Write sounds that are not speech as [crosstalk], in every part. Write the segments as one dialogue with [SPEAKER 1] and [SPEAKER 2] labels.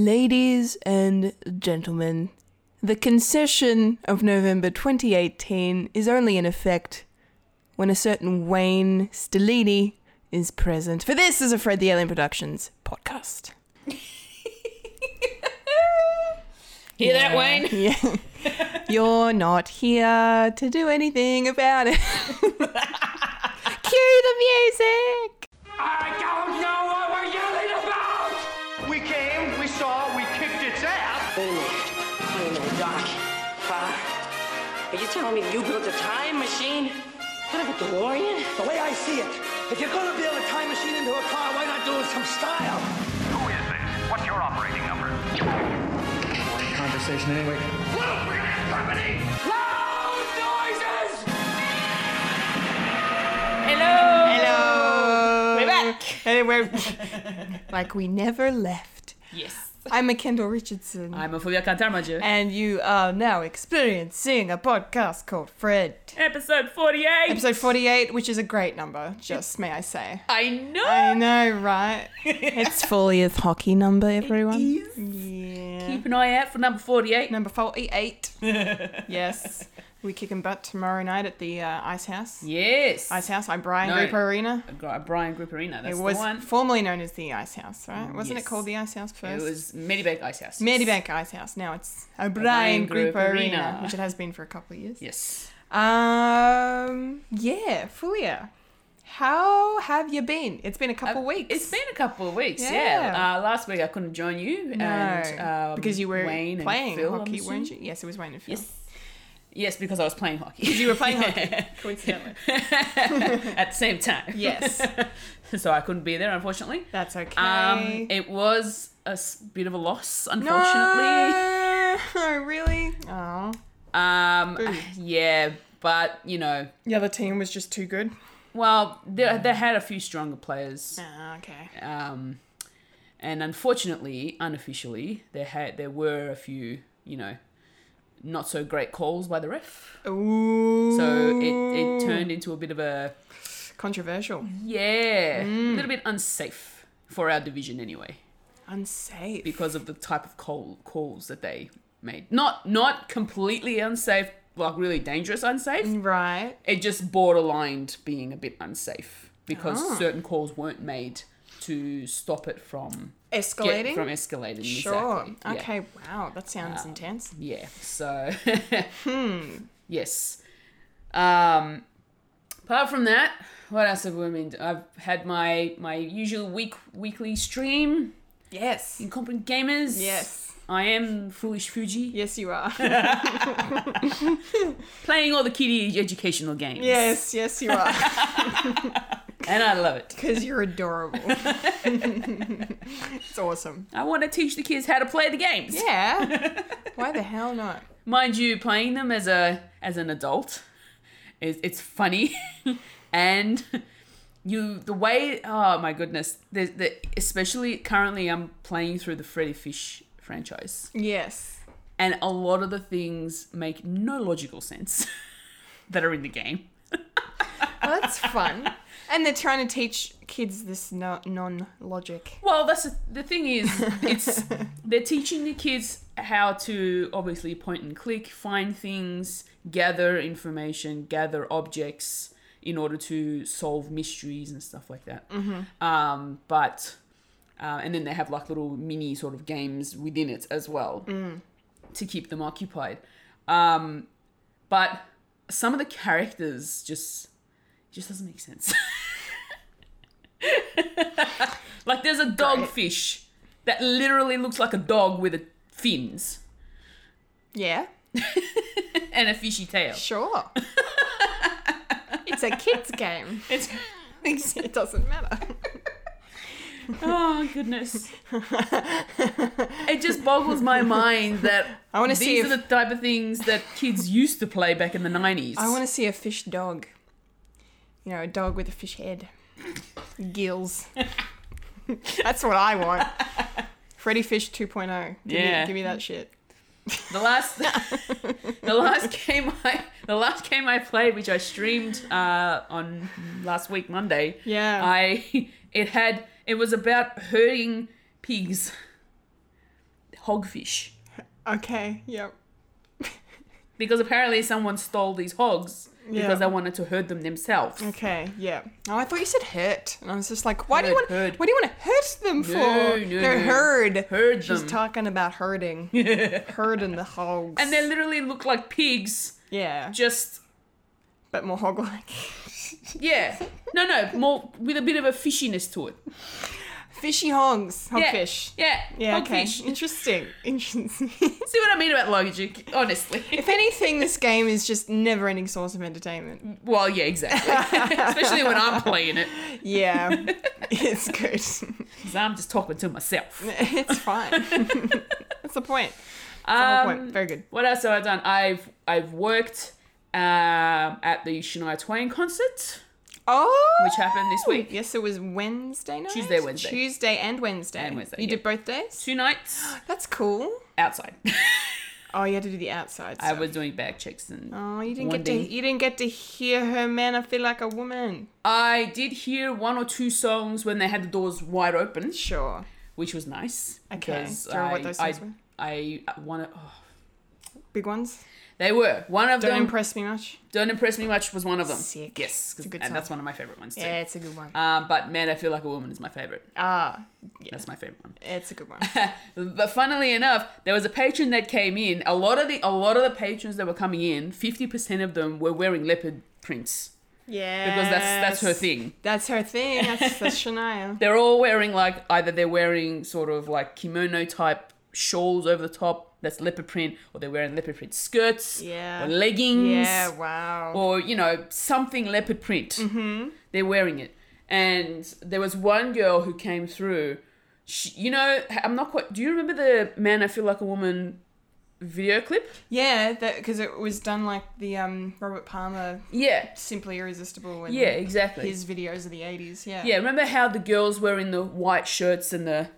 [SPEAKER 1] Ladies and gentlemen, the concession of November 2018 is only in effect when a certain Wayne Stellini is present. For this is a Fred the Alien Productions podcast.
[SPEAKER 2] Hear that, Wayne?
[SPEAKER 1] [laughs] Yeah. You're not here to do anything about
[SPEAKER 2] [laughs]
[SPEAKER 1] it. Cue the music!
[SPEAKER 3] I don't know what we're yelling about! We came, we saw, we kicked its ass!
[SPEAKER 4] Wait a minute. Wait a minute, Doc. Father, are you telling me you built a time machine out of a DeLorean?
[SPEAKER 5] The way I see it, if you're gonna build a time machine into a car, why not do it some style?
[SPEAKER 6] Who is this? What's your operating number?
[SPEAKER 7] conversation anyway.
[SPEAKER 3] Loud noises!
[SPEAKER 2] Hello.
[SPEAKER 1] Hello!
[SPEAKER 2] We're back.
[SPEAKER 1] Anyway, [laughs] like we never left.
[SPEAKER 2] Yes.
[SPEAKER 1] I'm a Kendall Richardson.
[SPEAKER 2] I'm Ophelia Cantarmajo.
[SPEAKER 1] and you are now experiencing a podcast called Fred.
[SPEAKER 2] Episode 48.
[SPEAKER 1] Episode 48, which is a great number, just may I say.
[SPEAKER 2] I know.
[SPEAKER 1] I know, right? [laughs] it's Folia's hockey number, everyone. Yeah.
[SPEAKER 2] Keep an eye out for number 48.
[SPEAKER 1] Number 48. yes. We kicking butt tomorrow night at the uh, Ice House.
[SPEAKER 2] Yes.
[SPEAKER 1] Ice House by Brian
[SPEAKER 2] No.
[SPEAKER 1] Group Arena.
[SPEAKER 2] Got Brian Grupperino. That's
[SPEAKER 1] it was
[SPEAKER 2] the one.
[SPEAKER 1] formerly known as the Ice House, right? Wasn't
[SPEAKER 2] yes.
[SPEAKER 1] it called the Ice House
[SPEAKER 2] it
[SPEAKER 1] first?
[SPEAKER 2] was Medibank Ice House.
[SPEAKER 1] Medibank Ice House. Now it's O'Brien Group,
[SPEAKER 2] Group
[SPEAKER 1] Arena,
[SPEAKER 2] Arena.
[SPEAKER 1] which it has been for a couple of years.
[SPEAKER 2] Yes.
[SPEAKER 1] Um, yeah, Fulia. How have you been? It's been a couple weeks.
[SPEAKER 2] Uh, It's been a couple of weeks, yeah.
[SPEAKER 1] Yeah.
[SPEAKER 2] Uh, last week I couldn't join you,
[SPEAKER 1] no,
[SPEAKER 2] and um,
[SPEAKER 1] because you were
[SPEAKER 2] Wayne and
[SPEAKER 1] playing
[SPEAKER 2] Phil, I'm
[SPEAKER 1] hockey,
[SPEAKER 2] assuming.
[SPEAKER 1] weren't you? Yes, it was Wayne and Phil.
[SPEAKER 2] Yes. Yes, because I was playing hockey.
[SPEAKER 1] you were playing hockey, coincidentally.
[SPEAKER 2] [laughs] at the same time.
[SPEAKER 1] [laughs] Yes.
[SPEAKER 2] [laughs] so I couldn't be there, unfortunately.
[SPEAKER 1] That's okay.
[SPEAKER 2] Um, it was a s- bit of a loss,
[SPEAKER 1] [laughs]
[SPEAKER 2] unfortunately.
[SPEAKER 1] no, Uh, really? Oh,
[SPEAKER 2] Um,
[SPEAKER 1] Boo.
[SPEAKER 2] [sighs] yeah, but you know,
[SPEAKER 1] the other team was just too good.
[SPEAKER 2] well, they, they had a few stronger players,
[SPEAKER 1] Ah, okay.
[SPEAKER 2] um, and unfortunately, unofficially, there had there were a few, you know, not so great calls by the ref.
[SPEAKER 1] Ooh,
[SPEAKER 2] So it, it turned into a bit of a
[SPEAKER 1] controversial,
[SPEAKER 2] Mm-hmm. yeah, a little bit unsafe for our division anyway.
[SPEAKER 1] unsafe.
[SPEAKER 2] because of the type of call, calls that they made. Not not completely unsafe, like really dangerous unsafe.
[SPEAKER 1] right.
[SPEAKER 2] It just borderlined being a bit unsafe because
[SPEAKER 1] Ah.
[SPEAKER 2] certain calls weren't made to stop it from
[SPEAKER 1] Escalating.
[SPEAKER 2] get, from escalating.
[SPEAKER 1] Sure.
[SPEAKER 2] exactly. Yeah.
[SPEAKER 1] Okay. Wow, that sounds intense.
[SPEAKER 2] Yeah. So. [laughs]
[SPEAKER 1] Hmm.
[SPEAKER 2] Yes. Um. Apart from that, what else have we been? I've had my my usual week weekly stream.
[SPEAKER 1] Yes.
[SPEAKER 2] Incompetent gamers.
[SPEAKER 1] Yes.
[SPEAKER 2] I am foolish Fuji.
[SPEAKER 1] Yes, you
[SPEAKER 2] [laughs]
[SPEAKER 1] are.
[SPEAKER 2] playing all the kiddie educational games.
[SPEAKER 1] yes, yes, you
[SPEAKER 2] [laughs]
[SPEAKER 1] are.
[SPEAKER 2] And I love it.
[SPEAKER 1] Because you're adorable. [laughs] it's awesome.
[SPEAKER 2] I want to teach the kids how to play the games.
[SPEAKER 1] Yeah. [laughs] Why the hell not?
[SPEAKER 2] Mind you, playing them as a as an adult is it's funny [laughs] and you the way oh my goodness the, the especially currently I'm playing through the Freddy Fish franchise
[SPEAKER 1] Yes.
[SPEAKER 2] and a lot of the things make no logical sense [laughs] that are in the game.
[SPEAKER 1] Well, that's fun. [laughs] And they're trying to teach kids this no- non logic.
[SPEAKER 2] Well, that's the- the thing is, it's they're teaching the kids how to obviously point and click, find things, gather information, gather objects in order to solve mysteries and stuff like that. Um, but uh, and then they have like little mini sort of games within it as well to keep them occupied. Um, but some of the characters just just doesn't make sense. [laughs] like there's a dogfish that literally looks like a dog with a fins
[SPEAKER 1] Yeah,
[SPEAKER 2] and a fishy tail.
[SPEAKER 1] sure. it's a kid's [laughs] game.
[SPEAKER 2] It's
[SPEAKER 1] It doesn't matter.
[SPEAKER 2] oh
[SPEAKER 1] [laughs]
[SPEAKER 2] goodness. it just boggles my mind that
[SPEAKER 1] I wanna
[SPEAKER 2] these
[SPEAKER 1] see
[SPEAKER 2] are
[SPEAKER 1] if-
[SPEAKER 2] the type of things that kids used to play back in the 90s.
[SPEAKER 1] I want to see a fish dog. You know, a dog with a fish head, [laughs] gills. That's what I [laughs] want. Freddy Fish 2.0. Give
[SPEAKER 2] Yeah.
[SPEAKER 1] Me, give me that shit. [laughs]
[SPEAKER 2] The last, the last game I, the last game I played, which I streamed uh, on last week Monday.
[SPEAKER 1] Yeah.
[SPEAKER 2] I, it had, it was about herding pigs. hogfish
[SPEAKER 1] Okay, yep.
[SPEAKER 2] because apparently someone stole these hogs
[SPEAKER 1] Yeah.
[SPEAKER 2] because they wanted to herd them themselves.
[SPEAKER 1] Okay, yeah. Oh, I thought you said hurt, and I was just like, why do you want?
[SPEAKER 2] Hurt, hurt.
[SPEAKER 1] Why do you want to hurt them for?
[SPEAKER 2] no,
[SPEAKER 1] They're
[SPEAKER 2] no.
[SPEAKER 1] herd.
[SPEAKER 2] Herd
[SPEAKER 1] She's
[SPEAKER 2] them.
[SPEAKER 1] talking about
[SPEAKER 2] [laughs]
[SPEAKER 1] herding, herding the hogs.
[SPEAKER 2] And they literally look like pigs.
[SPEAKER 1] yeah,
[SPEAKER 2] Just
[SPEAKER 1] but more hog-like.
[SPEAKER 2] yeah, no, no, more with a bit of a fishiness to it.
[SPEAKER 1] Fishy hogs,
[SPEAKER 2] Yeah.
[SPEAKER 1] hogfish.
[SPEAKER 2] Yeah.
[SPEAKER 1] Yeah, okay.
[SPEAKER 2] Hogfish. [laughs]
[SPEAKER 1] Interesting. Interesting.
[SPEAKER 2] See what I mean about logic, honestly.
[SPEAKER 1] [laughs] if anything, this game is just never-ending source of entertainment.
[SPEAKER 2] well,
[SPEAKER 1] [laughs]
[SPEAKER 2] yeah, exactly. Especially when I'm playing it, [laughs]
[SPEAKER 1] Yeah, it's good. [laughs]
[SPEAKER 2] 'cause I'm just talking to myself.
[SPEAKER 1] It's
[SPEAKER 2] [laughs]
[SPEAKER 1] fine. That's the point. That's the whole
[SPEAKER 2] Um,
[SPEAKER 1] point. Very good.
[SPEAKER 2] What else have I done? I've I've worked um, at the Shania Twain concert.
[SPEAKER 1] Oh,
[SPEAKER 2] Which happened this week.
[SPEAKER 1] Yes, it was Wednesday night.
[SPEAKER 2] Tuesday, Wednesday.
[SPEAKER 1] Tuesday and Wednesday.
[SPEAKER 2] And Wednesday,
[SPEAKER 1] You
[SPEAKER 2] yeah.
[SPEAKER 1] did both
[SPEAKER 2] [laughs]
[SPEAKER 1] days.
[SPEAKER 2] Two nights
[SPEAKER 1] That's cool.
[SPEAKER 2] outside. [laughs]
[SPEAKER 1] Oh, you had to do the outside.
[SPEAKER 2] I
[SPEAKER 1] stuff.
[SPEAKER 2] was doing bag checks and
[SPEAKER 1] Oh, you didn't get
[SPEAKER 2] Wanding.
[SPEAKER 1] to. You didn't get to hear her. Man, I feel like a woman.
[SPEAKER 2] I did hear one or two songs when they had the doors wide open,
[SPEAKER 1] Sure.
[SPEAKER 2] which was nice.
[SPEAKER 1] Okay.
[SPEAKER 2] because
[SPEAKER 1] Do you remember what those
[SPEAKER 2] I,
[SPEAKER 1] songs were?
[SPEAKER 2] I, I want to. Oh.
[SPEAKER 1] Big ones.
[SPEAKER 2] They were one of
[SPEAKER 1] Don't
[SPEAKER 2] them.
[SPEAKER 1] impress me much.
[SPEAKER 2] Don't impress me much was one of them.
[SPEAKER 1] Sick.
[SPEAKER 2] Yes, 'cause-
[SPEAKER 1] It's a good
[SPEAKER 2] and that's
[SPEAKER 1] song.
[SPEAKER 2] one of my favorite ones too.
[SPEAKER 1] Yeah, it's a good one.
[SPEAKER 2] Um, but man, I feel like a woman is my favorite.
[SPEAKER 1] Ah,
[SPEAKER 2] That's my favorite one.
[SPEAKER 1] it's a
[SPEAKER 2] [laughs]
[SPEAKER 1] good one.
[SPEAKER 2] But funnily enough, there was a patron that came in. A lot of the a lot of the patrons that were coming in, fifty percent of them were wearing leopard prints
[SPEAKER 1] Yeah.
[SPEAKER 2] because that's that's her thing.
[SPEAKER 1] That's her thing. That's,
[SPEAKER 2] [laughs]
[SPEAKER 1] that's Shania.
[SPEAKER 2] They're all wearing like either they're wearing sort of like kimono type shawls over the top that's leopard print, or they're wearing leopard print skirts,
[SPEAKER 1] Yeah.
[SPEAKER 2] or leggings,
[SPEAKER 1] Yeah. Wow.
[SPEAKER 2] or you know something leopard print. Mm-hmm. They're wearing it, and there was one girl who came through. She, you know, I'm not quite. Do you remember the "Man, I Feel Like a Woman" video clip?
[SPEAKER 1] yeah, because it was done like the um Robert Palmer
[SPEAKER 2] Yeah,
[SPEAKER 1] Simply Irresistible. And
[SPEAKER 2] yeah, exactly.
[SPEAKER 1] His videos of the 80s, yeah.
[SPEAKER 2] yeah, remember how the girls were in the white shirts and the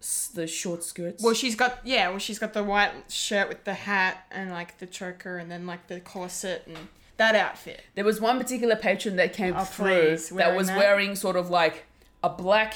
[SPEAKER 2] s- the short skirts?
[SPEAKER 1] Well, she's got yeah. Well, she's got the white shirt with the hat and like the choker and then like the corset and that outfit.
[SPEAKER 2] There was one particular patron that came
[SPEAKER 1] Oh,
[SPEAKER 2] through
[SPEAKER 1] please,
[SPEAKER 2] that
[SPEAKER 1] wearing
[SPEAKER 2] was
[SPEAKER 1] that?
[SPEAKER 2] wearing sort of like a black,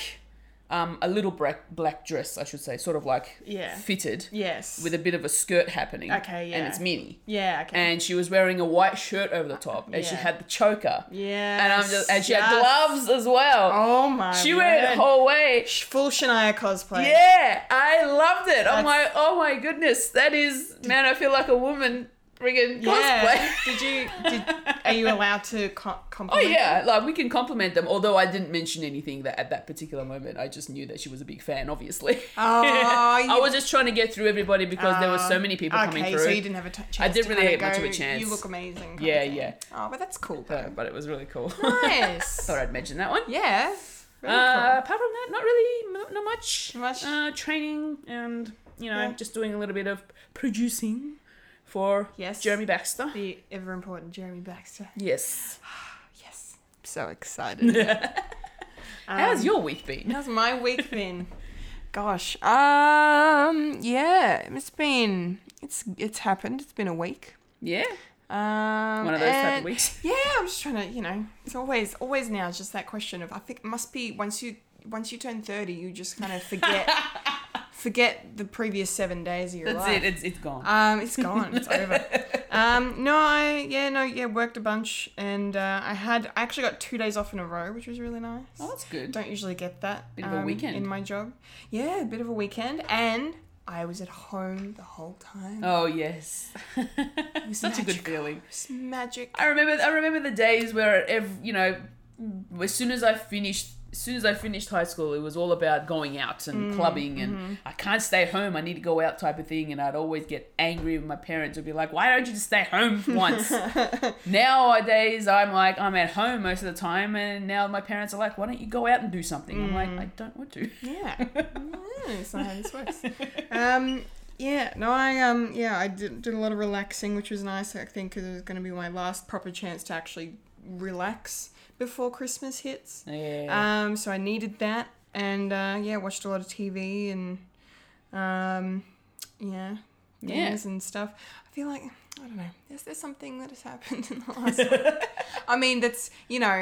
[SPEAKER 2] um, a little black black dress, I should say, sort of like
[SPEAKER 1] Yeah.
[SPEAKER 2] fitted
[SPEAKER 1] Yes.
[SPEAKER 2] with a bit of a skirt happening.
[SPEAKER 1] Okay,
[SPEAKER 2] And
[SPEAKER 1] yeah.
[SPEAKER 2] it's mini.
[SPEAKER 1] yeah. Okay.
[SPEAKER 2] And she was wearing a white shirt over the top, and she
[SPEAKER 1] Yeah.
[SPEAKER 2] had the choker.
[SPEAKER 1] yeah.
[SPEAKER 2] And I'm just, and she had
[SPEAKER 1] yes.
[SPEAKER 2] gloves as well.
[SPEAKER 1] Oh my.
[SPEAKER 2] she went
[SPEAKER 1] word.
[SPEAKER 2] the whole way.
[SPEAKER 1] Sh- full Shania cosplay.
[SPEAKER 2] Yeah, I loved it. oh
[SPEAKER 1] That's-
[SPEAKER 2] my, oh my goodness, that is man. I feel like a woman friggin'
[SPEAKER 1] Yeah.
[SPEAKER 2] cosplay.
[SPEAKER 1] did you? Did,
[SPEAKER 2] [laughs]
[SPEAKER 1] are you allowed to co-
[SPEAKER 2] Oh
[SPEAKER 1] compliment?
[SPEAKER 2] yeah, like we can compliment them. Although I didn't mention anything that at that particular moment, I just knew that she was a big fan. Obviously, [laughs]
[SPEAKER 1] Oh,
[SPEAKER 2] I was just trying to get through everybody because there were so many people
[SPEAKER 1] Um, okay,
[SPEAKER 2] coming through.
[SPEAKER 1] so you didn't have a t- chance.
[SPEAKER 2] didn't
[SPEAKER 1] to
[SPEAKER 2] really
[SPEAKER 1] kind
[SPEAKER 2] have much of a
[SPEAKER 1] go,
[SPEAKER 2] chance."
[SPEAKER 1] You look amazing. kind
[SPEAKER 2] Yeah,
[SPEAKER 1] of thing.
[SPEAKER 2] yeah.
[SPEAKER 1] Oh, but that's cool.
[SPEAKER 2] Uh,
[SPEAKER 1] Though.
[SPEAKER 2] but it was really cool. [laughs]
[SPEAKER 1] Nice.
[SPEAKER 2] Thought I'd mention that one.
[SPEAKER 1] Yeah. Really
[SPEAKER 2] Uh,
[SPEAKER 1] cool.
[SPEAKER 2] apart from that, not really, not, not much.
[SPEAKER 1] Much.
[SPEAKER 2] Uh, training and you know
[SPEAKER 1] Yeah.
[SPEAKER 2] just doing a little bit of producing for
[SPEAKER 1] Yes.
[SPEAKER 2] Jeremy Baxter.
[SPEAKER 1] The ever important Jeremy Baxter.
[SPEAKER 2] Yes.
[SPEAKER 1] Yes. So
[SPEAKER 2] [laughs]
[SPEAKER 1] excited. Um,
[SPEAKER 2] How's your week been?
[SPEAKER 1] How's my
[SPEAKER 2] [laughs]
[SPEAKER 1] week been? Gosh. Um yeah, it's been it's it's happened. It's been a week.
[SPEAKER 2] Yeah.
[SPEAKER 1] Um
[SPEAKER 2] One of those type of
[SPEAKER 1] and-
[SPEAKER 2] weeks. [laughs]
[SPEAKER 1] Yeah, I'm just trying to, you know, it's always always now it's just that question of I think it must be once you once you turn 30, you just kind of
[SPEAKER 2] [laughs]
[SPEAKER 1] forget forget the previous 7 days of your
[SPEAKER 2] That's
[SPEAKER 1] life.
[SPEAKER 2] it. It's it's gone.
[SPEAKER 1] Um, it's gone. It's
[SPEAKER 2] [laughs]
[SPEAKER 1] over. Um, no, I yeah no yeah worked a bunch and uh, I had I actually got two days off in a row, which was really nice.
[SPEAKER 2] oh, that's good.
[SPEAKER 1] Don't usually get that. um,
[SPEAKER 2] Bit of a weekend.
[SPEAKER 1] in my job. Yeah, a bit of a weekend, and I was at home the whole time.
[SPEAKER 2] Oh
[SPEAKER 1] [laughs]
[SPEAKER 2] yes. Such a good
[SPEAKER 1] magical.
[SPEAKER 2] feeling.
[SPEAKER 1] It's
[SPEAKER 2] [laughs]
[SPEAKER 1] magic.
[SPEAKER 2] I remember I remember the days where ev you know as soon as I finished as soon as I finished high school it was all about going out
[SPEAKER 1] Mm,
[SPEAKER 2] and clubbing and
[SPEAKER 1] mm-hmm.
[SPEAKER 2] I can't stay home I need to go out type of thing and I'd always get angry with my parents would be like why don't you just stay
[SPEAKER 1] [laughs]
[SPEAKER 2] home once nowadays I'm like I'm at home most of the time and now my parents are like why don't you go out and do something I'm like
[SPEAKER 1] Mm.
[SPEAKER 2] I don't want to
[SPEAKER 1] Yeah, Mm, it's not how this works. Um, yeah, no, I um, yeah, I did, did a lot of relaxing, which was nice. I think 'cause it was going to be my last proper chance to actually relax before Christmas hits.
[SPEAKER 2] yeah
[SPEAKER 1] Um, so I needed that, and uh, yeah, watched a lot of TV and um, yeah, memes and stuff. I feel like I don't know. Is there something that has happened in the last? week?
[SPEAKER 2] [laughs]
[SPEAKER 1] I mean, that's you know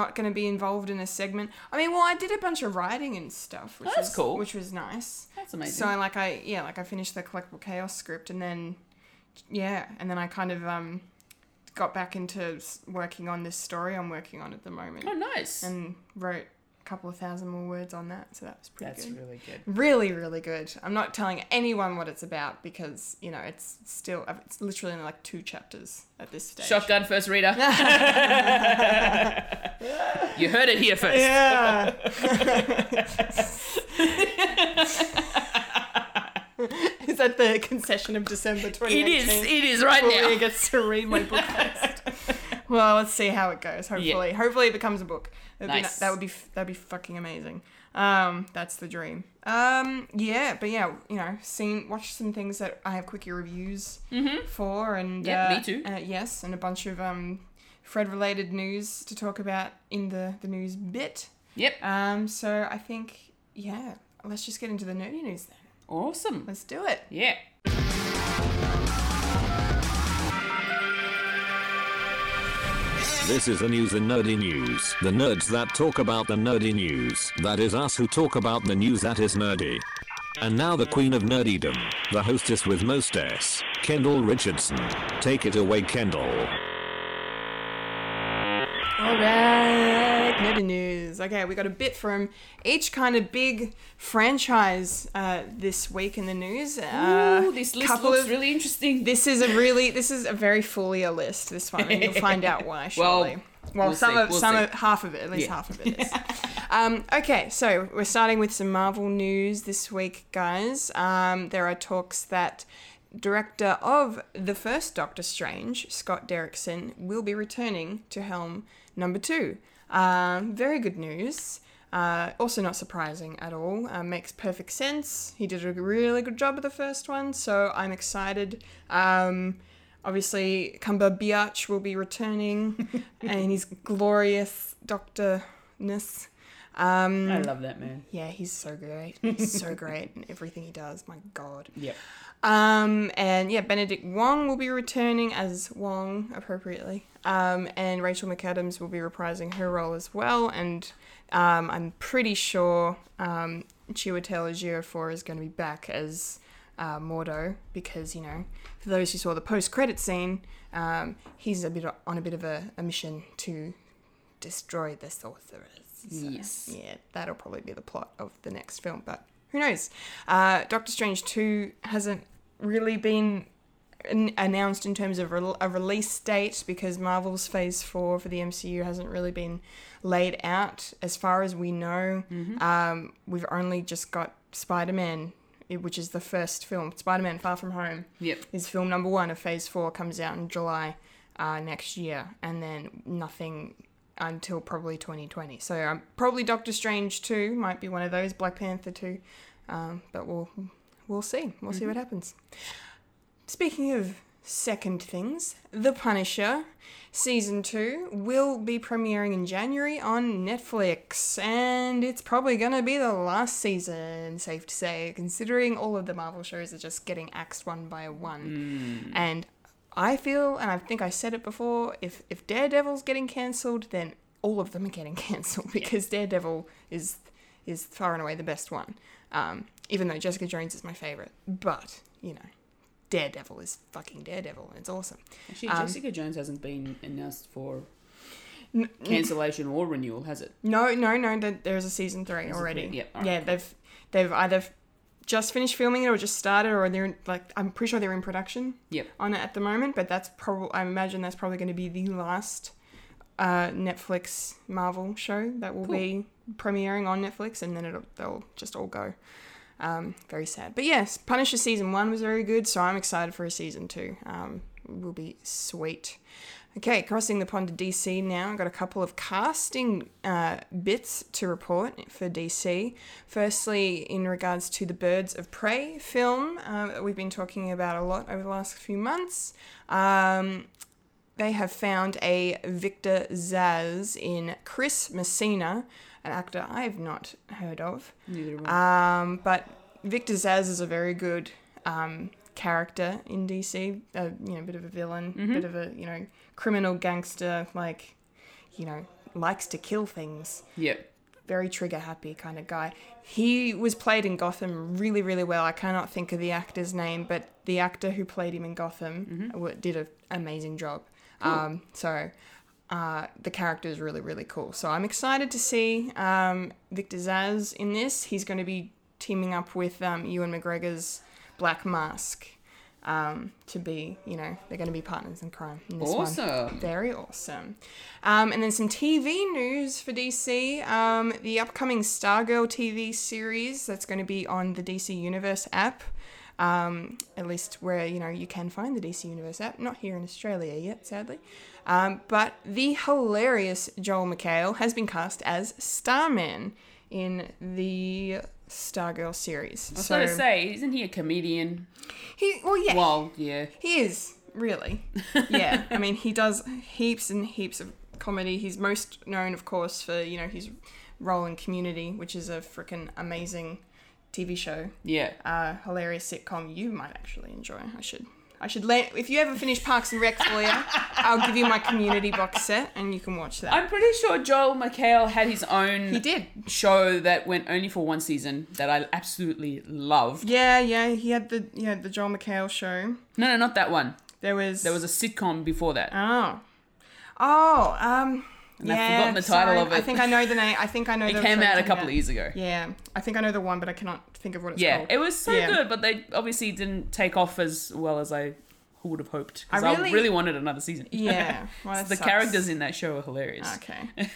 [SPEAKER 1] not going to be involved in a segment. I mean, well, I did a bunch of writing and stuff, which
[SPEAKER 2] Oh, that's
[SPEAKER 1] was
[SPEAKER 2] cool.
[SPEAKER 1] which was nice.
[SPEAKER 2] That's amazing.
[SPEAKER 1] So like I yeah like I finished the collectible chaos script and then yeah and then I kind of um got back into s- working on this story I'm working on at the moment
[SPEAKER 2] oh, nice.
[SPEAKER 1] and wrote a couple of thousand more words on that so that was pretty
[SPEAKER 2] That's
[SPEAKER 1] good.
[SPEAKER 2] really good.
[SPEAKER 1] Really, really good. I'm not telling anyone what it's about because you know it's still it's literally only like two chapters at this stage. [laughs]
[SPEAKER 2] Shotgun first reader. you heard it here first.
[SPEAKER 1] Yeah. is that the concession of December 2018?
[SPEAKER 2] It is. It is right
[SPEAKER 1] Julia
[SPEAKER 2] now.
[SPEAKER 1] gets to read my
[SPEAKER 2] [laughs]
[SPEAKER 1] book first. well, let's see how it goes. Hopefully, hopefully it becomes a book. That'd
[SPEAKER 2] Nice.
[SPEAKER 1] Be, that would be f- that'd be fucking amazing. Um, that's the dream. Um, yeah, but yeah, you know, seen watched some things that I have quickie reviews for, and
[SPEAKER 2] Mm-hmm. Yeah,
[SPEAKER 1] uh,
[SPEAKER 2] me too.
[SPEAKER 1] Uh, yes, and a bunch of um, Fred related news to talk about in the the news bit.
[SPEAKER 2] Yep.
[SPEAKER 1] Um, so I think yeah, let's just get into the nerdy news then.
[SPEAKER 2] Awesome.
[SPEAKER 1] Let's do it.
[SPEAKER 2] Yeah.
[SPEAKER 8] This is the news in nerdy news. The nerds that talk about the nerdy news. That is us who talk about the news that is nerdy. And now the queen of nerdydom, the hostess with most S, Kendall Richardson. Take it away, Kendall.
[SPEAKER 1] All right, nerdy news. Okay, we got a bit from each kind of big franchise uh, this week in the news. Uh,
[SPEAKER 2] Ooh, this list
[SPEAKER 1] couple
[SPEAKER 2] looks
[SPEAKER 1] of-
[SPEAKER 2] really interesting.
[SPEAKER 1] This is a really, this is a very folia list. This one,
[SPEAKER 2] [laughs]
[SPEAKER 1] and you'll find out why
[SPEAKER 2] Well,
[SPEAKER 1] shortly. Well,
[SPEAKER 2] we'll
[SPEAKER 1] some
[SPEAKER 2] see,
[SPEAKER 1] of
[SPEAKER 2] we'll
[SPEAKER 1] some
[SPEAKER 2] see.
[SPEAKER 1] of half of it, at least
[SPEAKER 2] Yeah.
[SPEAKER 1] half of it
[SPEAKER 2] [laughs]
[SPEAKER 1] is. um, okay, so we're starting with some Marvel news this week, guys. Um, there are talks that director of the first Doctor Strange, Scott Derrickson, will be returning to helm number two. Um, very good news. Uh, also not surprising at all. Uh, makes perfect sense. He did a really good job with the first one, so I'm excited. Um, Obviously, Cumberbatch will be [laughs] returning and his glorious doctorness. Um,
[SPEAKER 2] I love that man.
[SPEAKER 1] yeah, he's so great. He's so great in everything he does. My God.
[SPEAKER 2] Yep.
[SPEAKER 1] Um, and yeah, Benedict Wong will be returning as Wong, appropriately. Um, and Rachel McAdams will be reprising her role as well. And um, I'm pretty sure um, Chiwetel Ejiofor is going to be back as uh, Mordo because you know, for those who saw the post-credit scene, um, he's a bit o- on a bit of a, a mission to destroy the sorcerers. So,
[SPEAKER 2] Yes.
[SPEAKER 1] Yeah, that'll probably be the plot of the next film, but who knows? Uh, Doctor Strange 2 hasn't really been an- announced in terms of rel a release date because Marvel's Phase 4 for the MCU hasn't really been laid out. As far as we know, um, we've only just got Spider Man. Which is the first film, Spider Man Far From Home.
[SPEAKER 2] Yep.
[SPEAKER 1] Is film number one of Phase 4 comes out in July uh, next year, and then nothing until probably 2020. So um, probably Doctor Strange 2 might be one of those, Black Panther 2, um, but we'll we'll see. We'll see what happens. Speaking of second things, The Punisher season 2 will be premiering in January on Netflix and it's probably going to be the last season, safe to say, considering all of the Marvel shows are just getting axed one by one. And I feel, and I think I said it before, if if Daredevil's getting cancelled, then all of them are getting [laughs] cancelled because Daredevil is is far and away the best one. Um, even though Jessica Jones is my favorite, but you know, Daredevil is fucking Daredevil, and it's awesome.
[SPEAKER 2] Actually,
[SPEAKER 1] Um,
[SPEAKER 2] Jessica Jones hasn't been announced for cancellation or renewal, has it?
[SPEAKER 1] No, no, no. there- There's a season three already.
[SPEAKER 2] three, yep, alright,
[SPEAKER 1] yeah,
[SPEAKER 2] cool.
[SPEAKER 1] they've they've either f- just finished filming it or just started, or they're in, like I'm pretty sure they're in production.
[SPEAKER 2] Yep.
[SPEAKER 1] On it at the moment, but that's probably I imagine that's probably going to be the last uh, Netflix Marvel show that will be premiering on Netflix, and then it'll they'll just all go. Um, very sad, but yes, Punisher season one was very good, so I'm excited for a season two. Um, will be sweet. Okay, crossing the pond to DC now. I've got a couple of casting uh, bits to report for DC. Firstly, in regards to the Birds of Prey film uh, that we've been talking about a lot over the last few months, um, they have found a Victor Zaz in Chris Messina, an actor I've not heard of.
[SPEAKER 2] Neither one.
[SPEAKER 1] Um, but Victor Zaz is a very good um, character in DC, a you know, bit of a villain, bit of a you know, criminal gangster, like, you know, likes to kill things
[SPEAKER 2] Yeah.
[SPEAKER 1] very trigger happy kind of guy. He was played in Gotham really, really well. I cannot think of the actor's name, but the actor who played him in Gotham wa- did an amazing job. Um, so uh, the character is really, really cool. So I'm excited to see um, Victor Zaz in this. He's going to be teaming up with um, Ewan McGregor's Black Mask um, to be, you know, they're going to be partners in crime. In this one.
[SPEAKER 2] Awesome.
[SPEAKER 1] Very awesome. Um, and then some TV news for DC. Um, the upcoming Stargirl TV series that's going to be on the DC Universe app. Um, at least where you know you can find the DC Universe app. Not here in Australia yet, sadly. Um, but the hilarious Joel McHale has been cast as Starman in the Stargirl series.
[SPEAKER 2] I was going to say, isn't he a comedian?
[SPEAKER 1] he, well, yeah,
[SPEAKER 2] Well, yeah.
[SPEAKER 1] he is really. Yeah, I mean, he does heaps and heaps of comedy. He's most known, of course, for you know his role in Community, which is a freaking amazing TV show,
[SPEAKER 2] Yeah.
[SPEAKER 1] uh, hilarious sitcom. You might actually enjoy. I should. I should let if you ever finish Parks and Rec for you, I'll give you my Community box set and you can watch that.
[SPEAKER 2] I'm pretty sure Joel McHale had his own
[SPEAKER 1] he did.
[SPEAKER 2] show that went only for one season that I absolutely loved.
[SPEAKER 1] Yeah, yeah. He had the yeah the Joel McHale show.
[SPEAKER 2] No, no, not that one.
[SPEAKER 1] There was
[SPEAKER 2] There was a sitcom before that.
[SPEAKER 1] Oh. Oh, um.
[SPEAKER 2] I've
[SPEAKER 1] yeah,
[SPEAKER 2] forgotten the title
[SPEAKER 1] sorry.
[SPEAKER 2] of
[SPEAKER 1] I
[SPEAKER 2] it.
[SPEAKER 1] think I know the name. I think I know.
[SPEAKER 2] It
[SPEAKER 1] the
[SPEAKER 2] came
[SPEAKER 1] show
[SPEAKER 2] out a
[SPEAKER 1] you're
[SPEAKER 2] couple of
[SPEAKER 1] talking
[SPEAKER 2] years ago.
[SPEAKER 1] about. Yeah, I think I know the one, but I cannot think of what it's
[SPEAKER 2] Yeah,
[SPEAKER 1] called.
[SPEAKER 2] it was so
[SPEAKER 1] Yeah.
[SPEAKER 2] good, but they obviously didn't take off as well as I would have hoped. Because
[SPEAKER 1] I
[SPEAKER 2] I,
[SPEAKER 1] really-
[SPEAKER 2] really... wanted another season.
[SPEAKER 1] [laughs]
[SPEAKER 2] [laughs]
[SPEAKER 1] Yeah, well, that
[SPEAKER 2] the
[SPEAKER 1] sucks.
[SPEAKER 2] characters in that show are hilarious. [laughs]
[SPEAKER 1] Okay.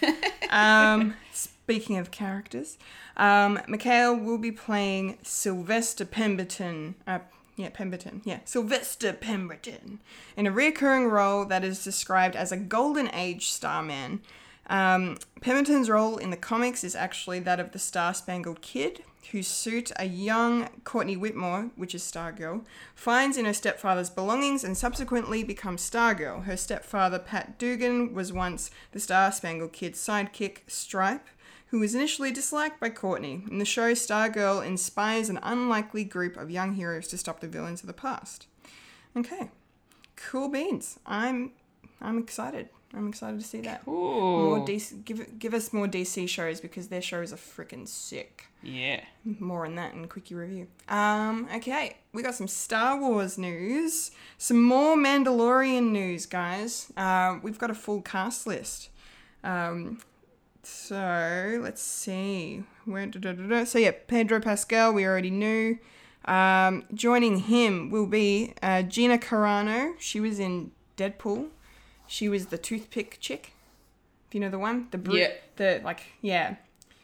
[SPEAKER 1] um, speaking of characters, um, Mikhail will be playing Sylvester Pemberton. Uh, yeah, Pemberton. Yeah, Sylvester Pemberton in a recurring role that is described as a golden age starman. Um, Pemberton's role in the comics is actually that of the Star Spangled Kid, whose suit a young Courtney Whitmore, which is Stargirl, finds in her stepfather's belongings and subsequently becomes Stargirl. Her stepfather, Pat Dugan, was once the Star Spangled Kid's sidekick, Stripe, who was initially disliked by Courtney. In the show, Stargirl inspires an unlikely group of young heroes to stop the villains of the past. Okay. Cool beans. I'm I'm excited. I'm excited to see that. More DC, give give us more DC shows because their shows are freaking sick.
[SPEAKER 2] Yeah.
[SPEAKER 1] More on that in quickie review. Um, okay, we got some Star Wars news, some more Mandalorian news, guys. Uh, we've got a full cast list. Um, so let's see. Where, da, da, da, da. So yeah, Pedro Pascal, we already knew. Um, joining him will be uh, Gina Carano. She was in Deadpool. She was the toothpick chick. If you know the one, the brute,
[SPEAKER 2] Yeah.
[SPEAKER 1] the like, yeah,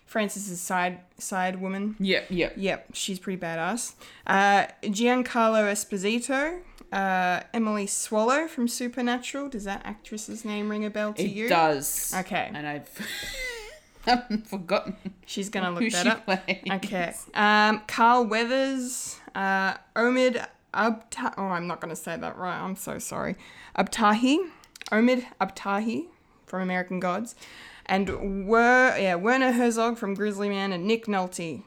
[SPEAKER 1] Francis's side side woman.
[SPEAKER 2] Yeah, yeah.
[SPEAKER 1] Yep, she's pretty badass. Uh, Giancarlo Esposito, uh, Emily Swallow from Supernatural. Does that actress's name ring a bell to
[SPEAKER 2] It
[SPEAKER 1] you?
[SPEAKER 2] does.
[SPEAKER 1] Okay.
[SPEAKER 2] And I've, [laughs] I've forgotten
[SPEAKER 1] She's
[SPEAKER 2] [laughs]
[SPEAKER 1] gonna look
[SPEAKER 2] who
[SPEAKER 1] that
[SPEAKER 2] she
[SPEAKER 1] up.
[SPEAKER 2] plays.
[SPEAKER 1] Okay. Um, Carl Weathers, uh, Omid Abta. Oh, I'm not gonna say that right. I'm so sorry. Abtahi, Omid Abtahi from American Gods, and Wer- yeah, Werner Herzog from Grizzly Man, and Nick Nolte.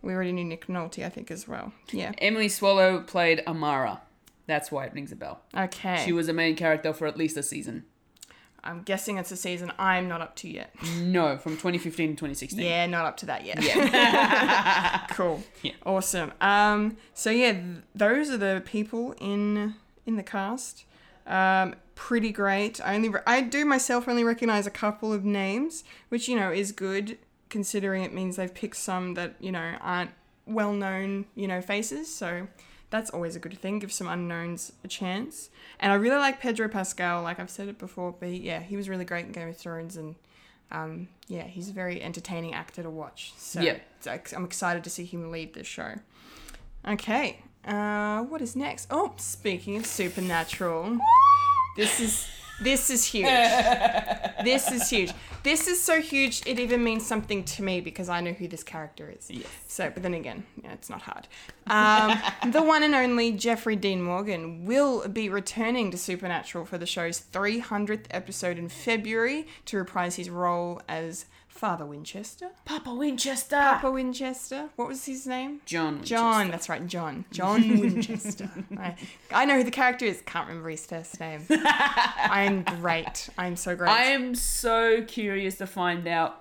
[SPEAKER 1] We already knew Nick Nolte, I think, as well. Yeah.
[SPEAKER 2] Emily Swallow played Amara. That's why it rings a bell.
[SPEAKER 1] Okay.
[SPEAKER 2] She was a main character for at least a season.
[SPEAKER 1] I'm guessing it's a season I'm not up to yet.
[SPEAKER 2] No, from 2015 to 2016.
[SPEAKER 1] Yeah, not up to that yet. Yeah. [laughs] cool. Awesome. Um, so yeah, th- those are the people in in the cast. Um, pretty great. I only re- I do myself only recognize a couple of names, which you know is good considering it means they've picked some that you know aren't well known you know faces. So that's always a good thing. Give some unknowns a chance. And I really like Pedro Pascal. Like I've said it before, but yeah, he was really great in Game of Thrones and um, yeah, he's a very entertaining actor to watch. So
[SPEAKER 2] Yeah.
[SPEAKER 1] it's- I'm excited to see him lead this show. Okay, uh, what is next? Oh, speaking of supernatural, this is this is huge. this is huge. This is so huge. It even means something to me because I know who this character is. Yes. So, but then again, yeah, it's not hard. Um, the one and only Jeffrey Dean Morgan will be returning to Supernatural for the show's 300th episode in February to reprise his role as Father Winchester.
[SPEAKER 2] Papa Winchester.
[SPEAKER 1] Papa Winchester. What was his name?
[SPEAKER 2] John. Winchester.
[SPEAKER 1] John, that's right, John. John
[SPEAKER 2] [laughs]
[SPEAKER 1] Winchester. I, I know who the character is, can't remember his first name. I am great. I'm so great.
[SPEAKER 2] I am so curious to find out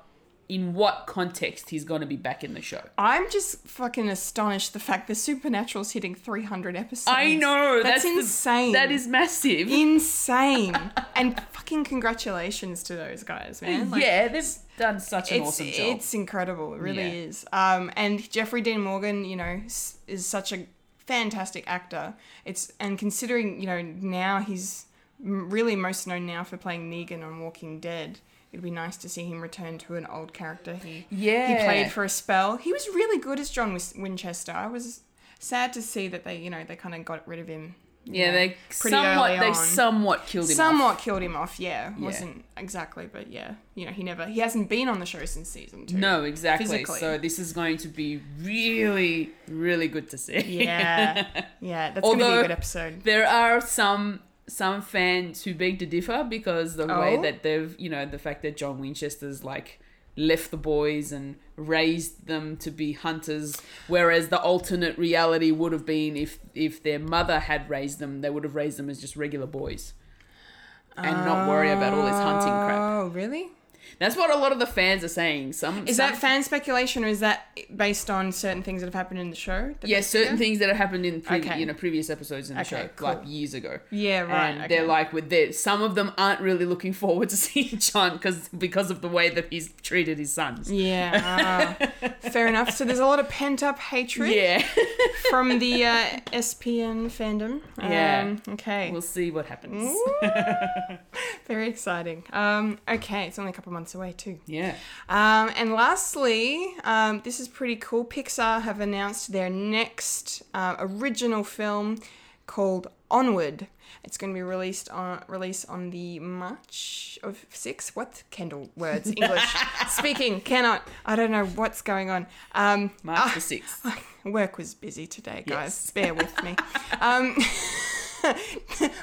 [SPEAKER 2] in what context he's going to be back in the show.
[SPEAKER 1] I'm just fucking astonished the fact the Supernatural's hitting 300 episodes.
[SPEAKER 2] I know.
[SPEAKER 1] That's,
[SPEAKER 2] the-
[SPEAKER 1] insane.
[SPEAKER 2] that is massive.
[SPEAKER 1] insane. and fucking congratulations to those guys, man.
[SPEAKER 2] [laughs]
[SPEAKER 1] Like,
[SPEAKER 2] [laughs] yeah, they've done such an
[SPEAKER 1] it's,
[SPEAKER 2] awesome job.
[SPEAKER 1] It's incredible. It really
[SPEAKER 2] Yeah.
[SPEAKER 1] is. Um, and Jeffrey Dean Morgan, you know, s- is such a fantastic actor. It's and considering you know now he's m- really most known now for playing Negan on Walking Dead. It'd be nice to see him return to an old character he he
[SPEAKER 2] Yeah.
[SPEAKER 1] played for a spell. He was really good as John Wis- Winchester. I was sad to see that they you know they kind of got rid of him. you
[SPEAKER 2] yeah,
[SPEAKER 1] know,
[SPEAKER 2] they somewhat they somewhat killed him. off.
[SPEAKER 1] somewhat killed him off. Yeah, wasn't exactly, but yeah, you know, he never he hasn't been on the show since season two.
[SPEAKER 2] No, exactly.
[SPEAKER 1] physically.
[SPEAKER 2] So this is going to be really, really good to see.
[SPEAKER 1] [laughs] Yeah, yeah, that's gonna be
[SPEAKER 2] Although-
[SPEAKER 1] a good episode.
[SPEAKER 2] there are some some fans who beg to differ because the way
[SPEAKER 1] Oh?
[SPEAKER 2] that they've you know the fact that John Winchester's like left the boys and raised them to be hunters whereas the alternate reality would have been if if their mother had raised them they would have raised them as just regular boys and not worry about all this hunting crap
[SPEAKER 1] Oh, really?
[SPEAKER 2] that's what a lot of the fans are saying some
[SPEAKER 1] Is
[SPEAKER 2] some-
[SPEAKER 1] that fan speculation or is that based on certain things that have happened in the show? that-
[SPEAKER 2] yeah certain things that have happened in pre-
[SPEAKER 1] Okay.
[SPEAKER 2] you know previous episodes in the
[SPEAKER 1] Okay,
[SPEAKER 2] show
[SPEAKER 1] cool.
[SPEAKER 2] like years ago
[SPEAKER 1] Yeah, right.
[SPEAKER 2] and
[SPEAKER 1] okay.
[SPEAKER 2] they're like with this. Some of them aren't really looking forward to [laughs] seeing John because because of the way that he's treated his sons. [laughs]
[SPEAKER 1] yeah, ah, fair enough. So there's a lot of pent up hatred
[SPEAKER 2] Yeah.
[SPEAKER 1] from the uh, SPN fandom.
[SPEAKER 2] Yeah.
[SPEAKER 1] Um, okay.
[SPEAKER 2] we'll see what happens.
[SPEAKER 1] Very exciting. Um, okay, it's only a couple months away too.
[SPEAKER 2] Yeah.
[SPEAKER 1] Um, and lastly, um, this is pretty cool. Pixar have announced their next uh, original film called Onward. It's going to be released on release on the March of six. What Kendall words English speaking cannot. I don't know what's going on. Um,
[SPEAKER 2] March the
[SPEAKER 1] ah,
[SPEAKER 2] 6th.
[SPEAKER 1] Work was busy today, guys.
[SPEAKER 2] Yes.
[SPEAKER 1] Bear with me. Um,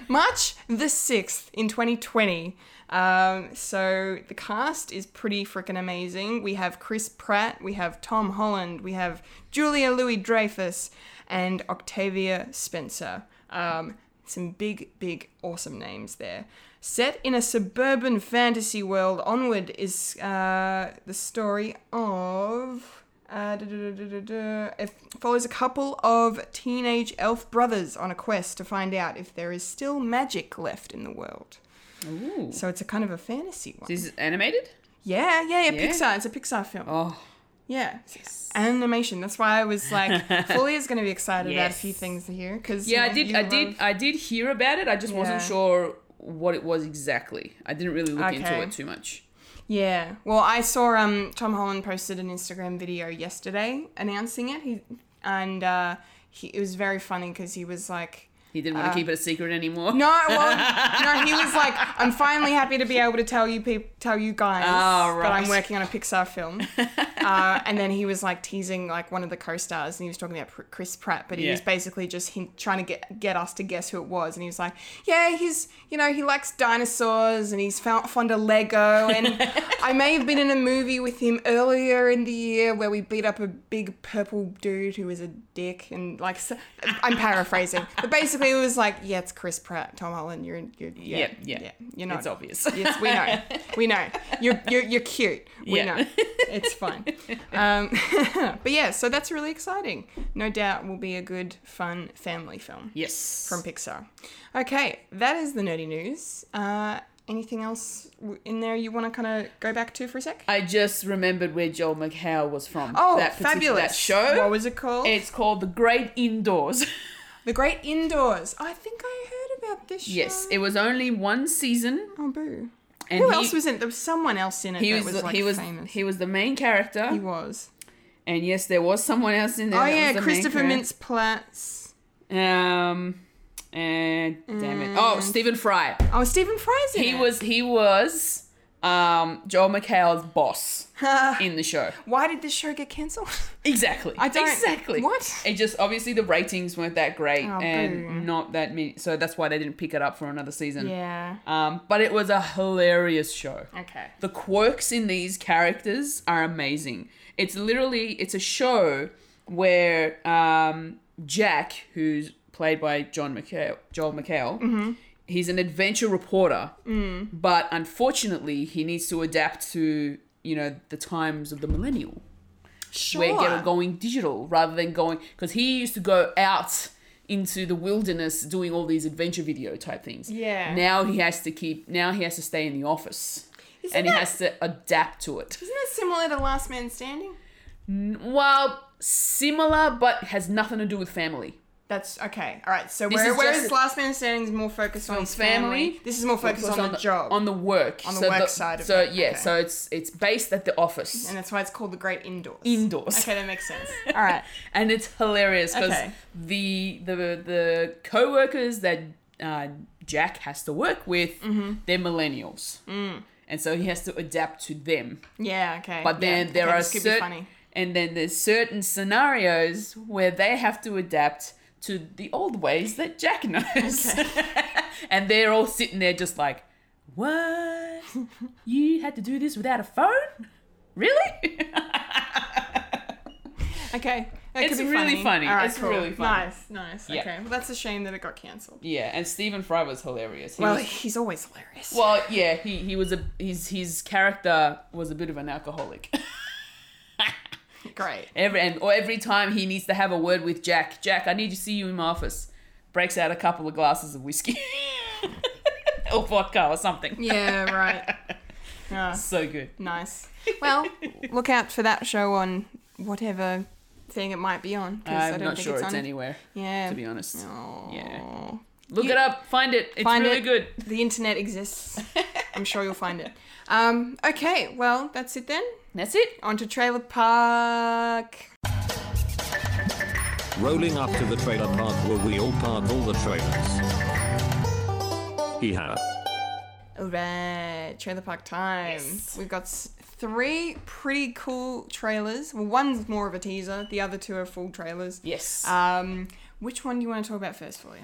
[SPEAKER 1] [laughs] March the 6th in 2020. Um, so the cast is pretty freaking amazing. We have Chris Pratt, we have Tom Holland, we have Julia Louis Dreyfus, and Octavia Spencer. Um, some big, big, awesome names there. Set in a suburban fantasy world, Onward is uh, the story of. Uh, duh, duh, duh, duh, duh, duh. It follows a couple of teenage elf brothers on a quest to find out if there is still magic left in the world.
[SPEAKER 2] Ooh.
[SPEAKER 1] So it's a kind of a fantasy one.
[SPEAKER 2] This is animated?
[SPEAKER 1] yeah, yeah, yeah,
[SPEAKER 2] Yeah.
[SPEAKER 1] Pixar. It's a Pixar film.
[SPEAKER 2] Oh.
[SPEAKER 1] yeah. Animation. That's why I was like,
[SPEAKER 2] [laughs]
[SPEAKER 1] Fulia's going to be excited about a
[SPEAKER 2] Yes.
[SPEAKER 1] few things here. Cause
[SPEAKER 2] Yeah, I
[SPEAKER 1] you-
[SPEAKER 2] did
[SPEAKER 1] you
[SPEAKER 2] I did uh
[SPEAKER 1] love-
[SPEAKER 2] I did hear about it. I just wasn't
[SPEAKER 1] Yeah.
[SPEAKER 2] sure what it was exactly. I didn't really look into
[SPEAKER 1] Okay.
[SPEAKER 2] it too much.
[SPEAKER 1] Yeah. Well, I saw um, Tom Holland posted an Instagram video yesterday announcing it. He, and uh, he, it was very funny because he was like,
[SPEAKER 2] He didn't want to keep it a secret anymore.
[SPEAKER 1] Ah. No, well,
[SPEAKER 2] [laughs]
[SPEAKER 1] no. He was like, "I'm finally happy to be able to tell you people, tell you guys
[SPEAKER 2] Ah,
[SPEAKER 1] that
[SPEAKER 2] right.
[SPEAKER 1] I'm working on a Pixar film." uh, [laughs] and then he was like teasing like one of the co-stars, and he was talking about Pr- Chris Pratt, but he
[SPEAKER 2] Yeah.
[SPEAKER 1] was basically just hint- trying to get get us to guess who it was. And he was like, "Yeah, he's you know he likes dinosaurs, and he's fo- fond of Lego,
[SPEAKER 2] [laughs]
[SPEAKER 1] and I may have been in a movie with him earlier in the year where we beat up a big purple dude who was a dick, and like so, I'm paraphrasing, but basically it was like, yeah, it's Chris Pratt, Tom Holland, you're you're yeah
[SPEAKER 2] Yep, yeah.
[SPEAKER 1] you're not
[SPEAKER 2] It's obvious.
[SPEAKER 1] Yes, we know. We know. You're you're, you're cute. We
[SPEAKER 2] Yeah. [laughs]
[SPEAKER 1] know. It's fine. Um, [coughs] but yeah, so that's really exciting. No doubt will be a good, fun family film
[SPEAKER 2] Yes.
[SPEAKER 1] from Pixar. Okay, that is the nerdy news. Uh, anything else w- in there you want to kind of go back to for a sec?
[SPEAKER 2] I just remembered where Joel McHale was from.
[SPEAKER 1] oh,
[SPEAKER 2] particular-
[SPEAKER 1] fabulous.
[SPEAKER 2] That show.
[SPEAKER 1] What was it called?
[SPEAKER 2] It's called The Great Indoors. [laughs]
[SPEAKER 1] the Great Indoors. I think I heard about this
[SPEAKER 2] yes,
[SPEAKER 1] show.
[SPEAKER 2] it was only one season.
[SPEAKER 1] Oh, boo.
[SPEAKER 2] And
[SPEAKER 1] Who
[SPEAKER 2] he,
[SPEAKER 1] else was in it? There was someone else in it
[SPEAKER 2] He
[SPEAKER 1] that
[SPEAKER 2] was,
[SPEAKER 1] was, like
[SPEAKER 2] he was
[SPEAKER 1] famous.
[SPEAKER 2] he was the main character.
[SPEAKER 1] He was.
[SPEAKER 2] and yes, there was someone else in there.
[SPEAKER 1] Oh
[SPEAKER 2] that was
[SPEAKER 1] yeah,
[SPEAKER 2] the main
[SPEAKER 1] Christopher
[SPEAKER 2] character.
[SPEAKER 1] Mintz Platts.
[SPEAKER 2] Um,
[SPEAKER 1] Mm.
[SPEAKER 2] and damn it. Oh, Stephen Fry.
[SPEAKER 1] [laughs] Oh, Stephen Fry's in
[SPEAKER 2] He
[SPEAKER 1] it.
[SPEAKER 2] was he was um, Joel McHale's boss in the show.
[SPEAKER 9] Why did this show get cancelled?
[SPEAKER 2] Exactly.
[SPEAKER 9] I don't-
[SPEAKER 2] exactly.
[SPEAKER 9] what?
[SPEAKER 2] It just obviously the ratings weren't that great
[SPEAKER 1] Oh,
[SPEAKER 2] and
[SPEAKER 1] boo.
[SPEAKER 2] not that many, so that's why they didn't pick it up for another season.
[SPEAKER 1] Yeah.
[SPEAKER 2] Um, but it was a hilarious show.
[SPEAKER 1] Okay. [laughs]
[SPEAKER 2] The quirks in these characters are amazing. It's literally it's a show where um, Jack, who's played by John McHale, Joel McHale, he's an adventure reporter, but unfortunately he needs to adapt to you know the times of the millennial
[SPEAKER 1] Sure.
[SPEAKER 2] where get going digital rather than going because he used to go out into the wilderness doing all these adventure video type things.
[SPEAKER 1] Yeah.
[SPEAKER 2] Now he has to keep. Now he has to stay in the office, and he
[SPEAKER 1] that-
[SPEAKER 2] has to adapt to it.
[SPEAKER 1] Isn't that similar to Last Man Standing?
[SPEAKER 2] Well, similar, but has nothing to do with family.
[SPEAKER 1] That's okay. All right. So
[SPEAKER 2] This
[SPEAKER 1] where,
[SPEAKER 2] is
[SPEAKER 1] whereas
[SPEAKER 2] just-
[SPEAKER 1] Last Man Standing is more focused on
[SPEAKER 2] On
[SPEAKER 1] his family,
[SPEAKER 2] family.
[SPEAKER 1] this is more focused
[SPEAKER 2] Focus
[SPEAKER 1] on, the job.
[SPEAKER 2] on the work,
[SPEAKER 1] On the work side of
[SPEAKER 2] so
[SPEAKER 1] it,
[SPEAKER 2] yeah,
[SPEAKER 1] okay.
[SPEAKER 2] so it's it's based at the office
[SPEAKER 1] and that's why it's called the Great Indoors.
[SPEAKER 2] indoors.
[SPEAKER 1] Okay, that makes sense. All right.
[SPEAKER 2] and it's hilarious because
[SPEAKER 1] Okay.
[SPEAKER 2] the the the co-workers that uh, Jack has to work with, they're millennials, and so he has to adapt to them.
[SPEAKER 1] Yeah. Okay.
[SPEAKER 2] But then
[SPEAKER 1] yeah.
[SPEAKER 2] there
[SPEAKER 1] okay,
[SPEAKER 2] are
[SPEAKER 1] this could be
[SPEAKER 2] certain
[SPEAKER 1] funny.
[SPEAKER 2] and then there's certain scenarios where they have to adapt to the old ways that Jack knows, [laughs] and they're all sitting there just like, "What? you had to do this without a phone? Really?"
[SPEAKER 1] Okay. That
[SPEAKER 2] It's
[SPEAKER 1] could be
[SPEAKER 2] really funny.
[SPEAKER 1] All right,
[SPEAKER 2] It's
[SPEAKER 1] cool.
[SPEAKER 2] really funny.
[SPEAKER 1] Nice. Nice.
[SPEAKER 2] Yeah.
[SPEAKER 1] Okay. Well, that's a shame that it got cancelled.
[SPEAKER 2] yeah, and Stephen Fry was hilarious. He
[SPEAKER 1] Well,
[SPEAKER 2] was-
[SPEAKER 1] he's always hilarious.
[SPEAKER 2] Well, yeah, he, he was a his his character was a bit of an alcoholic. [laughs]
[SPEAKER 1] Great.
[SPEAKER 2] every and or every time he needs to have a word with Jack, Jack, I need to see you in my office. Breaks out a couple of glasses of whiskey [laughs] or vodka or something.
[SPEAKER 1] Yeah. Right. Yeah.
[SPEAKER 2] so good.
[SPEAKER 1] Nice. Well, look out for that show on whatever thing it might be on. 'cause I
[SPEAKER 2] I'm
[SPEAKER 1] don't
[SPEAKER 2] not
[SPEAKER 1] think
[SPEAKER 2] sure it's,
[SPEAKER 1] on.
[SPEAKER 2] anywhere.
[SPEAKER 1] Yeah.
[SPEAKER 2] To be honest,
[SPEAKER 1] Oh.
[SPEAKER 2] Yeah. look
[SPEAKER 1] You-
[SPEAKER 2] it up, find it. It's
[SPEAKER 1] Find
[SPEAKER 2] really
[SPEAKER 1] it.
[SPEAKER 2] good.
[SPEAKER 1] The internet
[SPEAKER 2] [laughs]
[SPEAKER 1] exists. I'm sure you'll find it. Um, okay, well, that's it then.
[SPEAKER 2] That's it.
[SPEAKER 1] On to Trailer Park.
[SPEAKER 8] Rolling up to the trailer park where we all park all the trailers. Hee ha.
[SPEAKER 1] All right, Trailer Park time. We've got s- three pretty cool trailers. Well, one's more of a teaser, the other two are full trailers.
[SPEAKER 2] Yes. Uh,
[SPEAKER 1] Um, which one do you want to talk about first, Folio?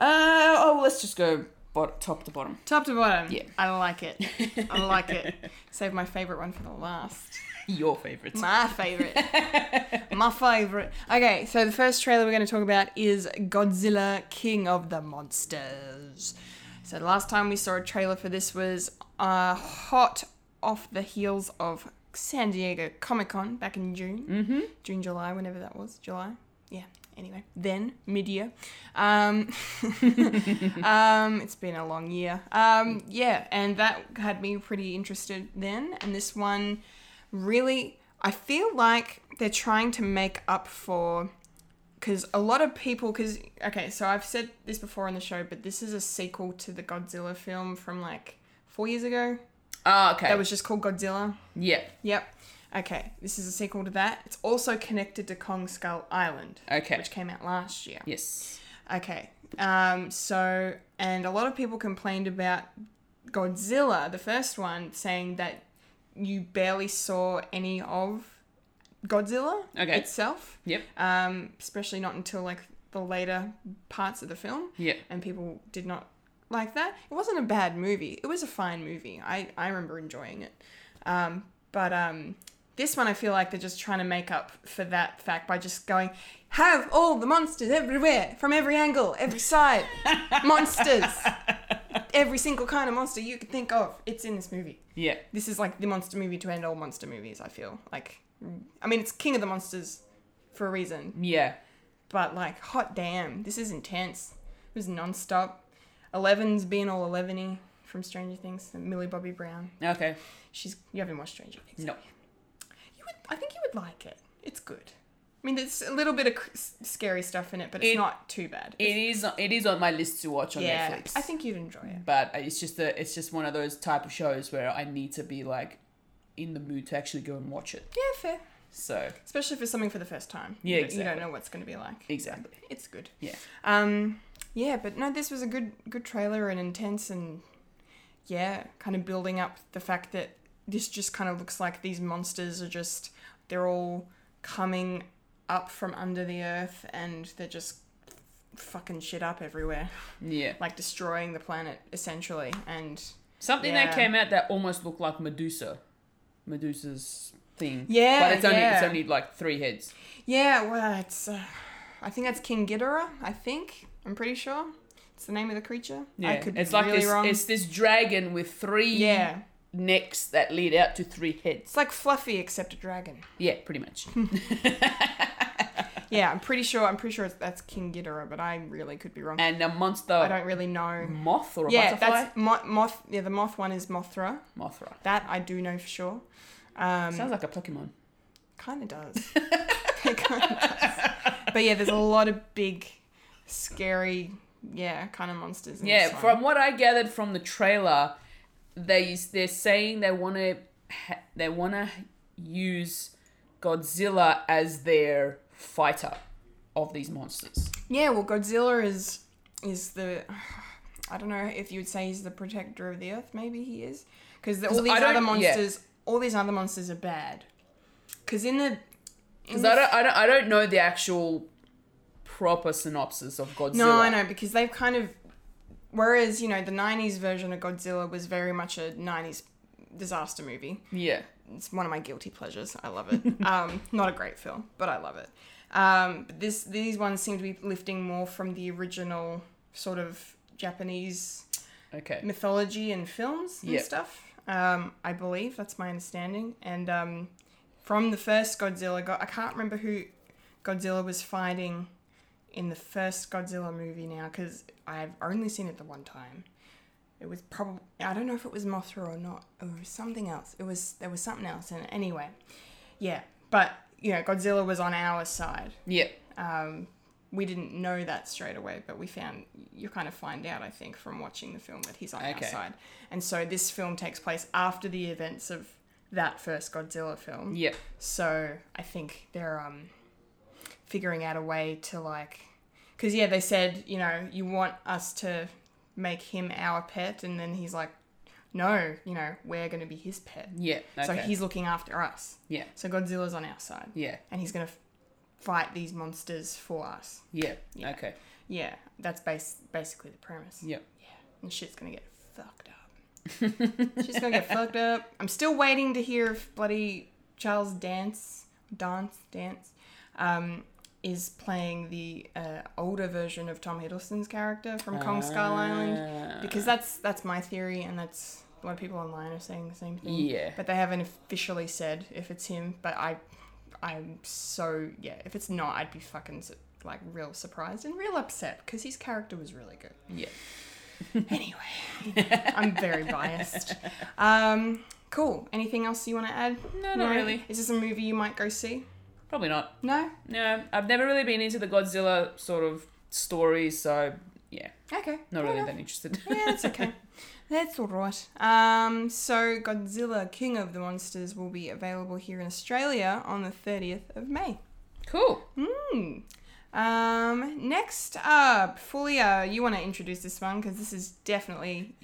[SPEAKER 2] oh, let's just go bot- top to bottom. [laughs]
[SPEAKER 1] Top to bottom.
[SPEAKER 2] Yeah.
[SPEAKER 1] I like it. I like it.
[SPEAKER 2] [laughs]
[SPEAKER 1] Save my favorite one for the last.
[SPEAKER 2] Your favorites.
[SPEAKER 1] My favorite. My favorite. Okay, so the first trailer we're going to talk about is Godzilla King of the Monsters. So the last time we saw a trailer for this was uh, hot off the heels of San Diego Comic Con back in June. Mm-hmm. June, July, whenever that was. July? Yeah. Anyway, then mid year. Um, [laughs] um, it's been a long year. Um, yeah, and that had me pretty interested then. And this one really, I feel like they're trying to make up for. Because a lot of people, because, okay, so I've said this before on the show, but this is a sequel to the Godzilla film from like four years ago
[SPEAKER 2] Ah, okay.
[SPEAKER 1] that was just called Godzilla.
[SPEAKER 2] yeah.
[SPEAKER 1] Yep. Okay, this is a sequel to that. It's also connected to Kong Skull Island.
[SPEAKER 2] Okay.
[SPEAKER 1] Which came out last year.
[SPEAKER 2] Yes.
[SPEAKER 1] Okay. Um, so, and a lot of people complained about Godzilla, the first one, saying that you barely saw any of Godzilla
[SPEAKER 2] Okay.
[SPEAKER 1] itself,
[SPEAKER 2] Yep.
[SPEAKER 1] um, especially not until like the later parts of the film.
[SPEAKER 2] Yep.
[SPEAKER 1] And people did not like that. It wasn't a bad movie, it was a fine movie. I, I remember enjoying it. Um, but um, this one, I feel like they're just trying to make up for that fact by just going, have all the monsters everywhere, from every angle, every side. monsters. Every single kind of monster you could think of. It's in this movie.
[SPEAKER 2] yeah.
[SPEAKER 1] This is like the monster movie to end all monster movies, I feel. Like, I mean, it's King of the Monsters for a reason,
[SPEAKER 2] Yeah.
[SPEAKER 1] but like, hot damn, this is intense. It was non-stop. Eleven's being all eleveny from Stranger Things. Millie Bobby Brown.
[SPEAKER 2] Okay.
[SPEAKER 1] She's you haven't watched Stranger Things.
[SPEAKER 2] No.
[SPEAKER 1] have you? You would. I think you would like it. It's good. I mean, there's a little bit of cr- s- scary stuff in it, but it's
[SPEAKER 2] It-
[SPEAKER 1] not too bad.
[SPEAKER 2] It is. It is on my list to watch on
[SPEAKER 1] yeah,
[SPEAKER 2] Netflix. Mm.
[SPEAKER 1] I think you'd enjoy it.
[SPEAKER 2] but it's just a, it's just one of those type of shows where I need to be like in the mood to actually go and watch it.
[SPEAKER 1] Yeah, fair.
[SPEAKER 2] So
[SPEAKER 1] Especially for something for the first time. you,
[SPEAKER 2] Yeah,
[SPEAKER 1] You
[SPEAKER 2] exactly.
[SPEAKER 1] don't know what's going to be like.
[SPEAKER 2] exactly,
[SPEAKER 1] It's good.
[SPEAKER 2] yeah,
[SPEAKER 1] Um, yeah, but no, this was a good good trailer and intense and yeah, kind of building up the fact that this just kind of looks like these monsters are just they're all coming up from under the earth and they're just fucking shit up everywhere,
[SPEAKER 2] Yeah.
[SPEAKER 1] like destroying the planet essentially. And
[SPEAKER 2] Something
[SPEAKER 1] Yeah.
[SPEAKER 2] that came out that almost looked like Medusa. Medusa's thing.
[SPEAKER 1] Yeah,
[SPEAKER 2] But it's only it's
[SPEAKER 1] yeah.
[SPEAKER 2] only like three heads.
[SPEAKER 1] yeah, well, it's uh, I think that's King Ghidorah. I think I'm pretty sure it's the name of the creature.
[SPEAKER 2] Yeah.
[SPEAKER 1] I could
[SPEAKER 2] it's
[SPEAKER 1] be
[SPEAKER 2] like
[SPEAKER 1] really
[SPEAKER 2] this
[SPEAKER 1] wrong.
[SPEAKER 2] it's this dragon with three
[SPEAKER 1] yeah,
[SPEAKER 2] necks that lead out to three heads.
[SPEAKER 1] it's like Fluffy except a dragon.
[SPEAKER 2] Yeah, pretty
[SPEAKER 1] [laughs]
[SPEAKER 2] much.
[SPEAKER 1] Yeah, I'm pretty sure. I'm pretty sure it's- that's King Ghidorah, but I really could be wrong.
[SPEAKER 2] and a monster
[SPEAKER 1] I don't really know.
[SPEAKER 2] moth or a
[SPEAKER 1] Yeah,
[SPEAKER 2] butterfly?
[SPEAKER 1] that's mo- moth. Yeah, the moth one is Mothra.
[SPEAKER 2] Mothra.
[SPEAKER 1] That I do know for sure. Um,
[SPEAKER 2] Sounds like a Pokemon.
[SPEAKER 1] Kind of
[SPEAKER 2] [laughs]
[SPEAKER 1] does. it kind of does. But yeah, there's a lot of big, scary, yeah, kind of monsters. In
[SPEAKER 2] Yeah,
[SPEAKER 1] this one.
[SPEAKER 2] from what I gathered from the trailer, they they're saying they want to they want to use Godzilla as their fighter of these monsters.
[SPEAKER 1] yeah, well, Godzilla is is the. I don't know if you would say he's the protector of the earth. Maybe he is, because all these
[SPEAKER 2] I don't-
[SPEAKER 1] other
[SPEAKER 2] yeah.
[SPEAKER 1] monsters, all these other monsters are bad. Because in the in
[SPEAKER 2] Because
[SPEAKER 1] the
[SPEAKER 2] I don't, I don't I don't know the actual proper synopsis of Godzilla.
[SPEAKER 1] No, I know because they've kind of. Whereas you know the '90s version of Godzilla was very much a '90s disaster movie.
[SPEAKER 2] Yeah,
[SPEAKER 1] It's one of my guilty pleasures. I love it. um, not a great film, but I love it. Um, but this these ones seem to be lifting more from the original sort of Japanese
[SPEAKER 2] okay.
[SPEAKER 1] mythology and films and
[SPEAKER 2] Yep.
[SPEAKER 1] stuff. Um, I believe that's my understanding. And um, from the first Godzilla, go- I can't remember who Godzilla was fighting in the first Godzilla movie now because I've only seen it the one time. It was probably I don't know if it was Mothra or not, or it was something else. It was there was something else in it anyway. Yeah, but you know Godzilla was on our side.
[SPEAKER 2] Yeah,
[SPEAKER 1] We didn't know that straight away, but we found you kind of find out, I think, from watching the film that he's on
[SPEAKER 2] Okay.
[SPEAKER 1] our side. And so this film takes place after the events of that first Godzilla film.
[SPEAKER 2] yeah,
[SPEAKER 1] So I think they're um figuring out a way to like, because yeah, they said you know you want us to make him our pet, and then he's like, no, you know we're gonna be his pet.
[SPEAKER 2] yeah. Okay.
[SPEAKER 1] So he's looking after us.
[SPEAKER 2] yeah,
[SPEAKER 1] So Godzilla's on our side.
[SPEAKER 2] yeah,
[SPEAKER 1] And he's gonna f- fight these monsters for us.
[SPEAKER 2] yeah,
[SPEAKER 1] Yeah.
[SPEAKER 2] Okay.
[SPEAKER 1] Yeah, that's bas- basically the premise.
[SPEAKER 2] Yeah.
[SPEAKER 1] And shit's gonna get fucked up. She's gonna get fucked up. I'm still waiting to hear if bloody Charles Dance, Dance, Dance, um, is playing the uh, older version of Tom Hiddleston's character from Kong Skull Island because that's that's my theory and that's a lot of people online are saying the same thing.
[SPEAKER 2] Yeah.
[SPEAKER 1] But they haven't officially said if it's him. But I, I'm so yeah. If it's not, I'd be fucking su- like real surprised and real upset because his character was really good.
[SPEAKER 2] Yeah.
[SPEAKER 1] Anyway, [laughs] I'm very biased. Um, cool. Anything else you want to add?
[SPEAKER 2] No, not really.
[SPEAKER 1] Is this a movie you might go see?
[SPEAKER 2] Probably not.
[SPEAKER 1] No.
[SPEAKER 2] No, I've never really been into the Godzilla sort of stories, so yeah,
[SPEAKER 1] Okay. fair
[SPEAKER 2] not really
[SPEAKER 1] enough.
[SPEAKER 2] that interested.
[SPEAKER 1] Oh, Yeah, that's
[SPEAKER 2] [laughs]
[SPEAKER 1] okay. That's all right. Um, so Godzilla, King of the Monsters, will be available here in Australia on the 30th of May.
[SPEAKER 2] cool.
[SPEAKER 1] Hmm. Um, next up, Fulia, you want to introduce this one because this is definitely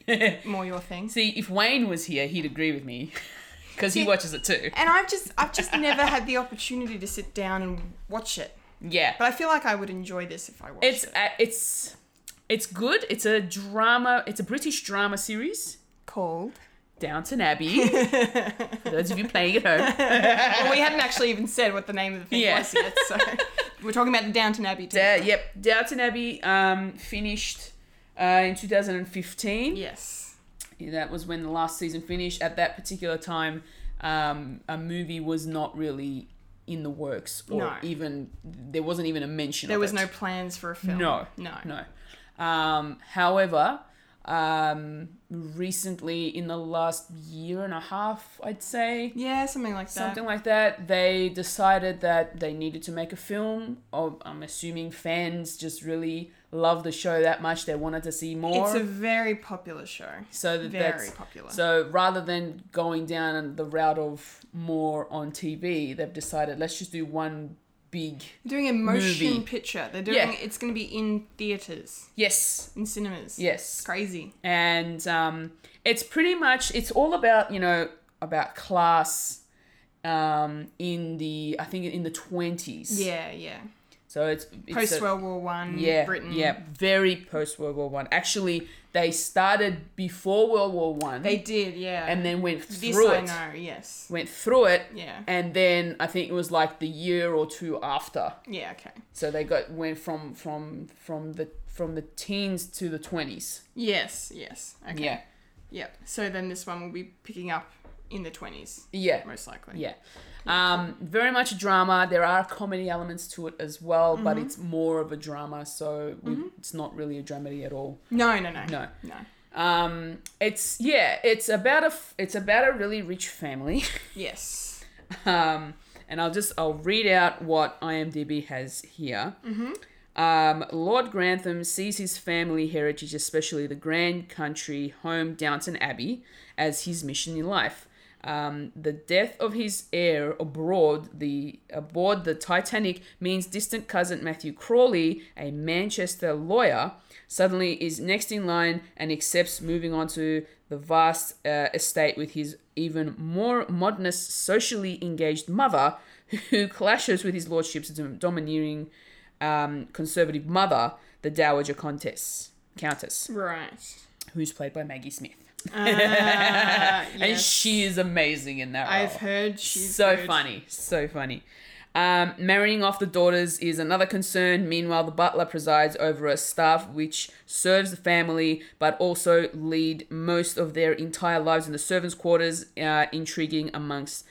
[SPEAKER 2] [laughs]
[SPEAKER 1] more your thing.
[SPEAKER 2] See, if Wayne was here, he'd agree with me [laughs] because he watches it too.
[SPEAKER 1] And I've just, I've just never had the opportunity to sit down and watch it.
[SPEAKER 2] Yeah,
[SPEAKER 1] But I feel like I would enjoy this if I watched
[SPEAKER 2] it's
[SPEAKER 1] it.
[SPEAKER 2] uh, it's it's good. It's a drama. It's a British drama series.
[SPEAKER 1] Cold. [laughs]
[SPEAKER 2] Downton Abbey. For those of you playing at home,
[SPEAKER 1] Well, we hadn't actually even said what the name of the thing
[SPEAKER 2] Yeah.
[SPEAKER 1] was yet,
[SPEAKER 2] [laughs]
[SPEAKER 1] so we're talking about the Downton Abbey.
[SPEAKER 2] uh,
[SPEAKER 1] today.
[SPEAKER 2] yep, Downton Abbey um, finished uh, in 2015.
[SPEAKER 1] Yes.
[SPEAKER 2] that was when the last season finished. At that particular time, um, a movie was not really in the works, or
[SPEAKER 1] No.
[SPEAKER 2] even there wasn't even a mention.
[SPEAKER 1] There
[SPEAKER 2] of
[SPEAKER 1] was
[SPEAKER 2] it.
[SPEAKER 1] no plans for a film.
[SPEAKER 2] No,
[SPEAKER 1] No.
[SPEAKER 2] no. Um, however, um, recently in the last year and a half, I'd say
[SPEAKER 1] Yeah, something like that.
[SPEAKER 2] something like that, they decided that they needed to make a film. Of I'm assuming fans just really love the show that much; they wanted to see more.
[SPEAKER 1] it's a very popular show.
[SPEAKER 2] So that
[SPEAKER 1] very
[SPEAKER 2] that's,
[SPEAKER 1] popular.
[SPEAKER 2] So rather than going down the route of more on TV, they've decided let's just do one big.
[SPEAKER 1] Doing a motion
[SPEAKER 2] Movie.
[SPEAKER 1] picture. They're doing
[SPEAKER 2] Yeah.
[SPEAKER 1] it's going to be in theaters,
[SPEAKER 2] Yes,
[SPEAKER 1] in cinemas.
[SPEAKER 2] Yes.
[SPEAKER 1] It's crazy.
[SPEAKER 2] and um, it's pretty much it's all about you know about class um, in the I think in the twenties.
[SPEAKER 1] Yeah, yeah.
[SPEAKER 2] So it's, it's
[SPEAKER 1] Post
[SPEAKER 2] a-
[SPEAKER 1] World War One,
[SPEAKER 2] yeah,
[SPEAKER 1] Britain.
[SPEAKER 2] Yeah, very post World War One. Actually, they started before World War One.
[SPEAKER 1] They did, yeah.
[SPEAKER 2] and then went
[SPEAKER 1] this
[SPEAKER 2] through
[SPEAKER 1] I
[SPEAKER 2] it.
[SPEAKER 1] know, yes.
[SPEAKER 2] Went through it.
[SPEAKER 1] Yeah.
[SPEAKER 2] And then I think it was like the year or two after.
[SPEAKER 1] Yeah, okay.
[SPEAKER 2] So they got went from from from the from the teens to the twenties.
[SPEAKER 1] Yes, yes. Okay.
[SPEAKER 2] Yeah.
[SPEAKER 1] Yep. So then this one will be picking up in the 20s,
[SPEAKER 2] Yeah.
[SPEAKER 1] most likely.
[SPEAKER 2] Yeah. Um, very much drama. There are comedy elements to it as well, but it's more of a drama, so we, it's not really a dramedy at all.
[SPEAKER 1] No, no, no.
[SPEAKER 2] No.
[SPEAKER 1] No.
[SPEAKER 2] Um, it's yeah, it's about a f- it's about a really rich family. [laughs]
[SPEAKER 1] Yes.
[SPEAKER 2] um, and I'll just I'll read out what IMDb has here. Um, Lord Grantham sees his family heritage, especially the grand country home Downton Abbey, as his mission in life. Um, the death of his heir abroad the aboard the Titanic means distant cousin Matthew Crawley, a Manchester lawyer, suddenly is next in line and accepts moving on to the vast uh, estate with his even more modernist, socially engaged mother, who [laughs] clashes with his lordship's dom- domineering um, conservative mother, the Dowager Countess, Countess,
[SPEAKER 1] Right.
[SPEAKER 2] who's played by Maggie Smith,
[SPEAKER 1] Uh,
[SPEAKER 2] [laughs] and
[SPEAKER 1] yes.
[SPEAKER 2] she is amazing in that role.
[SPEAKER 1] I've heard she's
[SPEAKER 2] Oh. so
[SPEAKER 1] good.
[SPEAKER 2] funny, so funny. Um, marrying off the daughters is another concern. Meanwhile, the butler presides over a staff which serves the family, but also lead most of their entire lives in the servants' quarters, uh, intriguing amongst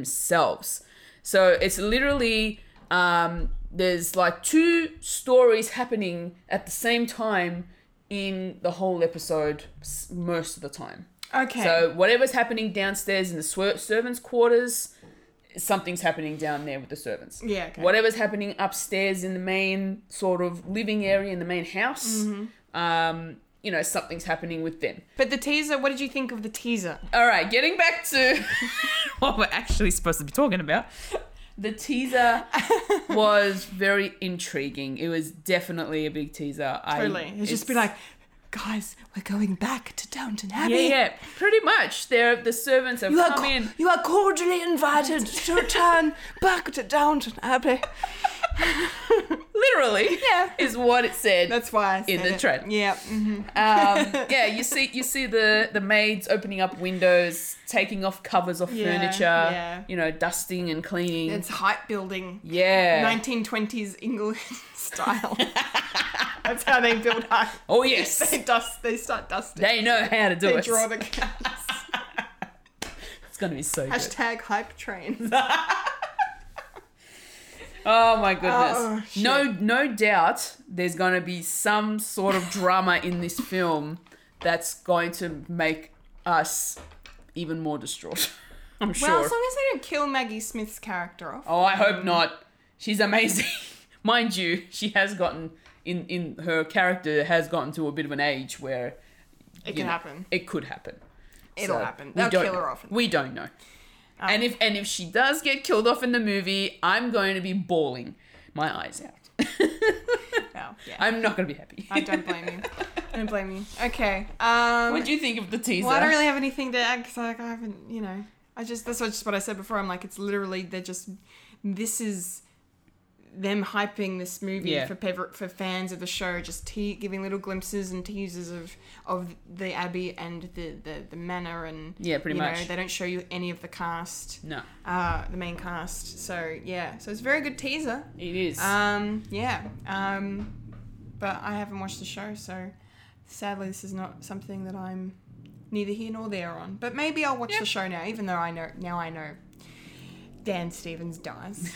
[SPEAKER 2] themselves. So it's literally um, there's like two stories happening at the same time in the whole episode s- most of the time.
[SPEAKER 1] Okay.
[SPEAKER 2] So whatever's happening downstairs in the swer- servants' quarters, something's happening down there with the servants.
[SPEAKER 1] Yeah, okay.
[SPEAKER 2] Whatever's happening upstairs in the main sort of living area in the main house,
[SPEAKER 1] Mm-hmm.
[SPEAKER 2] um, you know, something's happening with them.
[SPEAKER 1] but the teaser, what did you think of the teaser? [laughs]
[SPEAKER 2] All right, getting back to [laughs] what we're actually supposed to be talking about. The teaser was very intriguing. It was definitely a big teaser. I-
[SPEAKER 1] Totally. It's, just be like, guys, we're going back to Downton Abbey.
[SPEAKER 2] yeah, yeah, pretty much. They're the servants have
[SPEAKER 9] You are,
[SPEAKER 2] come
[SPEAKER 9] co-
[SPEAKER 2] in.
[SPEAKER 9] you are cordially
[SPEAKER 2] [laughs]
[SPEAKER 9] invited to return back to Downton Abbey.
[SPEAKER 2] literally
[SPEAKER 1] [laughs] Yeah.
[SPEAKER 2] is what it said
[SPEAKER 1] That's why I said
[SPEAKER 2] in the
[SPEAKER 1] it.
[SPEAKER 2] trailer.
[SPEAKER 1] Yep. mhm. [laughs]
[SPEAKER 2] um, yeah you see you see the the maids opening up windows taking off covers off
[SPEAKER 1] Yeah,
[SPEAKER 2] furniture
[SPEAKER 1] yeah.
[SPEAKER 2] you know dusting and cleaning
[SPEAKER 1] It's hype building.
[SPEAKER 2] yeah
[SPEAKER 1] 1920s England [laughs]
[SPEAKER 2] [laughs]
[SPEAKER 1] style. That's how they build hype.
[SPEAKER 2] oh
[SPEAKER 1] [laughs]
[SPEAKER 2] yes
[SPEAKER 1] They dust. They start dusting.
[SPEAKER 2] they know how to do
[SPEAKER 1] They
[SPEAKER 2] it
[SPEAKER 1] draw [laughs] the cats.
[SPEAKER 2] it's gonna be so good
[SPEAKER 1] Hashtag hype train.
[SPEAKER 2] oh my goodness
[SPEAKER 1] Oh, shit.
[SPEAKER 2] no no doubt there's gonna be some sort of drama in this film that's going to make us even more distraught [laughs] i'm sure
[SPEAKER 1] Well, as long as they don't kill Maggie Smith's character off.
[SPEAKER 2] Oh, I hope not. She's amazing. [laughs] Mind you, she has gotten in in her character has gotten to a bit of an age where
[SPEAKER 1] it
[SPEAKER 2] you
[SPEAKER 1] can
[SPEAKER 2] know,
[SPEAKER 1] happen.
[SPEAKER 2] It could happen.
[SPEAKER 1] It'll
[SPEAKER 2] So,
[SPEAKER 1] happen.
[SPEAKER 2] we
[SPEAKER 1] They'll
[SPEAKER 2] don't
[SPEAKER 1] kill
[SPEAKER 2] know.
[SPEAKER 1] her off. Oh,
[SPEAKER 2] We don't know. And if and if she does get killed off in the movie, I'm going to be bawling my eyes out.
[SPEAKER 1] Oh, yeah.
[SPEAKER 2] I'm not going to be happy.
[SPEAKER 1] I don't blame you. I don't blame you. Okay. Um,
[SPEAKER 2] [laughs] what do you think of the teaser?
[SPEAKER 1] well, I don't really have anything to add because like, I haven't, you know, I just that's what, just what I said before. I'm like, it's literally they're just this is them hyping this movie
[SPEAKER 2] Yeah.
[SPEAKER 1] for pev- for fans of the show, just te- giving little glimpses and teasers of of the abbey and the the, the manor and
[SPEAKER 2] Yeah, pretty
[SPEAKER 1] you know,
[SPEAKER 2] much.
[SPEAKER 1] they don't show you any of the cast,
[SPEAKER 2] No,
[SPEAKER 1] uh, the main cast. So yeah, so it's a very good teaser.
[SPEAKER 2] it is.
[SPEAKER 1] Um, yeah. Um, but I haven't watched the show, so sadly, this is not something that I'm neither here nor there on. But maybe I'll watch the show now, even though I know now I know Dan Stevens dies.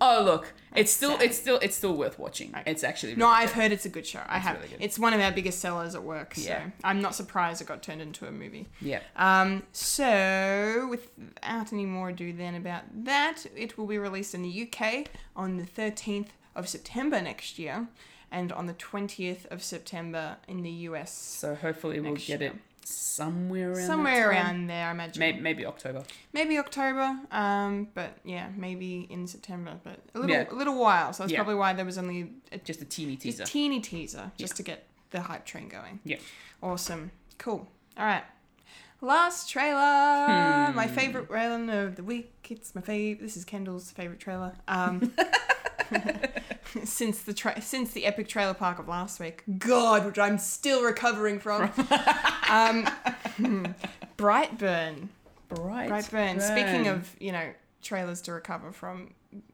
[SPEAKER 2] oh look, it's still
[SPEAKER 1] sad.
[SPEAKER 2] it's still it's still worth watching. It's
[SPEAKER 1] [laughs]
[SPEAKER 2] actually
[SPEAKER 1] no,
[SPEAKER 2] really
[SPEAKER 1] I've
[SPEAKER 2] good.
[SPEAKER 1] heard it's a good show. I have.
[SPEAKER 2] really good.
[SPEAKER 1] It's one of our biggest sellers at work, so
[SPEAKER 2] Yeah.
[SPEAKER 1] I'm not surprised it got turned into a movie.
[SPEAKER 2] yeah.
[SPEAKER 1] Um, so, without any more ado then about that, it will be released in the UK on the 13th of September next year and on the 20th of September in the US.
[SPEAKER 2] So hopefully we'll
[SPEAKER 1] next
[SPEAKER 2] get
[SPEAKER 1] year.
[SPEAKER 2] it somewhere around that
[SPEAKER 1] Somewhere
[SPEAKER 2] time.
[SPEAKER 1] around there, I imagine.
[SPEAKER 2] May- maybe October.
[SPEAKER 1] Maybe October, um, but yeah, maybe in September, but a little,
[SPEAKER 2] Yeah.
[SPEAKER 1] a little while. So that's
[SPEAKER 2] Yeah.
[SPEAKER 1] probably why there was only a,
[SPEAKER 2] Just a teeny teaser.
[SPEAKER 1] a teeny teaser just to get the hype train going.
[SPEAKER 2] yeah.
[SPEAKER 1] Awesome. Cool. All right. Last trailer. My favorite trailer of the week. It's my favorite. This is Kendall's favorite trailer. Um, [laughs] since the tra- since the epic trailer park of last week. God, which I'm still recovering from. um, hmm. Brightburn.
[SPEAKER 2] Bright.
[SPEAKER 1] Brightburn. Speaking of, you know, trailers to recover from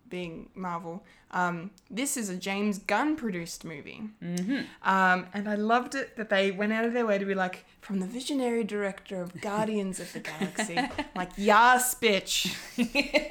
[SPEAKER 1] being Marvel, um, this is a James Gunn produced movie. Mm-hmm. Um, and I loved it that they went out of their way to be like, from the visionary director of Guardians of the Galaxy. like, yas, bitch. [laughs]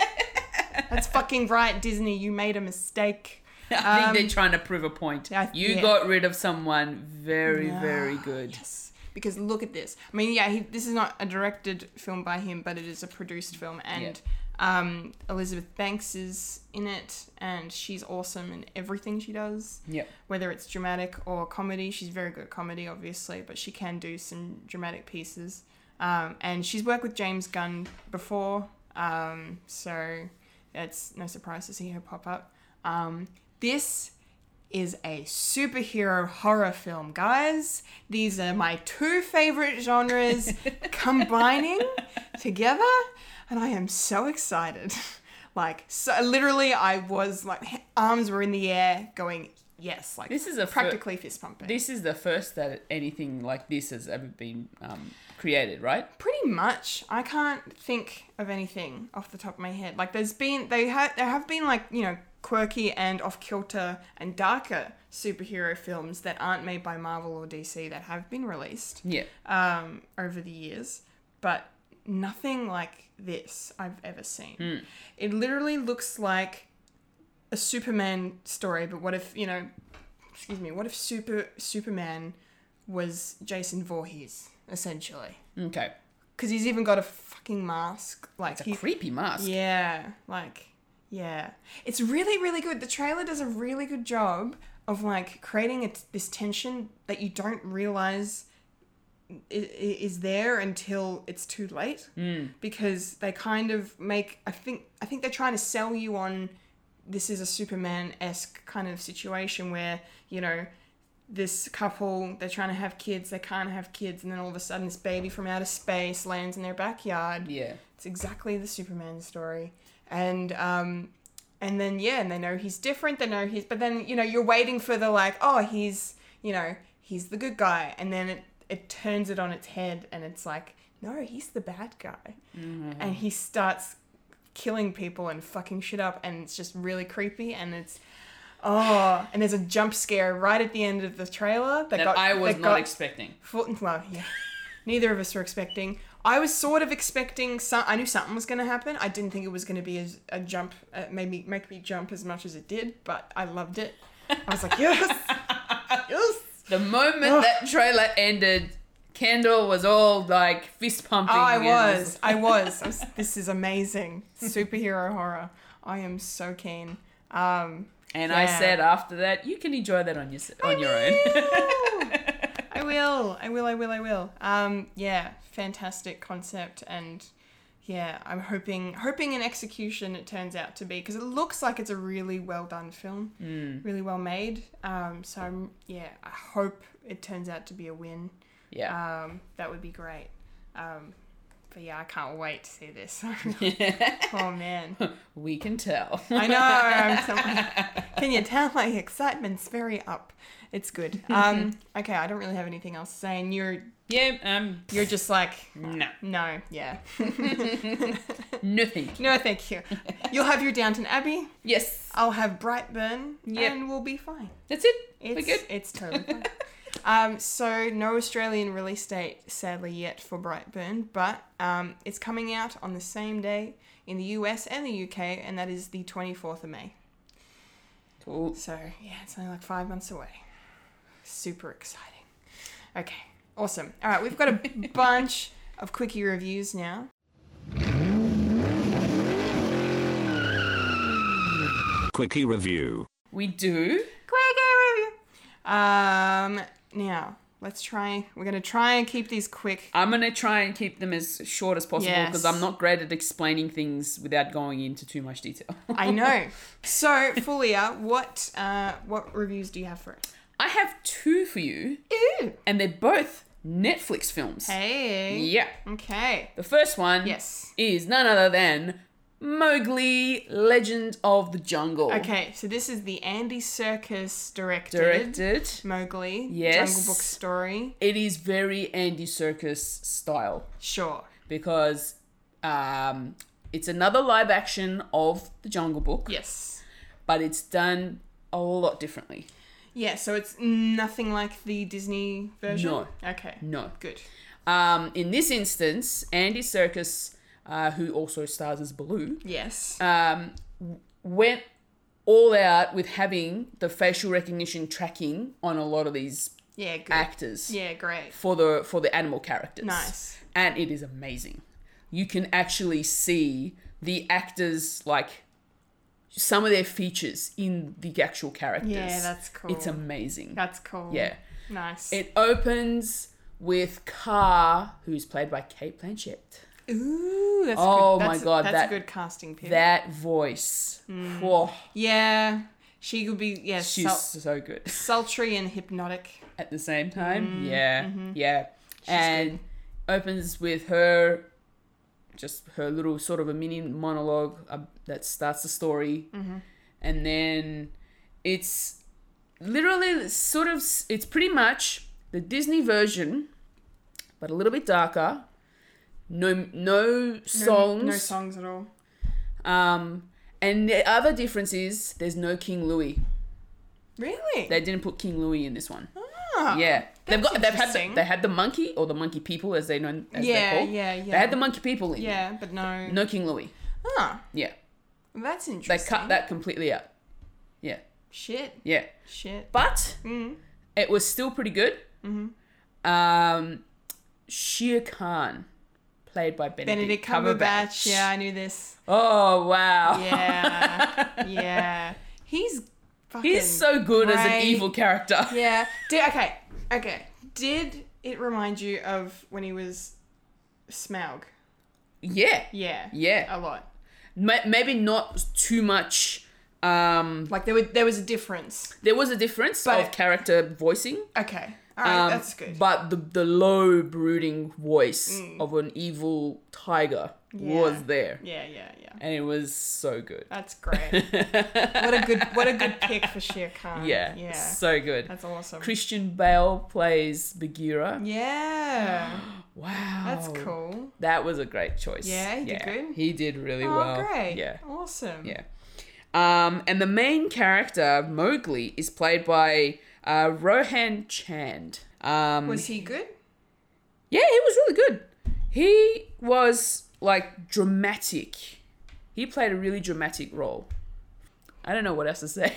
[SPEAKER 1] That's fucking right, Disney. You made a mistake.
[SPEAKER 2] I think
[SPEAKER 1] um,
[SPEAKER 2] they're trying to prove a point.
[SPEAKER 1] I-
[SPEAKER 2] you
[SPEAKER 1] yeah.
[SPEAKER 2] got rid of someone very, very good.
[SPEAKER 1] Yes. Because look at this. I mean, yeah, he, this is not a directed film by him, but it is a produced film, and um, Elizabeth Banks is in it, and she's awesome in everything she does.
[SPEAKER 2] Yep.
[SPEAKER 1] Whether it's dramatic or comedy, she's very good at comedy, obviously, but she can do some dramatic pieces. Um, and she's worked with James Gunn before, um, so it's no surprise to see her pop up. Um, this is a superhero horror film, guys. These are my two favorite
[SPEAKER 2] [laughs]
[SPEAKER 1] genres combining together, and I am so excited. [laughs] Like, so literally, I was like, h- arms were in the air, going, yes, like
[SPEAKER 2] This is a fir-
[SPEAKER 1] practically fist pumping.
[SPEAKER 2] This is the first that anything like this has ever been um, created, right?
[SPEAKER 1] Pretty much, I can't think of anything off the top of my head. Like, there's been they have there have been like you know quirky and off kilter and darker superhero films that aren't made by Marvel or DC that have been released.
[SPEAKER 2] Yeah.
[SPEAKER 1] um, over the years, but nothing like this I've ever seen. It literally looks like a Superman story, but what if you know? Excuse me. What if Super Superman was Jason Voorhees essentially?
[SPEAKER 2] Okay.
[SPEAKER 1] Because he's even got a fucking mask. Like
[SPEAKER 2] It's a
[SPEAKER 1] he-
[SPEAKER 2] creepy mask.
[SPEAKER 1] yeah, like yeah, it's really really good. The trailer does a really good job of like creating a t this tension that you don't realize i- i- is there until it's too late because they kind of make I think I think they're trying to sell you on this is a Superman esque kind of situation where you know this couple they're trying to have kids they can't have kids and then all of a sudden this baby from outer space lands in their backyard
[SPEAKER 2] Yeah.
[SPEAKER 1] it's exactly the Superman story, and um, and then yeah, and they know he's different. They know he's, but then you know you're waiting for the like, oh, he's you know he's the good guy, and then it it turns it on its head, and it's like, no, he's the bad guy,
[SPEAKER 2] Mm-hmm.
[SPEAKER 1] and he starts killing people and fucking shit up, and it's just really creepy, and it's. Oh, and there's a jump scare right at the end of the trailer that,
[SPEAKER 2] That
[SPEAKER 1] got
[SPEAKER 2] I was
[SPEAKER 1] that
[SPEAKER 2] not
[SPEAKER 1] got-
[SPEAKER 2] expecting.
[SPEAKER 1] Full, well, yeah. Neither of us were expecting. I was sort of expecting some. I knew something was going to happen. I didn't think it was going to be as a jump. Uh, made me make me jump as much as it did, but I loved it. I was like, yes, yes.
[SPEAKER 2] The moment that trailer ended, Kendall was all like fist pumping.
[SPEAKER 1] Oh, I
[SPEAKER 2] and
[SPEAKER 1] was. I was. I was- This is amazing. Superhero horror. I am so keen. Um,
[SPEAKER 2] And I
[SPEAKER 1] Yeah.
[SPEAKER 2] said after that, you can enjoy that on your on your own. [laughs]
[SPEAKER 1] I will. I will. I will. I will. Um, yeah, fantastic concept, and yeah, I'm hoping, hoping in execution it turns out to be because it looks like it's a really well done film, really well made. Um, so I'm, yeah, I hope it turns out to be a win.
[SPEAKER 2] yeah.
[SPEAKER 1] Um, that would be great. Um, but yeah, I can't wait to see this. [laughs] oh man,
[SPEAKER 2] we can tell. [laughs]
[SPEAKER 1] I know. I'm so- [laughs] can you tell my excitement's very up? It's good. Um, okay, I don't really have anything else to say, and you're
[SPEAKER 2] yeah, um
[SPEAKER 1] you're just like,
[SPEAKER 2] no.
[SPEAKER 1] no, yeah.
[SPEAKER 2] Nothing.
[SPEAKER 1] No, thank you. You'll have your Downton Abbey.
[SPEAKER 2] Yes.
[SPEAKER 1] I'll have Brightburn,
[SPEAKER 2] Yep.
[SPEAKER 1] and we'll be fine.
[SPEAKER 2] That's it.
[SPEAKER 1] It's,
[SPEAKER 2] We're good.
[SPEAKER 1] It's totally fine. um, so no Australian release date, sadly, yet for Brightburn, but um, it's coming out on the same day in the US and the UK, and that is the 24th of May.
[SPEAKER 2] Cool.
[SPEAKER 1] So yeah, it's only like five months away. Super exciting. Okay, awesome. All right, we've got
[SPEAKER 2] [laughs]
[SPEAKER 1] a bunch of quickie reviews now.
[SPEAKER 8] Quickie review.
[SPEAKER 2] We do.
[SPEAKER 1] Quickie review. Um, now Let's try. We're gonna try and keep these quick.
[SPEAKER 2] I'm gonna try and keep them as short as possible because
[SPEAKER 1] Yes.
[SPEAKER 2] I'm not great at explaining things without going into too much detail.
[SPEAKER 1] I know. So, Fulia, what uh, what reviews do you have for us?
[SPEAKER 2] [laughs] I have two for you,
[SPEAKER 1] Ew.
[SPEAKER 2] and they're both Netflix films.
[SPEAKER 1] Hey.
[SPEAKER 2] Yeah.
[SPEAKER 1] Okay.
[SPEAKER 2] The first one
[SPEAKER 1] Yes.
[SPEAKER 2] is none other than Mowgli, Legend of the Jungle.
[SPEAKER 1] Okay. So this is the Andy Circus directed,
[SPEAKER 2] Directed.
[SPEAKER 1] Mowgli
[SPEAKER 2] Yes.
[SPEAKER 1] Jungle Book story.
[SPEAKER 2] It is very Andy Circus style
[SPEAKER 1] Sure.
[SPEAKER 2] because um, it's another live action of the Jungle Book,
[SPEAKER 1] Yes.
[SPEAKER 2] but it's done a lot differently.
[SPEAKER 1] Yeah. So it's nothing like the Disney version.
[SPEAKER 2] No.
[SPEAKER 1] Okay.
[SPEAKER 2] No.
[SPEAKER 1] Good.
[SPEAKER 2] Um, in this instance, Andy Circus, uh, who also stars as Baloo,
[SPEAKER 1] Yes.
[SPEAKER 2] um, went all out with having the facial recognition tracking on a lot of these
[SPEAKER 1] yeah. Good.
[SPEAKER 2] actors
[SPEAKER 1] Yeah. Great.
[SPEAKER 2] for the for the animal characters.
[SPEAKER 1] Nice.
[SPEAKER 2] and it is amazing. You can actually see the actors like some of their features in the actual characters.
[SPEAKER 1] Yeah, that's cool.
[SPEAKER 2] It's amazing.
[SPEAKER 1] That's cool.
[SPEAKER 2] yeah.
[SPEAKER 1] Nice.
[SPEAKER 2] It opens with Car, who's played by Kate Blanchett.
[SPEAKER 1] Ooh, that's
[SPEAKER 2] Oh
[SPEAKER 1] good.
[SPEAKER 2] my
[SPEAKER 1] that's,
[SPEAKER 2] God,
[SPEAKER 1] that's
[SPEAKER 2] that-
[SPEAKER 1] a good casting pick.
[SPEAKER 2] That voice.
[SPEAKER 1] Mm.
[SPEAKER 2] Whoa,
[SPEAKER 1] yeah, she could be yeah,
[SPEAKER 2] she's
[SPEAKER 1] sul-
[SPEAKER 2] so good.
[SPEAKER 1] sultry and hypnotic.
[SPEAKER 2] At the same time. yeah. Yeah. and opens with her just her little sort of a mini monologue uh, that starts the story. And then it's literally sort of s- it's pretty much the Disney version but a little bit darker. No no songs.
[SPEAKER 1] no songs at all.
[SPEAKER 2] Um, and the other difference is there's no King Louis.
[SPEAKER 1] Really?
[SPEAKER 2] They didn't put King Louis in this one.
[SPEAKER 1] Ah,
[SPEAKER 2] yeah, they've got they've had the,
[SPEAKER 1] interesting.
[SPEAKER 2] they had the monkey or the monkey people as they know. As
[SPEAKER 1] Yeah,
[SPEAKER 2] they're called.
[SPEAKER 1] yeah,
[SPEAKER 2] They
[SPEAKER 1] yeah.
[SPEAKER 2] had the monkey people in.
[SPEAKER 1] yeah, but no.
[SPEAKER 2] No King Louis.
[SPEAKER 1] Ah,
[SPEAKER 2] Yeah,
[SPEAKER 1] that's
[SPEAKER 2] they
[SPEAKER 1] interesting.
[SPEAKER 2] cut that completely out. Yeah,
[SPEAKER 1] Shit.
[SPEAKER 2] yeah.
[SPEAKER 1] Shit.
[SPEAKER 2] But
[SPEAKER 1] Mm.
[SPEAKER 2] it was still pretty good.
[SPEAKER 1] Mm-hmm.
[SPEAKER 2] Um, Shere Khan, played by
[SPEAKER 1] Benedict
[SPEAKER 2] Benedict,
[SPEAKER 1] Cumberbatch. Yeah, I knew this.
[SPEAKER 2] Oh wow.
[SPEAKER 1] Yeah, yeah. He's fucking.
[SPEAKER 2] [laughs] He's so good as an
[SPEAKER 1] great.
[SPEAKER 2] evil character.
[SPEAKER 1] Yeah. Did, okay. Okay. Did it remind you of when he was Smaug?
[SPEAKER 2] Yeah.
[SPEAKER 1] Yeah.
[SPEAKER 2] Yeah.
[SPEAKER 1] A lot.
[SPEAKER 2] Ma- maybe not too much. Um,
[SPEAKER 1] Like there were there was a difference.
[SPEAKER 2] there was a difference
[SPEAKER 1] But-
[SPEAKER 2] of character voicing.
[SPEAKER 1] Okay. All right,
[SPEAKER 2] um,
[SPEAKER 1] that's good. Mm.
[SPEAKER 2] But the the low brooding voice of an evil tiger was there,
[SPEAKER 1] yeah, Uh, yeah, yeah.
[SPEAKER 2] and it was so good.
[SPEAKER 1] That's great. what a good what a good pick for Shere Khan.
[SPEAKER 2] Yeah.
[SPEAKER 1] Yeah.
[SPEAKER 2] So good.
[SPEAKER 1] that's awesome.
[SPEAKER 2] Christian Bale plays Bagheera.
[SPEAKER 1] yeah.
[SPEAKER 2] Wow.
[SPEAKER 1] That's cool.
[SPEAKER 2] That was a great choice.
[SPEAKER 1] Yeah, he did good.
[SPEAKER 2] He did really
[SPEAKER 1] Oh
[SPEAKER 2] well.
[SPEAKER 1] great.
[SPEAKER 2] Yeah.
[SPEAKER 1] Awesome.
[SPEAKER 2] Yeah. Um, and the main character, Mowgli, is played by uh, Rohan Chand. Um,
[SPEAKER 1] Was he good?
[SPEAKER 2] yeah, he was really good. He was like dramatic. He played a really dramatic role. I don't know what else
[SPEAKER 1] [laughs]
[SPEAKER 2] to say.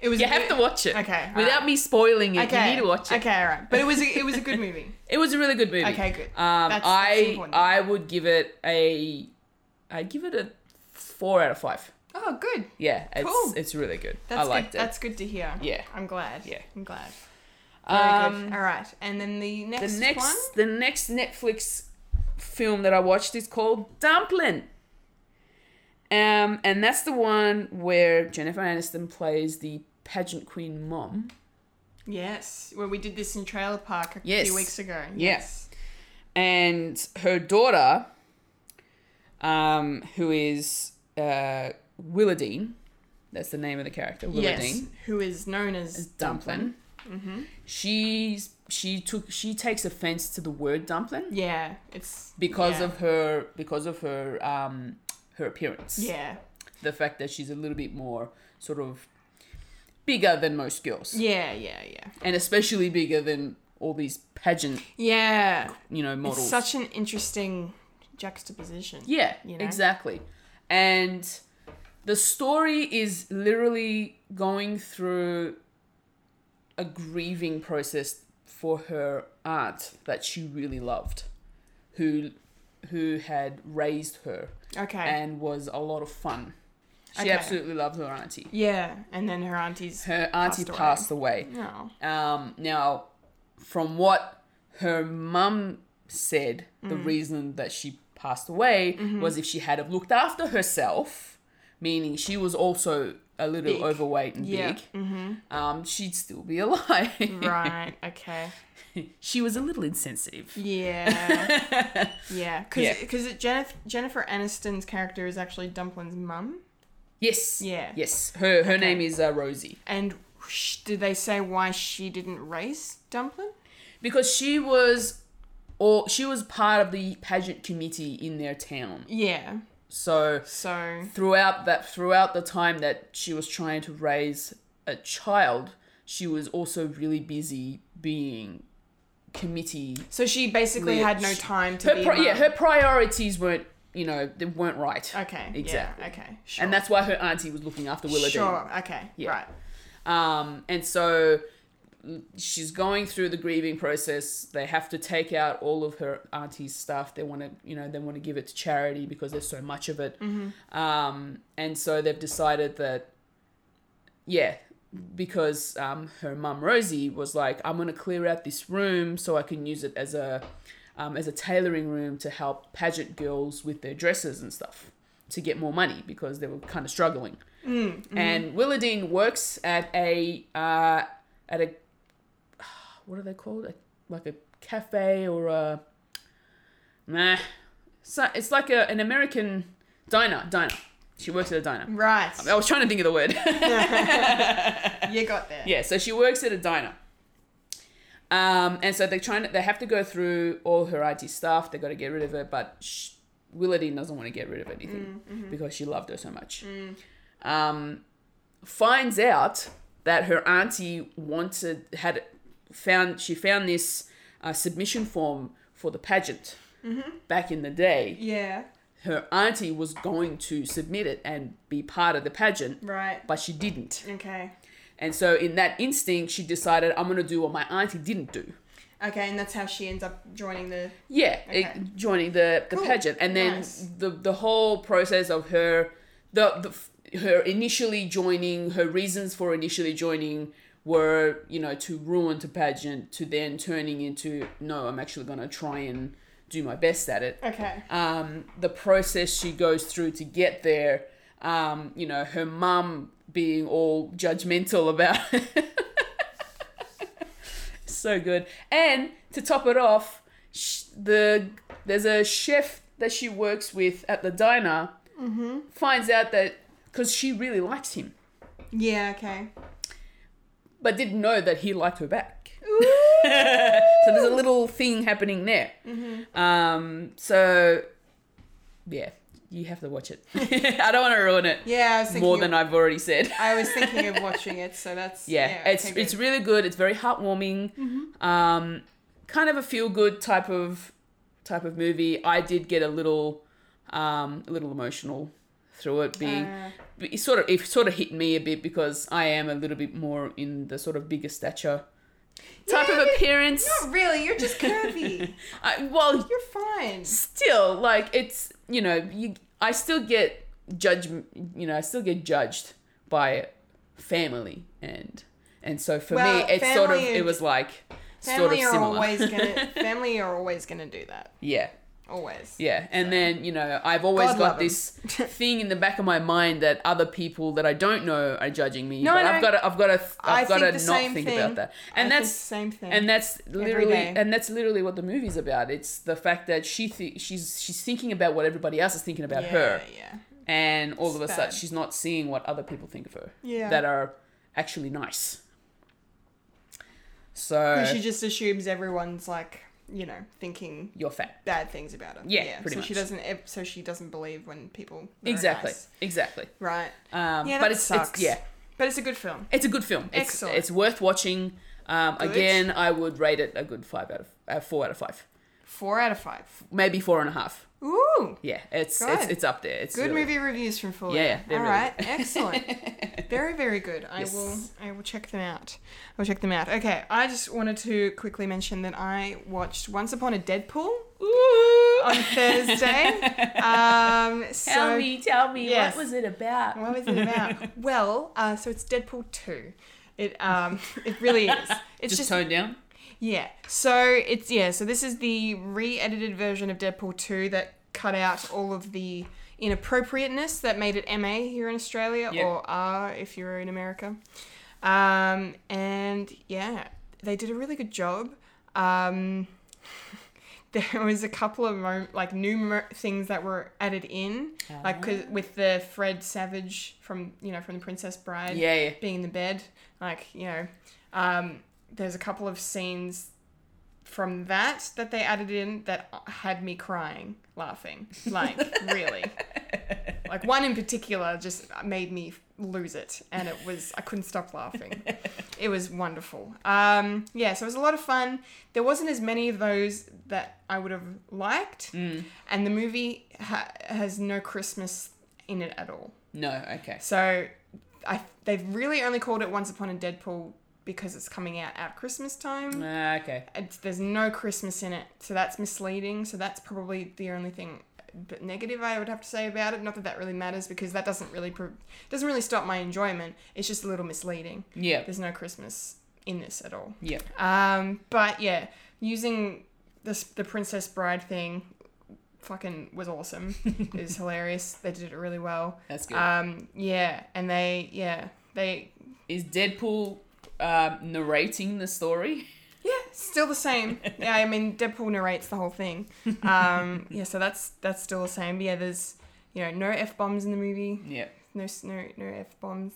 [SPEAKER 2] It
[SPEAKER 1] was
[SPEAKER 2] you
[SPEAKER 1] a
[SPEAKER 2] have
[SPEAKER 1] good-
[SPEAKER 2] to watch it.
[SPEAKER 1] Okay,
[SPEAKER 2] Without
[SPEAKER 1] alright.
[SPEAKER 2] me spoiling it,
[SPEAKER 1] Okay.
[SPEAKER 2] you need to watch it.
[SPEAKER 1] Okay, all right. But it was a, it was a good movie.
[SPEAKER 2] [laughs] It was a really good movie.
[SPEAKER 1] Okay, good.
[SPEAKER 2] Um,
[SPEAKER 1] That's- that's
[SPEAKER 2] I
[SPEAKER 1] important.
[SPEAKER 2] I would give it a I'd give it a four out of five.
[SPEAKER 1] Oh, good.
[SPEAKER 2] Yeah, it's
[SPEAKER 1] Cool.
[SPEAKER 2] it's really good.
[SPEAKER 1] That's
[SPEAKER 2] I liked
[SPEAKER 1] good.
[SPEAKER 2] it.
[SPEAKER 1] That's good to hear.
[SPEAKER 2] Yeah.
[SPEAKER 1] I'm glad.
[SPEAKER 2] Yeah.
[SPEAKER 1] I'm glad. Very
[SPEAKER 2] Um,
[SPEAKER 1] good. All right. And then the
[SPEAKER 2] the
[SPEAKER 1] next,
[SPEAKER 2] next
[SPEAKER 1] one.
[SPEAKER 2] the next Netflix film that I watched is called Dumpling. Um, and that's the one where Jennifer Aniston plays the pageant queen mom.
[SPEAKER 1] Yes. Well, we did this in Trailer Park a
[SPEAKER 2] Yes.
[SPEAKER 1] few weeks ago.
[SPEAKER 2] Yeah. And her daughter, um, who is uh, Willardine, that's the name of the character,
[SPEAKER 1] Yes. Mm-hmm.
[SPEAKER 2] Willardine.
[SPEAKER 1] Who is known as
[SPEAKER 2] Dumpling.
[SPEAKER 1] Dumpling.
[SPEAKER 2] She's she took she takes offense to the word dumpling.
[SPEAKER 1] Yeah. It's
[SPEAKER 2] because
[SPEAKER 1] yeah.
[SPEAKER 2] of her because of her um her appearance
[SPEAKER 1] Yeah.
[SPEAKER 2] the fact that she's a little bit more sort of bigger than most girls
[SPEAKER 1] Yeah. Yeah. Yeah.
[SPEAKER 2] and especially bigger than all these pageant
[SPEAKER 1] Yeah.
[SPEAKER 2] you know models
[SPEAKER 1] It's such an interesting juxtaposition.
[SPEAKER 2] yeah
[SPEAKER 1] you know?
[SPEAKER 2] exactly and the story is literally going through a grieving process for her aunt that she really loved who who had raised her
[SPEAKER 1] Okay.
[SPEAKER 2] and was a lot of fun. She
[SPEAKER 1] Okay.
[SPEAKER 2] absolutely loved her auntie.
[SPEAKER 1] yeah. And then her auntie's Oh,
[SPEAKER 2] Her auntie [laughs]
[SPEAKER 1] Passed away.
[SPEAKER 2] passed away.
[SPEAKER 1] No.
[SPEAKER 2] Um, now, from what her mum said, the
[SPEAKER 1] Mm.
[SPEAKER 2] reason that she passed away
[SPEAKER 1] Mm-hmm.
[SPEAKER 2] was if she had have looked after herself, meaning she was also a little overweight and
[SPEAKER 1] Yeah. Mm-hmm.
[SPEAKER 2] big, um, she'd still be alive.
[SPEAKER 1] Right. Okay.
[SPEAKER 2] [laughs] She was a little insensitive. [laughs]
[SPEAKER 1] Yeah. yeah. Because
[SPEAKER 2] Yeah.
[SPEAKER 1] Jennifer, Jennifer Aniston's character is actually Dumplin's mum.
[SPEAKER 2] Yes.
[SPEAKER 1] Yeah.
[SPEAKER 2] Yes. Her her name is uh, Rosie
[SPEAKER 1] And sh- did they say why she didn't race Dumplin?
[SPEAKER 2] because she was. Or she was part of the pageant committee in their town.
[SPEAKER 1] Yeah.
[SPEAKER 2] So
[SPEAKER 1] So.
[SPEAKER 2] throughout that throughout the time that she was trying to raise a child she was also really busy being committee
[SPEAKER 1] So she basically had no
[SPEAKER 2] She-
[SPEAKER 1] time to
[SPEAKER 2] her
[SPEAKER 1] be.
[SPEAKER 2] pri- yeah
[SPEAKER 1] mum.
[SPEAKER 2] her priorities weren't you know they weren't right
[SPEAKER 1] Okay.
[SPEAKER 2] exactly
[SPEAKER 1] Yeah, okay. Sure.
[SPEAKER 2] and that's why her auntie was looking after Willoughby
[SPEAKER 1] Sure. Okay. Right.
[SPEAKER 2] um and so she's going through the grieving process they have to take out all of her auntie's stuff they want to you know they want to give it to charity because there's so much of it um and so they've decided that yeah because um her mum rosie was like i'm going to clear out this room so i can use it as a um, as a tailoring room to help pageant girls with their dresses and stuff to get more money because they were kind of struggling and Willardine works at a uh, at a what are they called? A, like a cafe or a nah. So it's like a, an American diner. Diner. She works at a diner.
[SPEAKER 1] Right.
[SPEAKER 2] I was trying to think of
[SPEAKER 1] [laughs]
[SPEAKER 2] the word.
[SPEAKER 1] You got there.
[SPEAKER 2] yeah. So she works at a diner. Um, and so they're trying to, they have to go through all her IT stuff. They got to get rid of her, but sh Willardine doesn't want to get rid of anything
[SPEAKER 1] Mm, mm-hmm.
[SPEAKER 2] because she loved her so much. Um, finds out that her auntie wanted had found she found this uh, submission form for the pageant
[SPEAKER 1] Mm-hmm.
[SPEAKER 2] back in the day.
[SPEAKER 1] Yeah.
[SPEAKER 2] Her auntie was going to submit it and be part of the pageant,
[SPEAKER 1] Right.
[SPEAKER 2] but she didn't.
[SPEAKER 1] Okay.
[SPEAKER 2] And so, in that instinct, she decided, I'm going to do what my auntie didn't do.
[SPEAKER 1] Okay, and that's how she ends up joining the.
[SPEAKER 2] Yeah, it-
[SPEAKER 1] Okay.
[SPEAKER 2] joining the, the
[SPEAKER 1] Cool.
[SPEAKER 2] pageant. And then
[SPEAKER 1] Nice.
[SPEAKER 2] the, the whole process of her, the, the f- her initially joining, her reasons for initially joining were, you know, to ruin the pageant, to then turning into, no, I'm actually going to try and do my best at it.
[SPEAKER 1] Okay.
[SPEAKER 2] um, the process she goes through to get there. Um, you know, her mum being all judgmental about. [laughs] so good. And to top it off, sh- the there's a chef that she works with at the diner. Finds out that because she really likes him,
[SPEAKER 1] yeah. Okay.
[SPEAKER 2] but didn't know that he liked her back. [laughs] so there's a little thing happening there.
[SPEAKER 1] Mm-hmm.
[SPEAKER 2] Um, so yeah, you have to watch it. [laughs] I don't want to ruin it
[SPEAKER 1] Yeah, I was thinking.
[SPEAKER 2] more than I've already said.
[SPEAKER 1] I was thinking of watching it, so that's.
[SPEAKER 2] [laughs] yeah, it's
[SPEAKER 1] okay,
[SPEAKER 2] it's
[SPEAKER 1] good. Mm-hmm.
[SPEAKER 2] really good. It's very heartwarming. Um, kind of a feel good type of type of movie. I did get a little um, a little emotional through it being
[SPEAKER 1] Uh.
[SPEAKER 2] it sort of it sort of hit me a bit because I am a little bit more in the sort of bigger stature type
[SPEAKER 1] Yeah,
[SPEAKER 2] of
[SPEAKER 1] but
[SPEAKER 2] appearance.
[SPEAKER 1] Not really. You're just curvy.
[SPEAKER 2] [laughs] I, well,
[SPEAKER 1] You're fine.
[SPEAKER 2] still like it's you know you I still get judge you know I still get judged by family and and so for
[SPEAKER 1] Well,
[SPEAKER 2] me it's sort of
[SPEAKER 1] family-
[SPEAKER 2] it was like sort of
[SPEAKER 1] Family are
[SPEAKER 2] similar
[SPEAKER 1] always
[SPEAKER 2] [laughs]
[SPEAKER 1] gonna. family are always gonna do that.
[SPEAKER 2] yeah
[SPEAKER 1] Always.
[SPEAKER 2] yeah and then you know I've always
[SPEAKER 1] God
[SPEAKER 2] got
[SPEAKER 1] love 'em. [laughs]
[SPEAKER 2] this thing in the back of my mind that other people that I don't know are judging me
[SPEAKER 1] No,
[SPEAKER 2] but
[SPEAKER 1] no.
[SPEAKER 2] I've got to I've got to
[SPEAKER 1] I
[SPEAKER 2] I've got
[SPEAKER 1] think
[SPEAKER 2] to
[SPEAKER 1] the
[SPEAKER 2] not
[SPEAKER 1] same
[SPEAKER 2] think
[SPEAKER 1] thing.
[SPEAKER 2] about that
[SPEAKER 1] I
[SPEAKER 2] and
[SPEAKER 1] think
[SPEAKER 2] that's
[SPEAKER 1] the same thing.
[SPEAKER 2] and that's literally
[SPEAKER 1] day.
[SPEAKER 2] and that's literally what the movie's about it's the fact that she th- she's she's thinking about what everybody else is thinking about
[SPEAKER 1] yeah,
[SPEAKER 2] her
[SPEAKER 1] Yeah.
[SPEAKER 2] and all of a
[SPEAKER 1] Sad.
[SPEAKER 2] sudden she's not seeing what other people think of her
[SPEAKER 1] Yeah.
[SPEAKER 2] that are actually nice
[SPEAKER 1] And
[SPEAKER 2] so
[SPEAKER 1] she just assumes everyone's like, you know, thinking
[SPEAKER 2] you're fat
[SPEAKER 1] bad things about her.
[SPEAKER 2] Yeah, pretty
[SPEAKER 1] so she
[SPEAKER 2] much.
[SPEAKER 1] doesn't. ev- So she doesn't believe when people. that are
[SPEAKER 2] exactly
[SPEAKER 1] nice.
[SPEAKER 2] exactly
[SPEAKER 1] Right.
[SPEAKER 2] um,
[SPEAKER 1] yeah,
[SPEAKER 2] but
[SPEAKER 1] that
[SPEAKER 2] it's,
[SPEAKER 1] sucks.
[SPEAKER 2] it's yeah
[SPEAKER 1] But it's a good film.
[SPEAKER 2] it's a good film it's,
[SPEAKER 1] Excellent.
[SPEAKER 2] it's worth watching um,
[SPEAKER 1] Good.
[SPEAKER 2] again i would rate it a good five out of uh, four out of five
[SPEAKER 1] Four out of five.
[SPEAKER 2] maybe four and a half
[SPEAKER 1] Ooh.
[SPEAKER 2] yeah it's
[SPEAKER 1] Good.
[SPEAKER 2] it's, it's up there it's
[SPEAKER 1] Good
[SPEAKER 2] really-
[SPEAKER 1] movie reviews from Full.
[SPEAKER 2] Yeah, they're
[SPEAKER 1] All
[SPEAKER 2] really
[SPEAKER 1] right. Excellent.
[SPEAKER 2] [laughs]
[SPEAKER 1] very, very good. I
[SPEAKER 2] Yes.
[SPEAKER 1] will. I will check them out. I will check them out. Okay. I just wanted to quickly mention that I watched Once Upon a Deadpool on
[SPEAKER 2] [laughs]
[SPEAKER 1] Thursday. um, so
[SPEAKER 2] tell me tell me
[SPEAKER 1] Yes.
[SPEAKER 2] what was it about
[SPEAKER 1] What was it
[SPEAKER 2] [laughs]
[SPEAKER 1] about?
[SPEAKER 2] [laughs]
[SPEAKER 1] well, uh, so it's Deadpool two. It um, it really is. It's just,
[SPEAKER 2] just tone down
[SPEAKER 1] Yeah. So it's yeah. So this is the re-edited version of Deadpool two that cut out all of the inappropriateness that made it MA here in Australia
[SPEAKER 2] Yeah.
[SPEAKER 1] or R if you're in America. Um, and yeah, they did a really good job. Um, [laughs] there was a couple of mo- like new mo- things that were added in,
[SPEAKER 2] Ah.
[SPEAKER 1] like 'cause- with the Fred Savage from you know from the Princess Bride,
[SPEAKER 2] Yeah, yeah.
[SPEAKER 1] being in the bed, like you know, um, there's a couple of scenes from that that they added in that had me crying, laughing,
[SPEAKER 2] [laughs]
[SPEAKER 1] like really, like one in particular just made me lose it, and it was I couldn't stop laughing. It was wonderful. Um, yeah, so it was a lot of fun. There wasn't as many of those that I would have liked, and the movie ha- has no Christmas in it at all.
[SPEAKER 2] No, okay.
[SPEAKER 1] So I, they've really only called it Once Upon a Deadpool because it's coming out at Christmas time.
[SPEAKER 2] Ah, okay.
[SPEAKER 1] It's, there's no Christmas in it, so that's misleading. So that's probably the only thing but negative I would have to say about it. Not that that really matters because that doesn't really pro- doesn't really stop my enjoyment. It's just a little misleading.
[SPEAKER 2] Yeah.
[SPEAKER 1] There's no Christmas in this at all.
[SPEAKER 2] Yeah.
[SPEAKER 1] Um, but yeah, using this the Princess Bride thing, fucking was
[SPEAKER 2] [laughs]
[SPEAKER 1] awesome. it was hilarious. They did it really well.
[SPEAKER 2] That's good.
[SPEAKER 1] Um, yeah, and they yeah they
[SPEAKER 2] Is Deadpool um, narrating the story? [laughs]
[SPEAKER 1] still the same. Yeah, I mean Deadpool narrates the whole thing. Um, yeah, so that's that's still the same. But yeah, there's you know no f bombs in the movie.
[SPEAKER 2] Yeah.
[SPEAKER 1] No s- no no f bombs.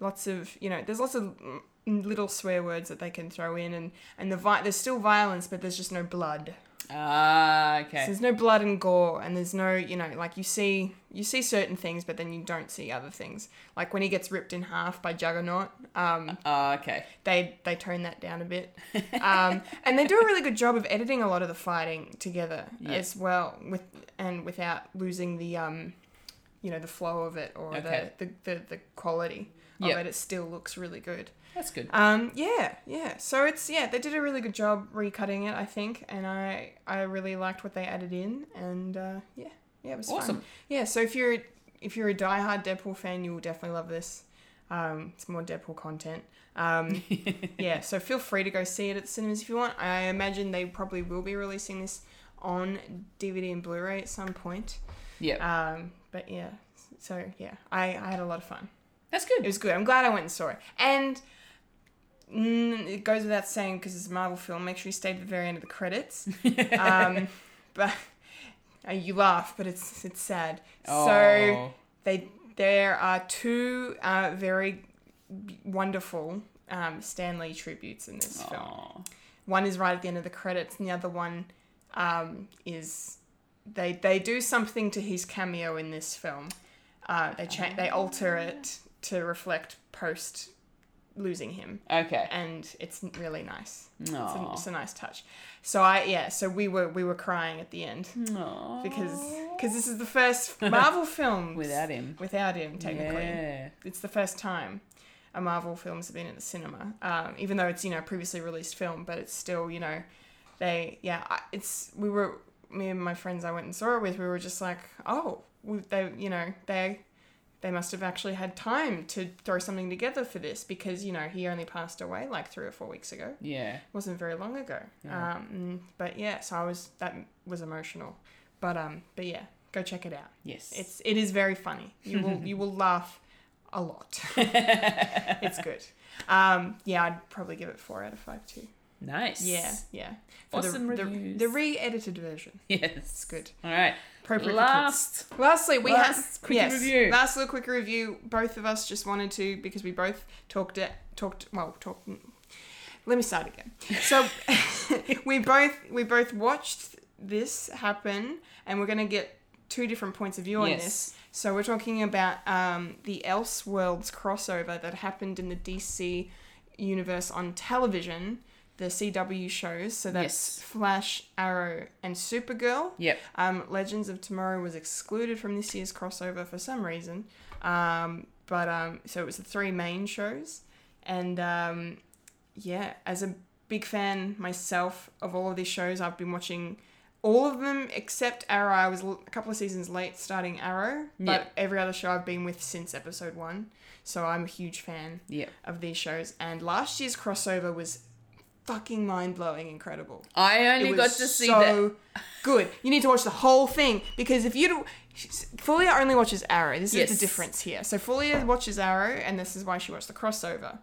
[SPEAKER 1] Lots of you know there's lots of mm, little swear words that they can throw in and and the vi- there's still violence but there's just no blood.
[SPEAKER 2] Ah,
[SPEAKER 1] So
[SPEAKER 2] okay.
[SPEAKER 1] there's no blood and gore, and there's no, you know, like you see, you see certain things, but then you don't see other things. Like when he gets ripped in half by Juggernaut, um,
[SPEAKER 2] Ah, okay.
[SPEAKER 1] they they tone that down a bit, um, and they do a really good job of editing a lot of the fighting together as well, with and without losing the, um, you know, the flow of it or
[SPEAKER 2] Okay.
[SPEAKER 1] the, the the the quality of
[SPEAKER 2] Yep.
[SPEAKER 1] it. It still looks really good.
[SPEAKER 2] That's good.
[SPEAKER 1] Um, yeah, yeah. So it's yeah, they did a really good job recutting it, I think, and I I really liked what they added in, and uh, yeah, yeah, it was
[SPEAKER 2] Awesome.
[SPEAKER 1] Fun. Yeah, so if you're if you're a diehard Deadpool fan, you will definitely love this. Um, it's more Deadpool content. Um, yeah, so feel free to go see it at the cinemas if you want. I imagine they probably will be releasing this on DVD and Blu-ray at some point.
[SPEAKER 2] yeah.
[SPEAKER 1] Um, but yeah, so yeah, I, I had a lot of fun.
[SPEAKER 2] That's
[SPEAKER 1] It
[SPEAKER 2] good.
[SPEAKER 1] was good. I'm glad I went and saw it. And mm, it goes without saying because it's a Marvel film. Make sure you stay to the very end of the credits. um, but [laughs] uh, you laugh, but it's it's sad. So
[SPEAKER 2] Oh.
[SPEAKER 1] they there are two uh, very b- wonderful um, Stanley tributes in this film.
[SPEAKER 2] Aw.
[SPEAKER 1] One is right at the end of the credits, and the other one um, is they they do something to his cameo in this film. Uh, they cha- they alter it to reflect post losing him,
[SPEAKER 2] Okay.
[SPEAKER 1] and it's really nice. It's a,
[SPEAKER 2] Aw.
[SPEAKER 1] it's a nice touch. So I yeah, so we were we were crying at the end
[SPEAKER 2] Aw.
[SPEAKER 1] because because this is the first Marvel [laughs] film
[SPEAKER 2] Without him.
[SPEAKER 1] Without him, technically,
[SPEAKER 2] Yeah.
[SPEAKER 1] it's the first time a Marvel film's been at the cinema. Um, even though it's you know a previously released film, but it's still you know they yeah I- it's we were me and my friends I went and saw it with we were just like oh we, they you know they they must have actually had time to throw something together for this because you know he only passed away like three or four weeks ago
[SPEAKER 2] Yeah.
[SPEAKER 1] wasn't very long ago. Um, but yeah, so I was that was emotional. But um, but yeah, go check it out.
[SPEAKER 2] Yes.
[SPEAKER 1] It's it is very funny. You will you will laugh a
[SPEAKER 2] [laughs]
[SPEAKER 1] lot. it's good. Um, yeah, I'd probably give it four out of five too.
[SPEAKER 2] nice.
[SPEAKER 1] Yeah, yeah.
[SPEAKER 2] Awesome
[SPEAKER 1] the,
[SPEAKER 2] reviews.
[SPEAKER 1] The, the re-edited version.
[SPEAKER 2] [laughs] Yes.
[SPEAKER 1] It's good.
[SPEAKER 2] All right.
[SPEAKER 1] Appropriate for
[SPEAKER 2] Last.
[SPEAKER 1] Lastly, we
[SPEAKER 2] Last
[SPEAKER 1] have
[SPEAKER 2] quickie review.
[SPEAKER 1] Last little quick review. Both of us just wanted to because we both talked it talked well talked. mm. Let me start again. So [laughs] we both we both watched this happen, and we're gonna get two different points of view on
[SPEAKER 2] Yes.
[SPEAKER 1] this. So we're talking about um, the Elseworlds crossover that happened in the DC universe on television, the CW shows. So that's
[SPEAKER 2] Yes.
[SPEAKER 1] Flash, Arrow, and Supergirl.
[SPEAKER 2] Yep.
[SPEAKER 1] Um, Legends of Tomorrow was excluded from this year's crossover for some reason. Um, but um, so it was the three main shows, and um, yeah, as a big fan myself of all of these shows, I've been watching all of them except Arrow. I was l- a couple of seasons late starting Arrow, but
[SPEAKER 2] Yeah.
[SPEAKER 1] every other show I've been with since episode one. So I'm a huge fan
[SPEAKER 2] Yeah.
[SPEAKER 1] of these shows. And last year's crossover was fucking mind blowing incredible.
[SPEAKER 2] I only
[SPEAKER 1] It
[SPEAKER 2] got
[SPEAKER 1] was
[SPEAKER 2] to see
[SPEAKER 1] so
[SPEAKER 2] that.
[SPEAKER 1] good. You need to watch the whole thing because if you do, Fulia only watches Arrow. This
[SPEAKER 2] Yes.
[SPEAKER 1] is the difference here. So Fulia watches Arrow, and this is why she watched the crossover.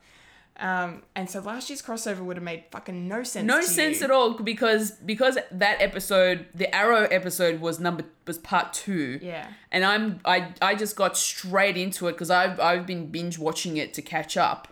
[SPEAKER 1] Um, and so last year's crossover would have made fucking no sense.
[SPEAKER 2] No
[SPEAKER 1] to
[SPEAKER 2] sense
[SPEAKER 1] you.
[SPEAKER 2] at all because because that episode, the Arrow episode, was number was part two.
[SPEAKER 1] Yeah.
[SPEAKER 2] And I'm I I just got straight into it because I've I've been binge watching it to catch up.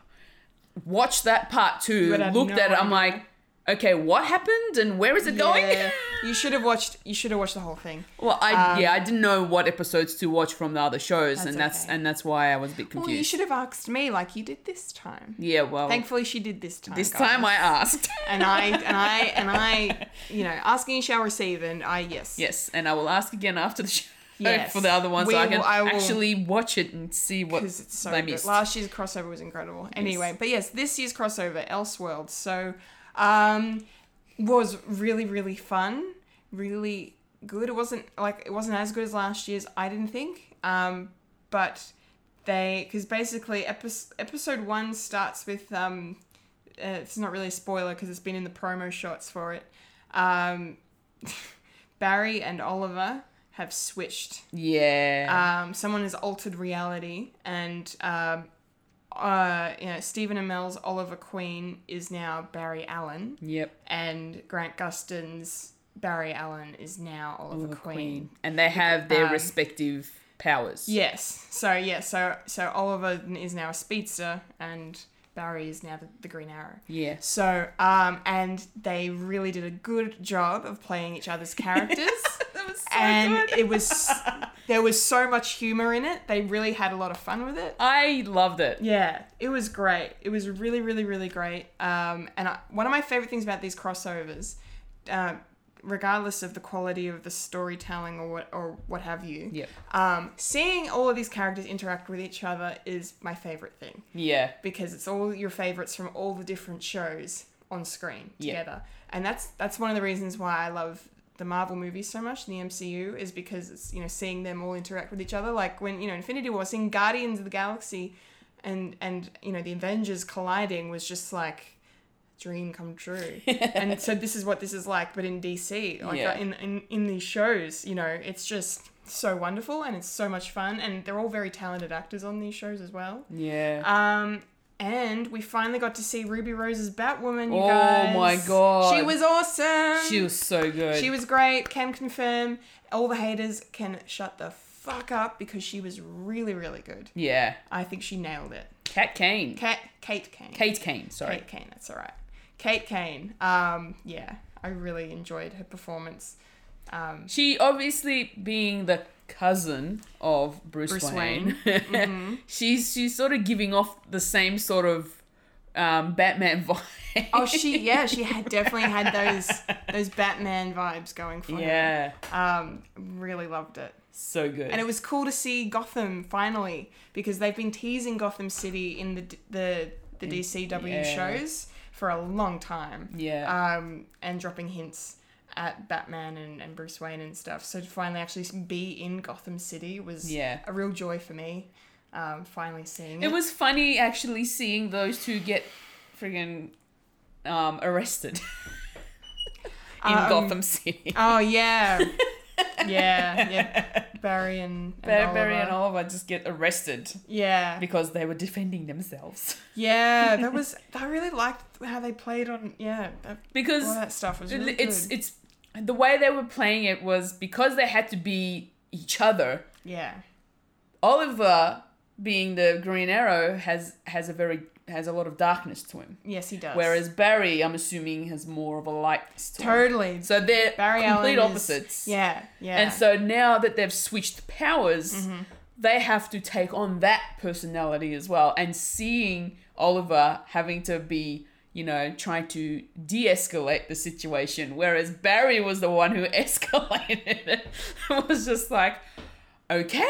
[SPEAKER 2] Watched that part two,
[SPEAKER 1] would have
[SPEAKER 2] looked
[SPEAKER 1] no
[SPEAKER 2] at it. I'm
[SPEAKER 1] idea.
[SPEAKER 2] like, okay, what happened and where is it
[SPEAKER 1] Yeah.
[SPEAKER 2] going? [laughs]
[SPEAKER 1] you should um, have watched. You should have watched the whole thing.
[SPEAKER 2] Well, I yeah, I didn't know what episodes to watch from the other shows, and that's
[SPEAKER 1] okay.
[SPEAKER 2] and that's why I was a bit
[SPEAKER 1] Well,
[SPEAKER 2] confused.
[SPEAKER 1] you should have asked me like you did this time.
[SPEAKER 2] yeah, well,
[SPEAKER 1] Thankfully, she did this time.
[SPEAKER 2] this
[SPEAKER 1] guys.
[SPEAKER 2] time I asked.
[SPEAKER 1] and I and I and I, you know, asking you shall receive, and I yes,
[SPEAKER 2] yes, and I will ask again after the [laughs] show
[SPEAKER 1] Yes.
[SPEAKER 2] for the other ones,
[SPEAKER 1] We
[SPEAKER 2] so I can
[SPEAKER 1] will- I will-
[SPEAKER 2] actually watch it and see what
[SPEAKER 1] because it's so
[SPEAKER 2] I
[SPEAKER 1] good.
[SPEAKER 2] missed.
[SPEAKER 1] Last year's crossover was incredible. Anyway, but yes, this year's crossover, Elseworld, so um, was really really fun, really good. It wasn't like it wasn't as good as last year's. I didn't think, um, but they because basically epis episode one starts with um, uh, it's not really a spoiler because it's been in the promo shots for it. Um, [laughs] Barry and Oliver have switched
[SPEAKER 2] yeah,
[SPEAKER 1] um, someone has altered reality, and um, uh, you know, Stephen Amell's Oliver Queen is now Barry Allen,
[SPEAKER 2] yep,
[SPEAKER 1] and Grant Gustin's Barry Allen is now Oliver, Queen.
[SPEAKER 2] and they have their respective powers.
[SPEAKER 1] Yes. So yeah. So so Oliver is now a speedster, and Barry is now the, the Green Arrow.
[SPEAKER 2] Yeah.
[SPEAKER 1] So um, and they really did a good job of playing each other's characters.
[SPEAKER 2] that was so
[SPEAKER 1] and
[SPEAKER 2] good.
[SPEAKER 1] it was there was so much humor in it. They really had a lot of fun with it.
[SPEAKER 2] I loved it.
[SPEAKER 1] Yeah, it was great. It was really, really, really great. Um, and I, one of my favorite things about these crossovers, uh, regardless of the quality of the storytelling or what or what have you,
[SPEAKER 2] Yep.
[SPEAKER 1] um, seeing all of these characters interact with each other is my favorite thing
[SPEAKER 2] Yeah,
[SPEAKER 1] because it's all your favorites from all the different shows on screen
[SPEAKER 2] Yeah.
[SPEAKER 1] together. And that's that's one of the reasons why I love the Marvel movies so much, the MCU, is because it's you know seeing them all interact with each other. Like when you know Infinity War, seeing Guardians of the Galaxy, and and you know the Avengers colliding was just like dream come
[SPEAKER 2] [laughs]
[SPEAKER 1] true. and so this is what this is like, but in DC, like
[SPEAKER 2] Yeah.
[SPEAKER 1] uh, in, in in these shows, you know, it's just so wonderful and it's so much fun and they're all very talented actors on these shows as well.
[SPEAKER 2] yeah.
[SPEAKER 1] Um, and we finally got to see Ruby Rose's Batwoman. You
[SPEAKER 2] Oh
[SPEAKER 1] guys.
[SPEAKER 2] my God.
[SPEAKER 1] she was awesome.
[SPEAKER 2] she was so good.
[SPEAKER 1] She was great. Can confirm. All the haters can shut the fuck up because she was really, really good.
[SPEAKER 2] yeah,
[SPEAKER 1] I think she nailed it.
[SPEAKER 2] Cat Kane,
[SPEAKER 1] Kat, Kate Kane.
[SPEAKER 2] Kate Kane. Sorry,
[SPEAKER 1] Kate Kane. That's all right. Kate Kane. Um, yeah, I really enjoyed her performance.
[SPEAKER 2] She obviously being the cousin of Bruce,
[SPEAKER 1] Bruce
[SPEAKER 2] Wayne, [laughs] she's she's sort of giving off the same sort of um, Batman [laughs] vibe.
[SPEAKER 1] Oh,
[SPEAKER 2] [laughs]
[SPEAKER 1] she yeah, she had definitely had those those Batman vibes going for her.
[SPEAKER 2] yeah,
[SPEAKER 1] Really loved it.
[SPEAKER 2] so good.
[SPEAKER 1] and it was cool to see Gotham finally because they've been teasing Gotham City in the the the DCW
[SPEAKER 2] yeah.
[SPEAKER 1] shows for a long time.
[SPEAKER 2] Yeah.
[SPEAKER 1] Um, and dropping hints at Batman and, and Bruce Wayne and stuff. So to finally actually be in Gotham City was
[SPEAKER 2] Yeah.
[SPEAKER 1] a real joy for me. Um, finally seeing it.
[SPEAKER 2] it was funny actually seeing those two get friggin' um, arrested [laughs] in
[SPEAKER 1] Um,
[SPEAKER 2] Gotham City.
[SPEAKER 1] oh
[SPEAKER 2] [laughs]
[SPEAKER 1] yeah. yeah, yeah. Barry and, and
[SPEAKER 2] Barry Barry and
[SPEAKER 1] Oliver.
[SPEAKER 2] Oliver just get arrested
[SPEAKER 1] Yeah.
[SPEAKER 2] because they were defending themselves. [laughs]
[SPEAKER 1] Yeah, that was I really liked how they played on yeah, that,
[SPEAKER 2] Because
[SPEAKER 1] all that stuff was really
[SPEAKER 2] it's
[SPEAKER 1] good.
[SPEAKER 2] it's the way they were playing it was because they had to be each other.
[SPEAKER 1] yeah.
[SPEAKER 2] Oliver, being the Green Arrow, has has a very has a lot of darkness to him.
[SPEAKER 1] Yes, he does.
[SPEAKER 2] Whereas Barry, I'm assuming, has more of a lightness to him.
[SPEAKER 1] totally,
[SPEAKER 2] So they're
[SPEAKER 1] Barry
[SPEAKER 2] complete
[SPEAKER 1] Allen is-
[SPEAKER 2] opposites.
[SPEAKER 1] yeah, yeah. Mm-hmm.
[SPEAKER 2] And so now that they've switched powers, they have to take on that personality as well. And seeing Oliver having to be, you know, trying to de escalate the situation, whereas Barry was the one who [laughs] escalated it, [laughs] it was just like, okay.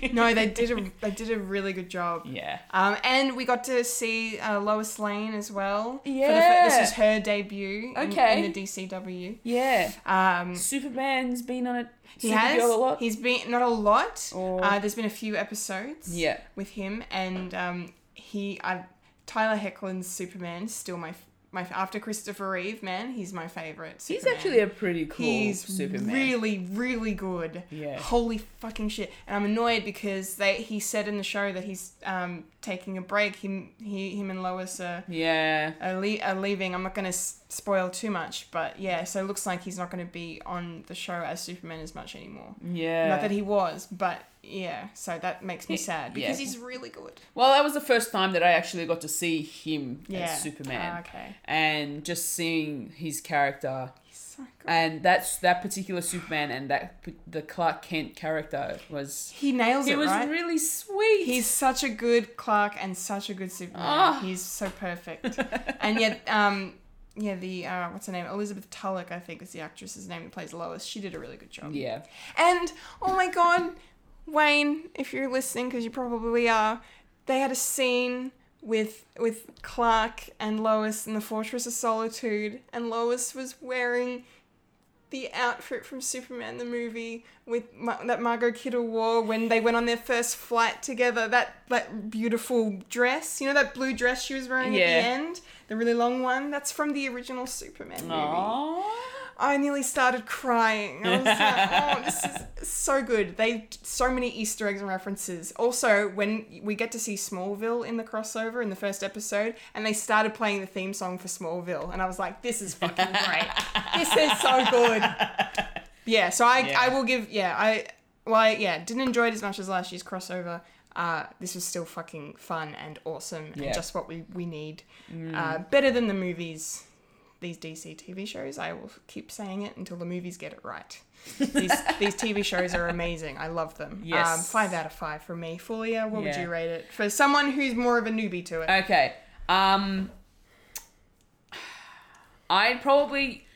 [SPEAKER 1] yeah.
[SPEAKER 2] [laughs]
[SPEAKER 1] no, they did a they did a really good job.
[SPEAKER 2] Yeah.
[SPEAKER 1] Um, and we got to see uh, Lois Lane as well. for the fir-
[SPEAKER 2] Yeah.
[SPEAKER 1] this is her debut. in-
[SPEAKER 2] Okay.
[SPEAKER 1] In, the DCW.
[SPEAKER 2] Yeah.
[SPEAKER 1] Um,
[SPEAKER 2] Superman's been on it.
[SPEAKER 1] he has.
[SPEAKER 2] a lot.
[SPEAKER 1] He's been not a lot.
[SPEAKER 2] Or-
[SPEAKER 1] Uh, there's been a few episodes.
[SPEAKER 2] Yeah.
[SPEAKER 1] With him and um, he, I, Tyler Hecklin's Superman is still my f- my after Christopher Reeve, man, he's my favorite.
[SPEAKER 2] He's
[SPEAKER 1] Superman.
[SPEAKER 2] actually a pretty cool
[SPEAKER 1] He's
[SPEAKER 2] Superman.
[SPEAKER 1] really, really good.
[SPEAKER 2] Yeah.
[SPEAKER 1] Holy fucking shit! And I'm annoyed because they he said in the show that he's um taking a break. Him he him and Lois are
[SPEAKER 2] yeah.
[SPEAKER 1] are, le- are leaving. I'm not going to s- spoil too much, but yeah. So it looks like he's not going to be on the show as Superman as much anymore.
[SPEAKER 2] Yeah.
[SPEAKER 1] Not that he was, but yeah. So that makes me sad because
[SPEAKER 2] yeah.
[SPEAKER 1] he's really good.
[SPEAKER 2] Well, that was the first time that I actually got to see him
[SPEAKER 1] Yeah.
[SPEAKER 2] as Superman.
[SPEAKER 1] Ah, okay.
[SPEAKER 2] And just seeing his character
[SPEAKER 1] So good.
[SPEAKER 2] and that's that particular Superman and that p- the Clark Kent character was
[SPEAKER 1] he nails
[SPEAKER 2] he
[SPEAKER 1] it.
[SPEAKER 2] was
[SPEAKER 1] right?
[SPEAKER 2] really sweet.
[SPEAKER 1] He's such a good Clark and such a good Superman. He's so perfect. and yet, um, yeah, the uh, what's her name? Elizabeth Tulloch, I think, is the actress's name who plays Lois. She did a really good job.
[SPEAKER 2] yeah.
[SPEAKER 1] And oh my god, Wayne, if you're listening, because you probably are, they had a scene with with Clark and Lois in the Fortress of Solitude, and Lois was wearing the outfit from Superman the movie with Ma- that Margot Kidder wore when they went on their first flight together. That that beautiful dress, you know, that blue dress she was wearing
[SPEAKER 2] Yeah.
[SPEAKER 1] at the end, the really long one. That's from the original Superman movie.
[SPEAKER 2] Aww.
[SPEAKER 1] I nearly started crying. I was like, oh, this is so good. They so many Easter eggs and references. Also, when we get to see Smallville in the crossover in the first episode, and they started playing the theme song for Smallville, and I was like, this is fucking great. this is so good. Yeah, so I I will give yeah, I well I, yeah, didn't enjoy it as much as last year's crossover. Uh, this was still fucking fun and awesome
[SPEAKER 2] Yeah.
[SPEAKER 1] and just what we, we need. Uh, better than the movies these DC TV shows. I will keep saying it until the movies get it
[SPEAKER 2] [laughs]
[SPEAKER 1] right. These, these TV shows are amazing. I love them.
[SPEAKER 2] Yes.
[SPEAKER 1] Um, five out of five for me. Fulia, what would
[SPEAKER 2] Yeah.
[SPEAKER 1] you rate it? For someone who's more of a newbie to it.
[SPEAKER 2] Okay. Um I'd probably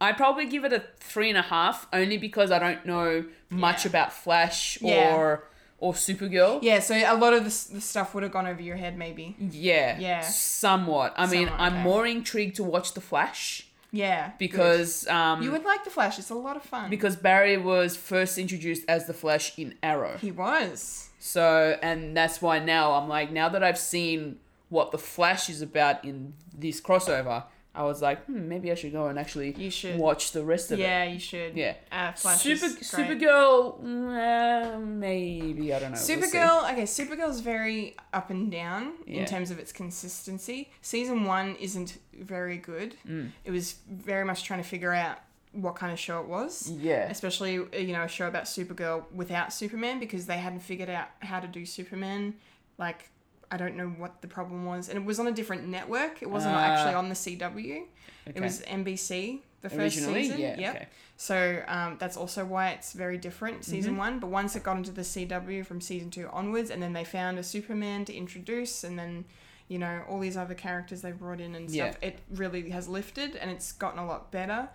[SPEAKER 2] I'd probably give it a three and a half, only because I don't know much about Flash
[SPEAKER 1] Yeah.
[SPEAKER 2] or or Supergirl.
[SPEAKER 1] yeah, so a lot of the, s- the stuff would have gone over your head, maybe.
[SPEAKER 2] Yeah.
[SPEAKER 1] Yeah.
[SPEAKER 2] Somewhat. I mean,
[SPEAKER 1] Somewhat,
[SPEAKER 2] I'm
[SPEAKER 1] okay.
[SPEAKER 2] more intrigued to watch The Flash
[SPEAKER 1] Yeah. good.
[SPEAKER 2] because um
[SPEAKER 1] You would like The Flash. It's a lot of fun.
[SPEAKER 2] because Barry was first introduced as The Flash in Arrow.
[SPEAKER 1] he was.
[SPEAKER 2] So, and that's why now I'm like, now that I've seen what the Flash is about in this crossover, I was like, hmm, maybe I should go and actually
[SPEAKER 1] You should.
[SPEAKER 2] watch the rest of
[SPEAKER 1] Yeah,
[SPEAKER 2] it.
[SPEAKER 1] you should.
[SPEAKER 2] Yeah.
[SPEAKER 1] Uh, Flash
[SPEAKER 2] Super
[SPEAKER 1] is great.
[SPEAKER 2] Supergirl, mm, uh, maybe I don't know. We'll see.
[SPEAKER 1] Supergirl, okay, Supergirl's very up and down
[SPEAKER 2] Yeah.
[SPEAKER 1] in terms of its consistency. Season one isn't very good.
[SPEAKER 2] Mm.
[SPEAKER 1] It was very much trying to figure out what kind of show it was.
[SPEAKER 2] Yeah.
[SPEAKER 1] Especially, uh, you know, a show about Supergirl without Superman because they hadn't figured out how to do Superman. Like, I don't know what the problem was. And it was on a different network, it
[SPEAKER 2] Ah.
[SPEAKER 1] wasn't actually on the CW, it was NBC. The first
[SPEAKER 2] Originally?
[SPEAKER 1] season,
[SPEAKER 2] Yeah,
[SPEAKER 1] Yep.
[SPEAKER 2] okay.
[SPEAKER 1] So um, that's also why it's very
[SPEAKER 2] Mm-hmm.
[SPEAKER 1] different, season one. But once it got into the CW from season two onwards, and then they found a Superman to introduce, and then, you know, all these other characters they brought in and stuff,
[SPEAKER 2] Yeah.
[SPEAKER 1] it really has lifted and it's gotten a lot better.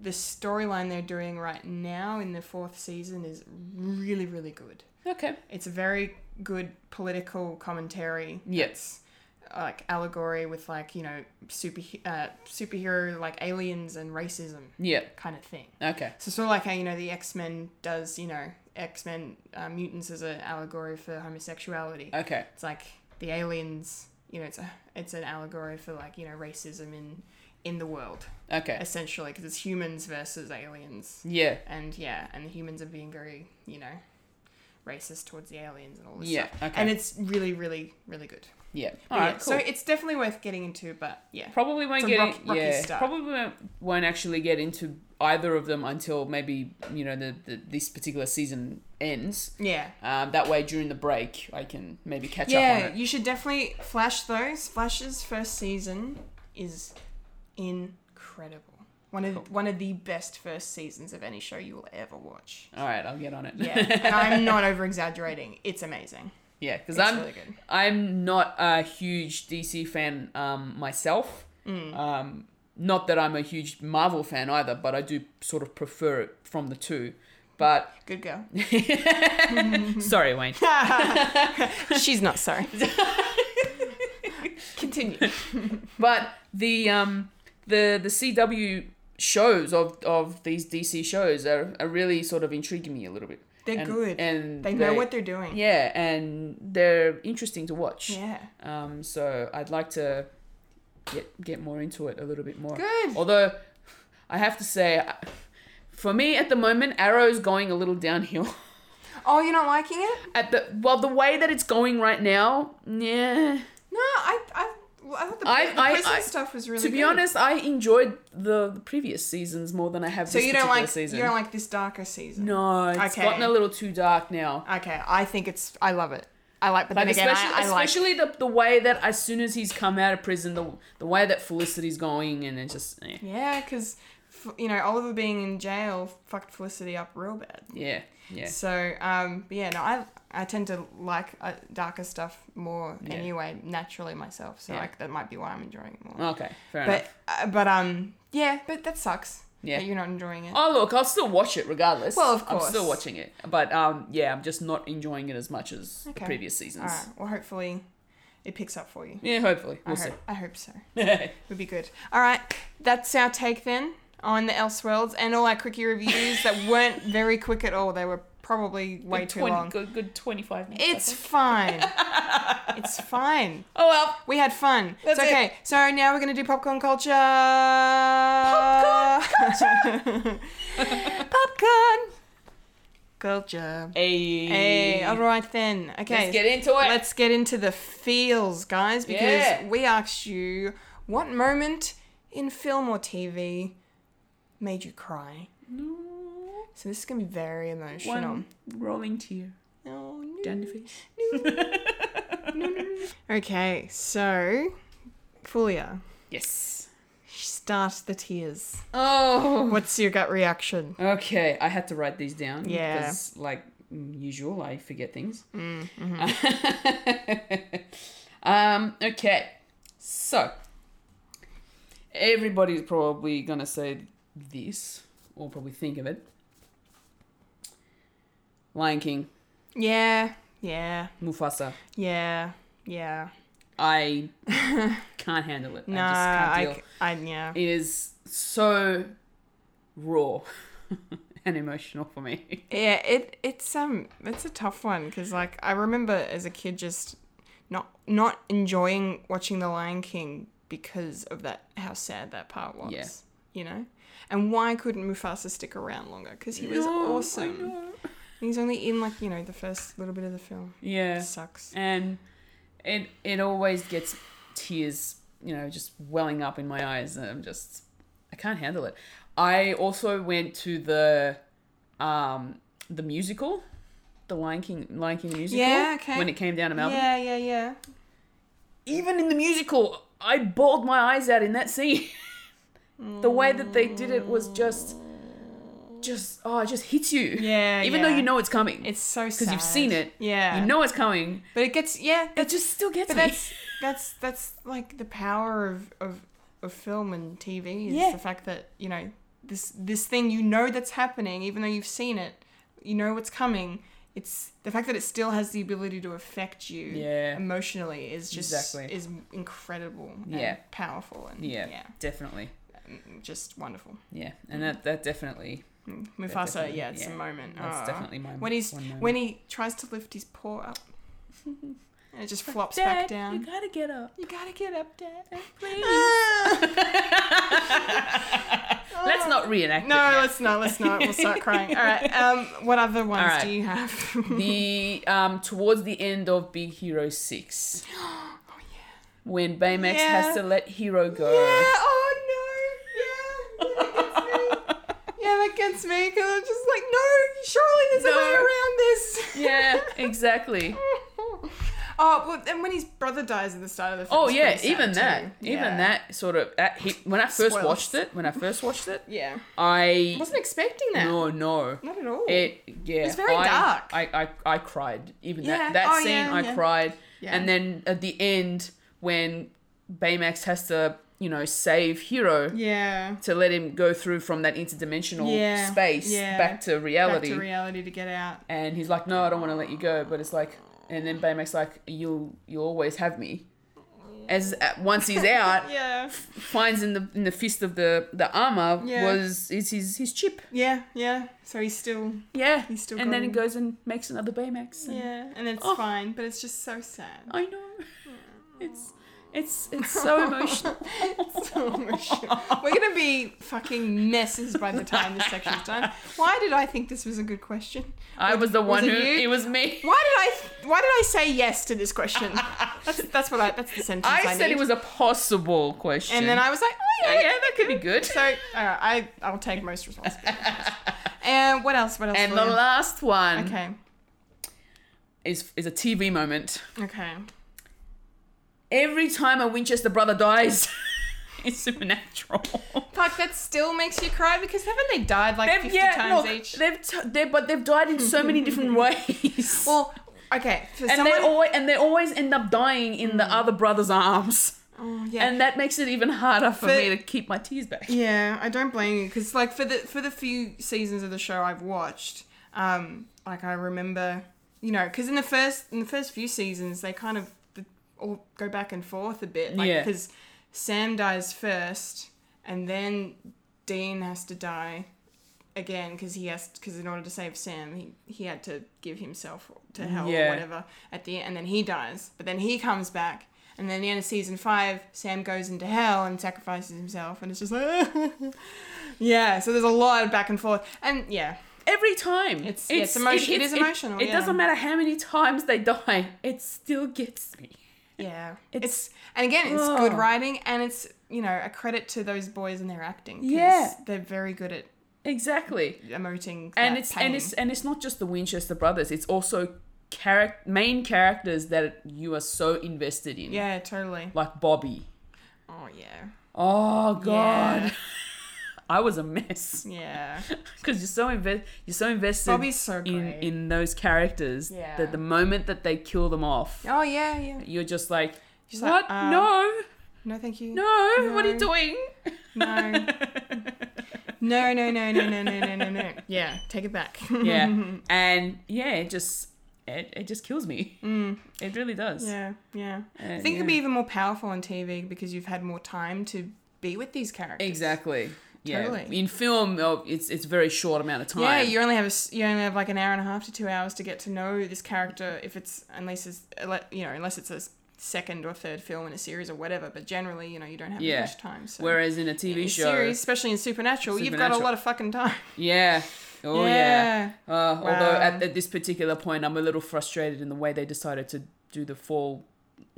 [SPEAKER 1] The storyline they're doing right now in the fourth season is really, really good.
[SPEAKER 2] Okay.
[SPEAKER 1] It's a very good political commentary.
[SPEAKER 2] Yes.
[SPEAKER 1] Like allegory with like you know super uh, superhero like aliens and racism
[SPEAKER 2] Yeah.
[SPEAKER 1] kind of thing.
[SPEAKER 2] Okay.
[SPEAKER 1] So sort of like how you know the X Men does you know X Men uh, mutants as an allegory for homosexuality.
[SPEAKER 2] Okay.
[SPEAKER 1] It's like the aliens, you know, it's a it's an allegory for like you know racism in in the world
[SPEAKER 2] Okay.
[SPEAKER 1] essentially because it's humans versus aliens.
[SPEAKER 2] Yeah.
[SPEAKER 1] And yeah, and the humans are being very you know racist towards the aliens and all this
[SPEAKER 2] Yeah,
[SPEAKER 1] stuff.
[SPEAKER 2] okay.
[SPEAKER 1] And it's really really really good.
[SPEAKER 2] Yeah.
[SPEAKER 1] But
[SPEAKER 2] All right.
[SPEAKER 1] yeah,
[SPEAKER 2] Cool.
[SPEAKER 1] So it's definitely worth getting into, but yeah.
[SPEAKER 2] probably won't
[SPEAKER 1] It's a
[SPEAKER 2] get
[SPEAKER 1] rock-
[SPEAKER 2] in-
[SPEAKER 1] rocky
[SPEAKER 2] yeah
[SPEAKER 1] start.
[SPEAKER 2] probably won't, won't actually get into either of them until maybe you know the, the this particular season ends
[SPEAKER 1] Yeah.
[SPEAKER 2] um, that way during the break i can maybe catch up
[SPEAKER 1] Yeah,
[SPEAKER 2] on it
[SPEAKER 1] you should definitely flash those. Flash's first season is incredible. One of one of the best first seasons of any show you will ever watch.
[SPEAKER 2] [laughs] all right i'll get on it
[SPEAKER 1] Yeah, and I'm not over exaggerating. It's amazing.
[SPEAKER 2] [laughs] yeah because
[SPEAKER 1] It's
[SPEAKER 2] i'm
[SPEAKER 1] really good.
[SPEAKER 2] i'm not a huge dc fan um, myself
[SPEAKER 1] Mm.
[SPEAKER 2] um, not that i'm a huge marvel fan either but i do sort of prefer it from the two but
[SPEAKER 1] Good girl. Mm.
[SPEAKER 2] sorry wayne
[SPEAKER 1] She's not
[SPEAKER 2] [laughs]
[SPEAKER 1] sorry. Continue.
[SPEAKER 2] But the um the the CW shows of of these DC shows are, are really sort of intriguing me a little bit.
[SPEAKER 1] They're
[SPEAKER 2] And-
[SPEAKER 1] good.
[SPEAKER 2] and
[SPEAKER 1] They know what they're doing.
[SPEAKER 2] Yeah, and they're interesting to watch.
[SPEAKER 1] Yeah.
[SPEAKER 2] Um. So I'd like to get get more into it a little bit more.
[SPEAKER 1] Good.
[SPEAKER 2] Although, I have to say, I- for me at the moment, Arrow's going a little downhill. [laughs]
[SPEAKER 1] Oh, you're not liking it?
[SPEAKER 2] At the well, the way that it's going right now, yeah.
[SPEAKER 1] No, I, I, well, I thought the,
[SPEAKER 2] I,
[SPEAKER 1] pre- the
[SPEAKER 2] I,
[SPEAKER 1] prison
[SPEAKER 2] I-
[SPEAKER 1] stuff was really.
[SPEAKER 2] To be
[SPEAKER 1] good.
[SPEAKER 2] honest, I enjoyed the, the previous seasons more than I have.
[SPEAKER 1] so
[SPEAKER 2] this
[SPEAKER 1] you don't
[SPEAKER 2] particular
[SPEAKER 1] like
[SPEAKER 2] season.
[SPEAKER 1] you don't like this darker season.
[SPEAKER 2] No, it's
[SPEAKER 1] Okay.
[SPEAKER 2] gotten a little too dark now.
[SPEAKER 1] Okay, I think it's. I love it. I like, but
[SPEAKER 2] Like
[SPEAKER 1] then again,
[SPEAKER 2] especially,
[SPEAKER 1] I, I like.
[SPEAKER 2] especially the, the way that as soon as he's come out of prison, the the way that Felicity's going and it's just eh,
[SPEAKER 1] Yeah, because you know Oliver being in jail fucked Felicity up real bad.
[SPEAKER 2] yeah yeah.
[SPEAKER 1] So um, but yeah, no, I I tend to like uh, darker stuff more anyway naturally myself. So
[SPEAKER 2] Yeah.
[SPEAKER 1] like that might be why I'm enjoying it more.
[SPEAKER 2] Okay, fair
[SPEAKER 1] but
[SPEAKER 2] enough.
[SPEAKER 1] uh, but um yeah, but that sucks.
[SPEAKER 2] Yeah.
[SPEAKER 1] that you're not enjoying it.
[SPEAKER 2] Oh look, I'll still watch it regardless.
[SPEAKER 1] Well, of
[SPEAKER 2] I'm still
[SPEAKER 1] course.
[SPEAKER 2] watching it, but um, yeah, I'm just not enjoying it as much as the
[SPEAKER 1] Okay.
[SPEAKER 2] previous seasons.
[SPEAKER 1] All right. Well, hopefully it picks up for you.
[SPEAKER 2] Yeah, hopefully
[SPEAKER 1] I
[SPEAKER 2] we'll
[SPEAKER 1] hope,
[SPEAKER 2] see.
[SPEAKER 1] I hope so.
[SPEAKER 2] [laughs]
[SPEAKER 1] would be good. All right, that's our take then on the Elseworlds and all our quickie reviews that weren't very quick at all. They were probably way too
[SPEAKER 2] 20
[SPEAKER 1] long.
[SPEAKER 2] Good, good twenty-five minutes. I
[SPEAKER 1] It's
[SPEAKER 2] think.
[SPEAKER 1] fine. it's fine.
[SPEAKER 2] oh well.
[SPEAKER 1] We had fun.
[SPEAKER 2] That's
[SPEAKER 1] it's okay. So now we're gonna do popcorn culture. Popcorn culture. popcorn culture.
[SPEAKER 2] Hey,
[SPEAKER 1] Hey, all right then. Okay,
[SPEAKER 2] Let's get into it.
[SPEAKER 1] Let's get into the feels, guys, because
[SPEAKER 2] Yeah.
[SPEAKER 1] we asked you what moment in film or TV made you cry. So this is gonna be very
[SPEAKER 2] one
[SPEAKER 1] emotional.
[SPEAKER 2] rolling tear
[SPEAKER 1] Oh, no.
[SPEAKER 2] down your face.
[SPEAKER 1] Okay, so Fulia,
[SPEAKER 2] Yes.
[SPEAKER 1] start the tears.
[SPEAKER 2] Oh.
[SPEAKER 1] What's your gut reaction?
[SPEAKER 2] Okay, I had to write these down.
[SPEAKER 1] Yeah.
[SPEAKER 2] Because, like mm, usual, I forget things. Mm-hmm. [laughs] um, okay, so everybody's probably going to say this, or probably think of it Lion King,
[SPEAKER 1] Yeah, yeah,
[SPEAKER 2] Mufasa.
[SPEAKER 1] yeah, yeah.
[SPEAKER 2] I [laughs] can't handle it.
[SPEAKER 1] No,
[SPEAKER 2] I just can't
[SPEAKER 1] I,
[SPEAKER 2] deal.
[SPEAKER 1] c- I, yeah.
[SPEAKER 2] It is so raw [laughs] and emotional for me.
[SPEAKER 1] Yeah, it it's um it's a tough one because like I remember as a kid just not not enjoying watching The Lion King because of that how sad that part was.
[SPEAKER 2] Yeah.
[SPEAKER 1] You know, and why couldn't Mufasa stick around longer? Because he was
[SPEAKER 2] No, I
[SPEAKER 1] awesome.
[SPEAKER 2] know.
[SPEAKER 1] He's only in like you know the first little bit of the film.
[SPEAKER 2] Yeah.
[SPEAKER 1] Sucks.
[SPEAKER 2] and it it always gets tears, you know, just welling up in my eyes, and I'm just I can't handle it. I also went to the um the musical, the Lion King Lion King musical.
[SPEAKER 1] Yeah, okay.
[SPEAKER 2] When it came down to Melbourne,
[SPEAKER 1] Yeah, yeah, yeah.
[SPEAKER 2] even in the musical, I bawled my eyes out in that scene. [laughs] the way that they did it was just. Just oh, it just hits you.
[SPEAKER 1] Yeah,
[SPEAKER 2] [laughs] Even
[SPEAKER 1] yeah.
[SPEAKER 2] though you know it's coming,
[SPEAKER 1] It's so sad
[SPEAKER 2] because you've seen it.
[SPEAKER 1] Yeah.
[SPEAKER 2] You know it's coming.
[SPEAKER 1] but it gets yeah.
[SPEAKER 2] It just still gets
[SPEAKER 1] But
[SPEAKER 2] me.
[SPEAKER 1] that's that's that's like the power of of, of film and TV is
[SPEAKER 2] Yeah.
[SPEAKER 1] the fact that you know this this thing you know that's happening even though you've seen it, you know what's coming. It's the fact that it still has the ability to affect you
[SPEAKER 2] Yeah.
[SPEAKER 1] emotionally is just
[SPEAKER 2] Exactly.
[SPEAKER 1] is incredible.
[SPEAKER 2] Yeah.
[SPEAKER 1] and powerful and
[SPEAKER 2] [laughs] Yeah,
[SPEAKER 1] yeah.
[SPEAKER 2] definitely.
[SPEAKER 1] just wonderful.
[SPEAKER 2] Yeah, and that that definitely.
[SPEAKER 1] Mufasa,
[SPEAKER 2] definitely,
[SPEAKER 1] yeah, it's
[SPEAKER 2] yeah.
[SPEAKER 1] a moment.
[SPEAKER 2] That's
[SPEAKER 1] Aw.
[SPEAKER 2] definitely my
[SPEAKER 1] when he's
[SPEAKER 2] one moment.
[SPEAKER 1] when he tries to lift his paw
[SPEAKER 2] [laughs]
[SPEAKER 1] up. And it just flops back down.
[SPEAKER 2] gotta get up.
[SPEAKER 1] You gotta get up, Dad. [laughs] Ah. Please.
[SPEAKER 2] Let's not reenact.
[SPEAKER 1] no,
[SPEAKER 2] it now.
[SPEAKER 1] let's not. Let's not. We'll
[SPEAKER 2] [laughs]
[SPEAKER 1] start crying. All right. Um, what other ones
[SPEAKER 2] right.
[SPEAKER 1] do you have?
[SPEAKER 2] The [gasps] um towards the end of Big Hero Six. When Baymax
[SPEAKER 1] Yeah.
[SPEAKER 2] has to let Hero go.
[SPEAKER 1] [laughs] Yeah. Oh no. Yeah. Yeah, that gets me. Yeah, that gets me. Because I'm just like, no. Surely there's a way
[SPEAKER 2] No.
[SPEAKER 1] around this.
[SPEAKER 2] Yeah, exactly.
[SPEAKER 1] [laughs] oh, well, and when his brother dies at the start of the film.
[SPEAKER 2] Oh
[SPEAKER 1] it's
[SPEAKER 2] yeah,
[SPEAKER 1] pretty sad
[SPEAKER 2] even that,
[SPEAKER 1] too.
[SPEAKER 2] even
[SPEAKER 1] Yeah.
[SPEAKER 2] that sort of. That hit, when I first
[SPEAKER 1] Spoilers.
[SPEAKER 2] watched it, when I first watched it,
[SPEAKER 1] Yeah.
[SPEAKER 2] I
[SPEAKER 1] Wasn't expecting that.
[SPEAKER 2] No, no,
[SPEAKER 1] Not at all.
[SPEAKER 2] It yeah,
[SPEAKER 1] It's very
[SPEAKER 2] I,
[SPEAKER 1] dark.
[SPEAKER 2] I, I I cried even
[SPEAKER 1] Yeah.
[SPEAKER 2] that that
[SPEAKER 1] Oh,
[SPEAKER 2] scene.
[SPEAKER 1] yeah,
[SPEAKER 2] I
[SPEAKER 1] yeah.
[SPEAKER 2] cried,
[SPEAKER 1] Yeah.
[SPEAKER 2] and then at the end when Baymax has to you know save Hero
[SPEAKER 1] Yeah.
[SPEAKER 2] to let him go through from that interdimensional
[SPEAKER 1] Yeah.
[SPEAKER 2] space
[SPEAKER 1] Yeah.
[SPEAKER 2] back to reality,
[SPEAKER 1] Back to reality to get out.
[SPEAKER 2] and he's like, no, I don't want to let you go, but it's like, and then Baymax like, you'll you'll always have me. As uh, once he's
[SPEAKER 1] [laughs]
[SPEAKER 2] out,
[SPEAKER 1] Yeah.
[SPEAKER 2] finds in the in the fist of the the armor
[SPEAKER 1] Yeah.
[SPEAKER 2] was is his his chip.
[SPEAKER 1] Yeah. Yeah. So he's still.
[SPEAKER 2] Yeah,
[SPEAKER 1] He's still
[SPEAKER 2] and then he
[SPEAKER 1] got
[SPEAKER 2] goes and makes another Baymax. and-
[SPEAKER 1] Yeah. And it's
[SPEAKER 2] Oh.
[SPEAKER 1] [laughs] fine, but it's just so sad.
[SPEAKER 2] I know. It's It's it's [laughs]
[SPEAKER 1] [laughs]
[SPEAKER 2] so emotional.
[SPEAKER 1] So emotional. We're gonna be fucking messes by the time this section's done. Why did I think this was a good question?
[SPEAKER 2] I was the one
[SPEAKER 1] it
[SPEAKER 2] who
[SPEAKER 1] you?
[SPEAKER 2] it was me.
[SPEAKER 1] Why did I? Why did I say yes to this question? That's, that's what I. That's the sentence. I,
[SPEAKER 2] I said
[SPEAKER 1] need.
[SPEAKER 2] it was a possible question.
[SPEAKER 1] and then I was like, oh yeah,
[SPEAKER 2] yeah, that could be good.
[SPEAKER 1] So alright, I, I'll take most responsibility.
[SPEAKER 2] [laughs]
[SPEAKER 1] and what else? What else?
[SPEAKER 2] and the
[SPEAKER 1] William?
[SPEAKER 2] last one
[SPEAKER 1] okay,
[SPEAKER 2] is is a TV moment.
[SPEAKER 1] okay.
[SPEAKER 2] Every time a Winchester brother dies, [laughs] it's supernatural.
[SPEAKER 1] Fuck, that still makes you cry because haven't they died like
[SPEAKER 2] They've,
[SPEAKER 1] fifty
[SPEAKER 2] yeah,
[SPEAKER 1] times
[SPEAKER 2] look,
[SPEAKER 1] each?
[SPEAKER 2] they've t- they but they've died in so many
[SPEAKER 1] [laughs]
[SPEAKER 2] different ways.
[SPEAKER 1] Well, okay. For
[SPEAKER 2] and
[SPEAKER 1] someone, Hmm.
[SPEAKER 2] they always and they always end up dying in the other brother's arms.
[SPEAKER 1] yeah.
[SPEAKER 2] And that makes it even harder for
[SPEAKER 1] For-
[SPEAKER 2] me to keep my tears back.
[SPEAKER 1] Yeah, I don't blame you because like for the for the few seasons of the show I've watched, um, like I remember, you know, because in the first in the first few seasons they kind of the, all go back and forth a bit, like
[SPEAKER 2] Yeah.
[SPEAKER 1] because Sam dies first and then Dean has to die again because he has because in order to save Sam he, he had to give himself to hell
[SPEAKER 2] Yeah.
[SPEAKER 1] or whatever at the end and then he dies but then he comes back and then the end of season five Sam goes into hell and sacrifices himself and it's just like [laughs] yeah so there's a lot of back and forth and yeah
[SPEAKER 2] Every time.
[SPEAKER 1] It's- yeah, it's emotio- it is emotional,
[SPEAKER 2] It,
[SPEAKER 1] yeah.
[SPEAKER 2] doesn't matter how many times they die, it still gets me.
[SPEAKER 1] yeah
[SPEAKER 2] It's-
[SPEAKER 1] it's, and again it's good
[SPEAKER 2] Ugh.
[SPEAKER 1] writing and it's you know a credit to those boys and their acting 'cause
[SPEAKER 2] Yeah.
[SPEAKER 1] they're very good at
[SPEAKER 2] Exactly.
[SPEAKER 1] emoting
[SPEAKER 2] and
[SPEAKER 1] that
[SPEAKER 2] it's
[SPEAKER 1] pain.
[SPEAKER 2] and it's and it's not just the Winchester brothers. It's also charac- main characters that you are so invested in.
[SPEAKER 1] yeah totally
[SPEAKER 2] Like Bobby.
[SPEAKER 1] oh yeah
[SPEAKER 2] Oh god. [laughs] I was a
[SPEAKER 1] [laughs]
[SPEAKER 2] mess [laughs]
[SPEAKER 1] yeah
[SPEAKER 2] because you're so invest you're so invested
[SPEAKER 1] Bobby's so
[SPEAKER 2] in
[SPEAKER 1] great.
[SPEAKER 2] in those characters
[SPEAKER 1] Yeah.
[SPEAKER 2] that the moment that they kill them off,
[SPEAKER 1] oh yeah yeah
[SPEAKER 2] you're just like,
[SPEAKER 1] Just like,
[SPEAKER 2] what?
[SPEAKER 1] um,
[SPEAKER 2] no,
[SPEAKER 1] no thank you
[SPEAKER 2] no, what are you
[SPEAKER 1] no.
[SPEAKER 2] doing?
[SPEAKER 1] [laughs] No. No, no, no, no, no, no, no, no, no. [laughs] Yeah, take it [laughs] back.
[SPEAKER 2] yeah, and yeah, it just it, it just kills me. It really does.
[SPEAKER 1] Mm. yeah, yeah.
[SPEAKER 2] Uh,
[SPEAKER 1] I think it'd be even more powerful on TV because you've had more time to be with these characters.
[SPEAKER 2] Exactly. Yeah.
[SPEAKER 1] Totally.
[SPEAKER 2] In film, oh, it's it's very short amount of time.
[SPEAKER 1] Yeah, you only have a s you only have like an hour and a half to two hours to get to know this character if it's unless it's ele- you know unless it's a s- second or third film in a series or whatever. But generally, you know, you don't have
[SPEAKER 2] Yeah.
[SPEAKER 1] much time. So.
[SPEAKER 2] Whereas in a TV
[SPEAKER 1] in
[SPEAKER 2] show,
[SPEAKER 1] series, especially in Supernatural, you've got
[SPEAKER 2] Supernatural.
[SPEAKER 1] a lot of fucking time.
[SPEAKER 2] yeah. Oh yeah. Uh, Although
[SPEAKER 1] Wow.
[SPEAKER 2] at, at this particular point, I'm a little frustrated in the way they decided to do the fall,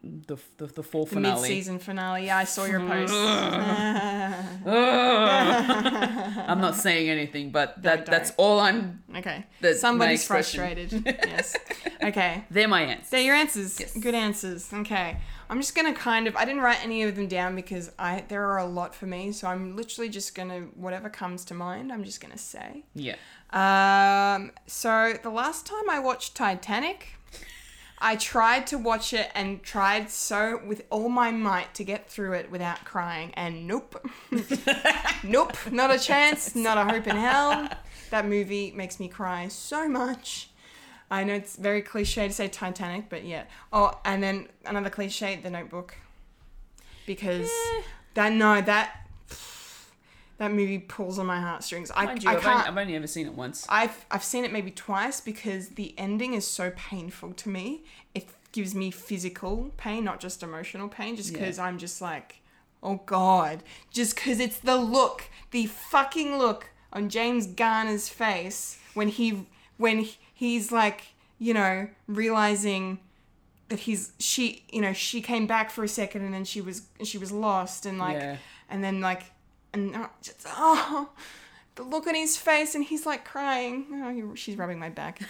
[SPEAKER 2] the the, the fall
[SPEAKER 1] The
[SPEAKER 2] finale.
[SPEAKER 1] mid-season finale. Yeah, I saw
[SPEAKER 2] [laughs]
[SPEAKER 1] your post.
[SPEAKER 2] I'm not saying anything, but that
[SPEAKER 1] don't.
[SPEAKER 2] that's all I'm.
[SPEAKER 1] Okay.
[SPEAKER 2] That's my
[SPEAKER 1] Somebody's
[SPEAKER 2] expression.
[SPEAKER 1] frustrated. yes. Okay.
[SPEAKER 2] They're my answers.
[SPEAKER 1] So your answers. Good answers. Okay. I'm just gonna kind of I didn't write any of them down because I there are a lot for me, so I'm literally just gonna whatever comes to mind, I'm just gonna say.
[SPEAKER 2] Yeah.
[SPEAKER 1] Um so the last time I watched Titanic I tried to watch it and tried so with all my might to get through it without crying and
[SPEAKER 2] [laughs]
[SPEAKER 1] nope. nope, not a chance, not a hope in hell. That movie makes me cry so much. I know it's very cliche to say Titanic, but yeah. Oh, and then another cliche, The Notebook. Because
[SPEAKER 2] Eh.
[SPEAKER 1] that no, that that movie pulls on my heartstrings. I,
[SPEAKER 2] Mind you,
[SPEAKER 1] I
[SPEAKER 2] I've only,
[SPEAKER 1] can't
[SPEAKER 2] I've only ever seen it once.
[SPEAKER 1] I've I've seen it maybe twice because the ending is so painful to me. It gives me physical pain, not just emotional pain, just because I'm just like, oh god, just because it's the look, the fucking look on James Garner's face when he when he- he's like, you know, realizing that he's she, you know, she came back for a second and then she was she was lost and like
[SPEAKER 2] Yeah.
[SPEAKER 1] and then like and uh, just, oh the look on his face and he's like crying oh he, she's rubbing my back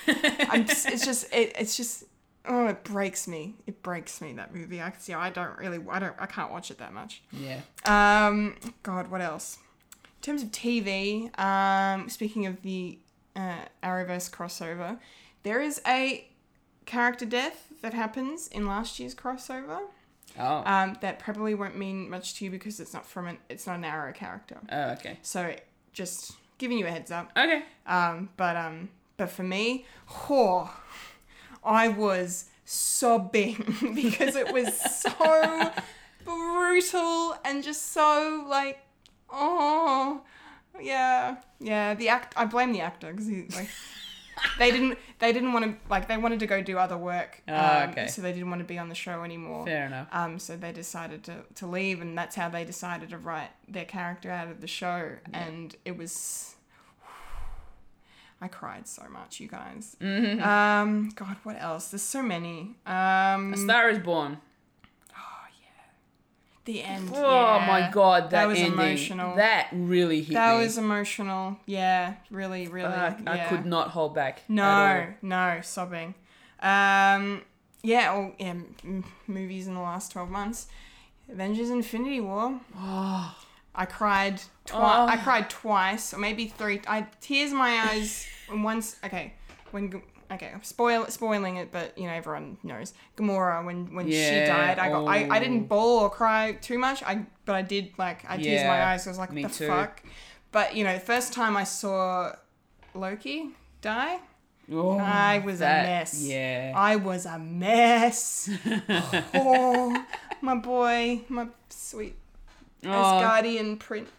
[SPEAKER 1] I'm just, it's just it, it's just oh it breaks me it breaks me that movie i see i don't really i don't i can't watch it that much
[SPEAKER 2] yeah.
[SPEAKER 1] um god what else in terms of tv um speaking of the uh, arrowverse crossover there is a character death that happens in last year's crossover
[SPEAKER 2] Oh.
[SPEAKER 1] um, that probably won't mean much to you because it's not from an it's not an arrow character
[SPEAKER 2] oh. Okay.
[SPEAKER 1] so just giving you a heads up.
[SPEAKER 2] Okay.
[SPEAKER 1] Um, but um, but for me, whore, I was sobbing [laughs] because it was so brutal and just so like, oh, yeah, yeah. The act, I blame the actor because he like. they didn't. They didn't want to like. They wanted to go do other work.
[SPEAKER 2] Ah,
[SPEAKER 1] um,
[SPEAKER 2] okay.
[SPEAKER 1] So they didn't want to be on the show anymore.
[SPEAKER 2] Fair enough.
[SPEAKER 1] Um, so they decided to, to leave, and that's how they decided to write their character out of the show. And it was. [sighs] I cried so much, you guys.
[SPEAKER 2] Mm-hmm.
[SPEAKER 1] Um, God, what else? There's so many. Um,
[SPEAKER 2] A Star is Born.
[SPEAKER 1] the end.
[SPEAKER 2] Oh
[SPEAKER 1] yeah.
[SPEAKER 2] my god, that,
[SPEAKER 1] was
[SPEAKER 2] ending.
[SPEAKER 1] emotional.
[SPEAKER 2] That really hit
[SPEAKER 1] that
[SPEAKER 2] me.
[SPEAKER 1] was emotional. Yeah, really, really.
[SPEAKER 2] Fuck, I
[SPEAKER 1] yeah.
[SPEAKER 2] could not hold back. at
[SPEAKER 1] No, no, sobbing. Um, yeah, well, yeah, m- m- movies in the last 12 months. Avengers Infinity
[SPEAKER 2] [gasps]
[SPEAKER 1] War. I cried twice.
[SPEAKER 2] Oh.
[SPEAKER 1] I cried twice, or maybe three. I tears in my eyes [laughs] and once. Okay, when G- okay, I'm spoil spoiling it, but you know everyone knows Gamora when when
[SPEAKER 2] Yeah,
[SPEAKER 1] she died. I got I, I
[SPEAKER 2] oh.
[SPEAKER 1] didn't bawl or cry too much. I but I did like I tears in my
[SPEAKER 2] Yeah,
[SPEAKER 1] eyes. I was like,
[SPEAKER 2] me
[SPEAKER 1] what the
[SPEAKER 2] too.
[SPEAKER 1] fuck. But you know, the first time I saw Loki die,
[SPEAKER 2] all. Oh,
[SPEAKER 1] I was
[SPEAKER 2] that-
[SPEAKER 1] a mess.
[SPEAKER 2] Yeah.
[SPEAKER 1] I was a
[SPEAKER 2] [laughs]
[SPEAKER 1] mess. oh, my boy, my sweet
[SPEAKER 2] Oh.
[SPEAKER 1] Asgardian prince.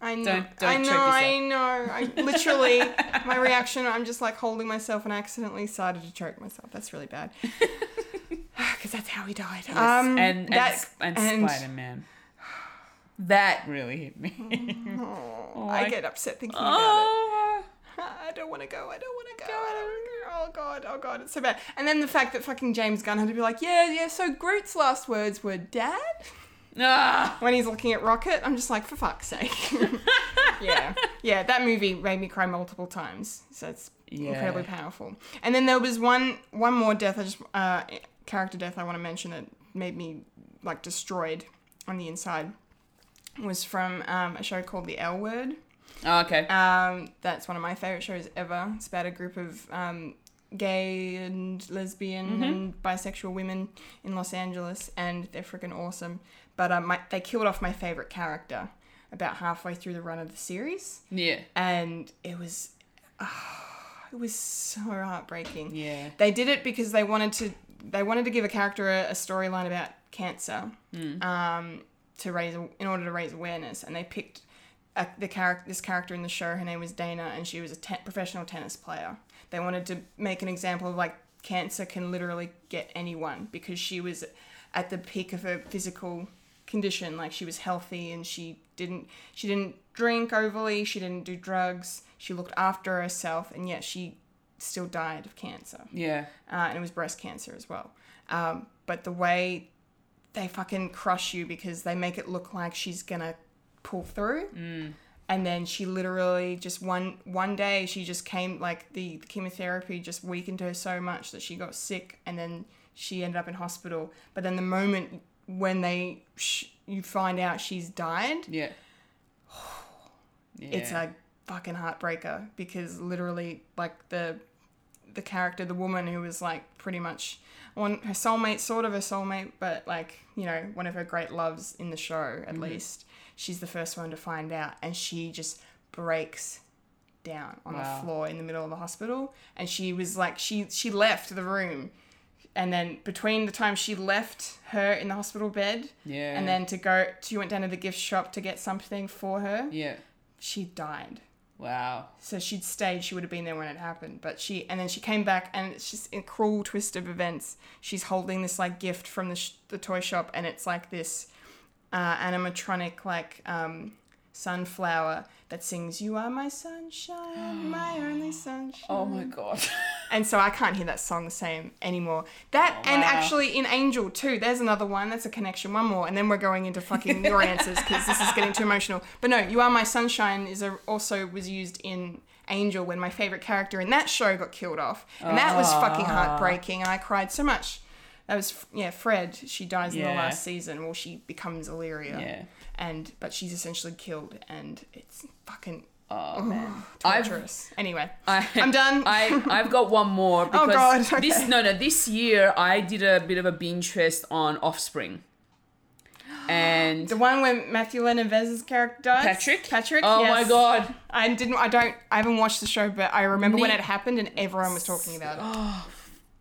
[SPEAKER 1] I know.
[SPEAKER 2] Don't- don't
[SPEAKER 1] I
[SPEAKER 2] check
[SPEAKER 1] know. I know. I
[SPEAKER 2] [laughs]
[SPEAKER 1] literally, my reaction. I'm just like holding myself, and I accidentally started to choke myself. That's really
[SPEAKER 2] [laughs]
[SPEAKER 1] bad. [sighs] Because that's how he died. um,
[SPEAKER 2] and and,
[SPEAKER 1] that-
[SPEAKER 2] Sp- and,
[SPEAKER 1] [sighs]
[SPEAKER 2] Spider Man. That really hit [laughs] me.
[SPEAKER 1] Oh,
[SPEAKER 2] I-
[SPEAKER 1] I get upset thinking about it.
[SPEAKER 2] oh,
[SPEAKER 1] I don't want to go. I don't want to go. I don't want to go. Oh god. Oh god. It's so bad. And then the fact that fucking James Gunn had to be like, yeah, yeah. So Groot's last words were "Dad"
[SPEAKER 2] ah,
[SPEAKER 1] when he's looking at Rocket. I'm just like, for fuck's sake. [laughs] yeah. Yeah. That movie made me cry multiple times. So it's incredibly
[SPEAKER 2] Yeah.
[SPEAKER 1] powerful. And then there was one one more death. I just uh, character death. I want to mention that made me like destroyed on the inside. Was from um, a show called The L Word.
[SPEAKER 2] Oh, okay.
[SPEAKER 1] Um, that's one of my favorite shows ever. It's about a group of um, gay and lesbian and bisexual women in Los Angeles, and they're freaking awesome. But um, my, they killed off my favorite character about halfway through the run of the series,
[SPEAKER 2] yeah.
[SPEAKER 1] and it was. ah, it was so heartbreaking.
[SPEAKER 2] Yeah.
[SPEAKER 1] They did it because they wanted to they wanted to give a character a, a storyline about cancer um, to raise in order to raise awareness, and they picked a, the character this character in the show. Her name was Dana, and she was a te- professional tennis player. They wanted to make an example of like cancer can literally get anyone because she was at the peak of her physical condition like she was healthy and she didn't she didn't drink overly she didn't do drugs she looked after herself and yet she still died of cancer
[SPEAKER 2] Yeah.
[SPEAKER 1] uh, and it was breast cancer as well. Um, but the way they fucking crush you because they make it look like she's gonna pull through, and then she literally just one one day she just came like the, the chemotherapy just weakened her so much that she got sick, and then she ended up in hospital. But then the moment when they sh- you find out she's died,
[SPEAKER 2] Yeah.
[SPEAKER 1] it's a fucking heartbreaker because literally like the the character the woman who was like pretty much one her soulmate sort of her soulmate but like you know one of her great loves in the show
[SPEAKER 2] Mm-hmm.
[SPEAKER 1] at least she's the first one to find out and she just breaks down on
[SPEAKER 2] Wow.
[SPEAKER 1] the floor in the middle of the hospital and she was like she she left the room and then between the time she left her in the hospital bed
[SPEAKER 2] Yeah.
[SPEAKER 1] and then to go she went down to the gift shop to get something for her
[SPEAKER 2] yeah.
[SPEAKER 1] she died.
[SPEAKER 2] Wow.
[SPEAKER 1] So she'd stayed, she would have been there when it happened. But she, and then she came back, and it's just a cruel twist of events. She's holding this like gift from the, sh- the toy shop, and it's like this uh, animatronic, like, um, sunflower that sings, You are my sunshine, my only sunshine.
[SPEAKER 2] Oh my god.
[SPEAKER 1] And so I can't hear that song the same anymore. That
[SPEAKER 2] Oh,
[SPEAKER 1] and actually in Angel too. There's another one. That's a connection. One more, and then we're going into fucking
[SPEAKER 2] [laughs]
[SPEAKER 1] your answers because this is getting too emotional. But no, You Are My Sunshine is a, also was used in Angel when my favorite character in that show got killed off, and that was fucking
[SPEAKER 2] Ah.
[SPEAKER 1] heartbreaking, and I cried so much. That was yeah, Fred. She dies in
[SPEAKER 2] Yeah.
[SPEAKER 1] the last season. Well, she becomes Illyria.
[SPEAKER 2] Yeah.
[SPEAKER 1] And but she's essentially killed, and it's fucking
[SPEAKER 2] Oh man. I've-
[SPEAKER 1] torturous. anyway,
[SPEAKER 2] [laughs] I,
[SPEAKER 1] [laughs] I'm done. Oh,
[SPEAKER 2] I I've got
[SPEAKER 1] [laughs]
[SPEAKER 2] one more because
[SPEAKER 1] God, okay.
[SPEAKER 2] this no no this year I did a bit of a binge fest on Offspring,
[SPEAKER 1] [gasps]
[SPEAKER 2] and
[SPEAKER 1] The one where Matthew Lennevez's character dies.
[SPEAKER 2] Patrick
[SPEAKER 1] Patrick.
[SPEAKER 2] Oh
[SPEAKER 1] yes.
[SPEAKER 2] my god!
[SPEAKER 1] I didn't. I don't. I haven't watched the show, but I remember when
[SPEAKER 2] Ne-
[SPEAKER 1] it happened and everyone was talking about
[SPEAKER 2] [gasps]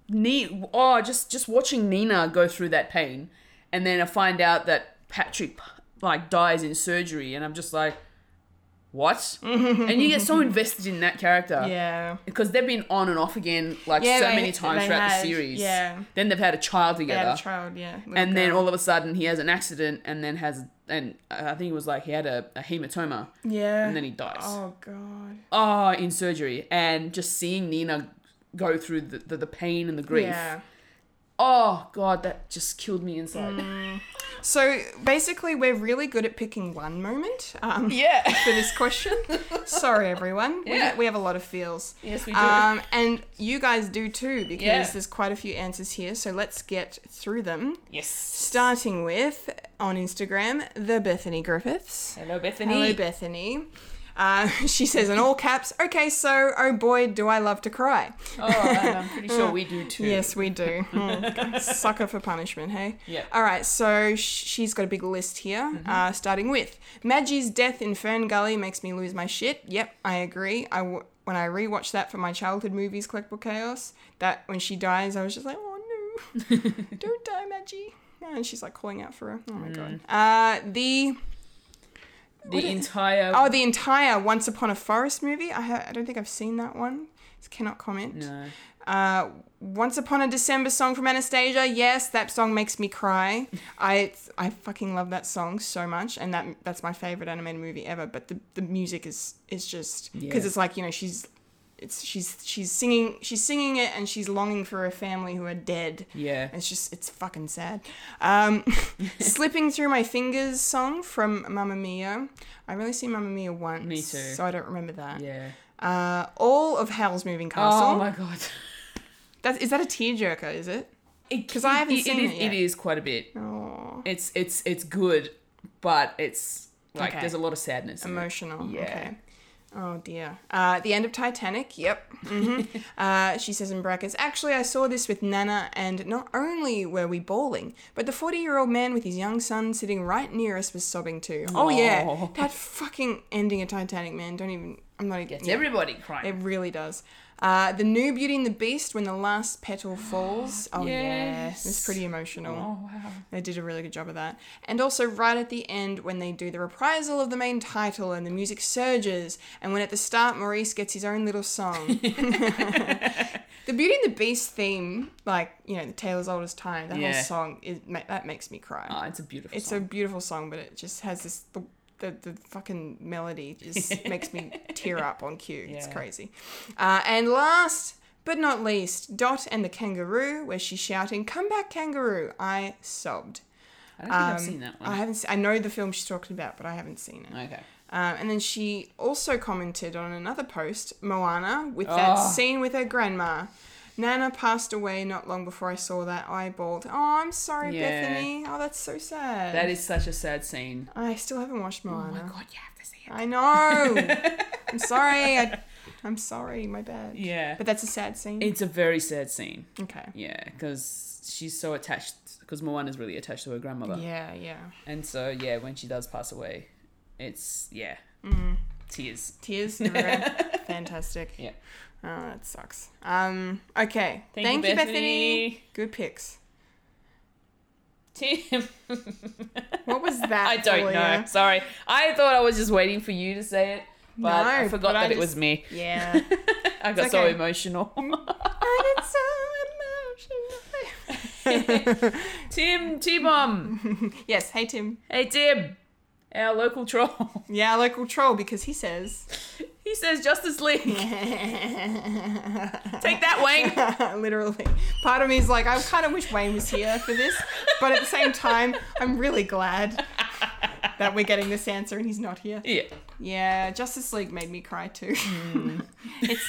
[SPEAKER 1] it.
[SPEAKER 2] Ne- oh just just watching Nina go through that pain, and then I find out that Patrick like dies in surgery, and I'm just like,
[SPEAKER 1] [laughs]
[SPEAKER 2] what? and you get so invested in that character.
[SPEAKER 1] Yeah.
[SPEAKER 2] Because they've been on and off again like
[SPEAKER 1] Yeah,
[SPEAKER 2] so
[SPEAKER 1] they-
[SPEAKER 2] many times
[SPEAKER 1] they
[SPEAKER 2] throughout
[SPEAKER 1] had,
[SPEAKER 2] the series.
[SPEAKER 1] yeah.
[SPEAKER 2] Then they've had a child
[SPEAKER 1] They
[SPEAKER 2] together.
[SPEAKER 1] had a child, yeah. little
[SPEAKER 2] and then
[SPEAKER 1] girl.
[SPEAKER 2] all of a sudden he has an accident and then has and I think it was like he had a, a hematoma.
[SPEAKER 1] Yeah.
[SPEAKER 2] and then he dies.
[SPEAKER 1] Oh god.
[SPEAKER 2] Oh, in surgery. And just seeing Nina go through the, the, the pain and the grief.
[SPEAKER 1] Yeah.
[SPEAKER 2] Oh god, that just killed me inside.
[SPEAKER 1] So basically, we're really good at picking one moment um,
[SPEAKER 2] Yeah.
[SPEAKER 1] [laughs] for this
[SPEAKER 2] [laughs]
[SPEAKER 1] question. Sorry, everyone. We,
[SPEAKER 2] Yeah.
[SPEAKER 1] we have a lot of feels.
[SPEAKER 2] Yes, we do.
[SPEAKER 1] Um, and you guys do too, because
[SPEAKER 2] Yeah.
[SPEAKER 1] there's quite a few answers here. So let's get through them.
[SPEAKER 2] yes.
[SPEAKER 1] Starting with on Instagram, the Bethany Griffiths.
[SPEAKER 2] Hello, Bethany.
[SPEAKER 1] Hello, Bethany. Uh, [laughs] she says in all caps, okay, so, oh boy, do I love to cry.
[SPEAKER 2] Oh, and I'm
[SPEAKER 1] [laughs]
[SPEAKER 2] pretty sure we do too.
[SPEAKER 1] Yes, we
[SPEAKER 2] [laughs]
[SPEAKER 1] do. Mm, Sucker for punishment, hey?
[SPEAKER 2] Yeah. Mm-hmm.
[SPEAKER 1] All right, so sh- she's got a big list here, uh, starting with Madge's death in Fern Gully makes me lose my shit. Yep, I agree. I w- when I rewatched that for my childhood movies, Collectible Chaos, that when she dies, I was just like, oh
[SPEAKER 2] [laughs]
[SPEAKER 1] no, don't die, Madgie. And she's like calling out for her. Oh my
[SPEAKER 2] Mm.
[SPEAKER 1] god. Uh, the
[SPEAKER 2] The entire
[SPEAKER 1] oh, the entire Once Upon a Forest movie. I, ha- I don't think I've seen that one. Cannot comment.
[SPEAKER 2] No.
[SPEAKER 1] Uh, Once Upon a December song from Anastasia. Yes, that song makes me
[SPEAKER 2] [laughs]
[SPEAKER 1] cry. I I fucking love that song so much, and that that's my favorite animated movie ever. But the, the music is is just because
[SPEAKER 2] Yeah.
[SPEAKER 1] it's like you know she's it's she's she's singing she's singing it and she's longing for her family who are dead.
[SPEAKER 2] Yeah.
[SPEAKER 1] it's just it's fucking sad. Um, [laughs] Slipping through my fingers song from Mamma Mia. I really see Mamma Mia once,
[SPEAKER 2] Me too.
[SPEAKER 1] so I don't remember that.
[SPEAKER 2] Yeah.
[SPEAKER 1] Uh, all of Howl's Moving Castle.
[SPEAKER 2] Oh my [laughs] god.
[SPEAKER 1] That's, is that a tearjerker? Is it?
[SPEAKER 2] Because
[SPEAKER 1] I haven't seen
[SPEAKER 2] is,
[SPEAKER 1] it yet.
[SPEAKER 2] It is quite a bit.
[SPEAKER 1] Oh,
[SPEAKER 2] It's it's it's good, but it's like
[SPEAKER 1] Okay.
[SPEAKER 2] there's a lot of sadness. in it.
[SPEAKER 1] emotional.
[SPEAKER 2] Yeah.
[SPEAKER 1] Okay. Oh dear. Uh, the end of Titanic. Yep. hmm
[SPEAKER 2] Mm-hmm.
[SPEAKER 1] [laughs] uh, she says in brackets. Actually, I saw this with Nana, and not only were we bawling, but the forty-year-old man with his young son sitting right near us was sobbing too. Oh yeah,
[SPEAKER 2] Aw.
[SPEAKER 1] [laughs] that fucking ending of Titanic, man. Don't even. I'm not
[SPEAKER 2] Gets
[SPEAKER 1] against
[SPEAKER 2] everybody crying.
[SPEAKER 1] It really does. Uh, the new Beauty and the Beast when the last petal falls. Oh yes, it's
[SPEAKER 2] Yes.
[SPEAKER 1] pretty emotional.
[SPEAKER 2] oh wow.
[SPEAKER 1] They did a really good job of that. And also, right at the end, when they do the reprisal of the main title and the music surges, and when at the start Maurice gets his own little song. [laughs] the Beauty and the Beast theme, like, you know, the tale as old as time, that
[SPEAKER 2] Yeah.
[SPEAKER 1] whole song, is, ma- that makes me cry.
[SPEAKER 2] Oh, it's a beautiful
[SPEAKER 1] it's a
[SPEAKER 2] song.
[SPEAKER 1] beautiful song, but it just has this. The, the, the fucking melody
[SPEAKER 2] [laughs]
[SPEAKER 1] just makes me tear up on cue. It's
[SPEAKER 2] Yeah.
[SPEAKER 1] crazy. Uh, and last but not least, Dot and the Kangaroo, where she's shouting, Come back, kangaroo! I sobbed.
[SPEAKER 2] I don't think I've
[SPEAKER 1] Um,
[SPEAKER 2] seen that
[SPEAKER 1] I
[SPEAKER 2] one.
[SPEAKER 1] haven't. Se- I know the film she's talking about, but I haven't seen it.
[SPEAKER 2] okay.
[SPEAKER 1] Um, and then she also commented on another post, Moana, with that
[SPEAKER 2] Oh.
[SPEAKER 1] scene with her grandma. Nana passed away not long before I saw that. I bawled. Oh, I'm sorry,
[SPEAKER 2] Yeah.
[SPEAKER 1] Bethany. Oh, that's so sad.
[SPEAKER 2] That is such a sad scene.
[SPEAKER 1] I still haven't watched
[SPEAKER 2] Oh my
[SPEAKER 1] Moana.
[SPEAKER 2] god, you have to see it.
[SPEAKER 1] I
[SPEAKER 2] [laughs]
[SPEAKER 1] know. I'm sorry. I, I'm sorry. My bad.
[SPEAKER 2] Yeah.
[SPEAKER 1] But that's a sad scene.
[SPEAKER 2] It's a very sad scene.
[SPEAKER 1] okay.
[SPEAKER 2] Yeah, because she's so attached. Because Moana's really attached to her grandmother.
[SPEAKER 1] Yeah. Yeah.
[SPEAKER 2] And so yeah, when she does pass away, it's yeah, Mm-hmm. tears. [laughs]
[SPEAKER 1] Tears everywhere. Fantastic.
[SPEAKER 2] Yeah.
[SPEAKER 1] Oh, that sucks. Um. Okay.
[SPEAKER 2] Thank you, Bethany.
[SPEAKER 1] Good picks.
[SPEAKER 2] Tim.
[SPEAKER 1] What
[SPEAKER 2] [laughs]
[SPEAKER 1] was that?
[SPEAKER 2] I don't know.
[SPEAKER 1] Julia?
[SPEAKER 2] Sorry. I thought I was just waiting for you to say it, but I
[SPEAKER 1] No,
[SPEAKER 2] forgot
[SPEAKER 1] but
[SPEAKER 2] that
[SPEAKER 1] I
[SPEAKER 2] it was
[SPEAKER 1] just-
[SPEAKER 2] me.
[SPEAKER 1] Yeah. [laughs] and
[SPEAKER 2] [laughs] I got
[SPEAKER 1] It's
[SPEAKER 2] so
[SPEAKER 1] okay. [laughs]
[SPEAKER 2] emotional.
[SPEAKER 1] it's so emotional.
[SPEAKER 2] [laughs] Tim, T Bomb.
[SPEAKER 1] yes. Hey Tim.
[SPEAKER 2] Hey, Tim. Our local troll. [laughs]
[SPEAKER 1] Yeah, local troll because he says. [laughs]
[SPEAKER 2] He says Justice League. Take that,
[SPEAKER 1] [laughs]
[SPEAKER 2] Wayne.
[SPEAKER 1] Literally. Part of me is like, I kind of wish Wayne was here for this, but at the same time, I'm really glad that we're getting this answer and he's not here.
[SPEAKER 2] Yeah.
[SPEAKER 1] Yeah, Justice League made me cry too. [laughs] it's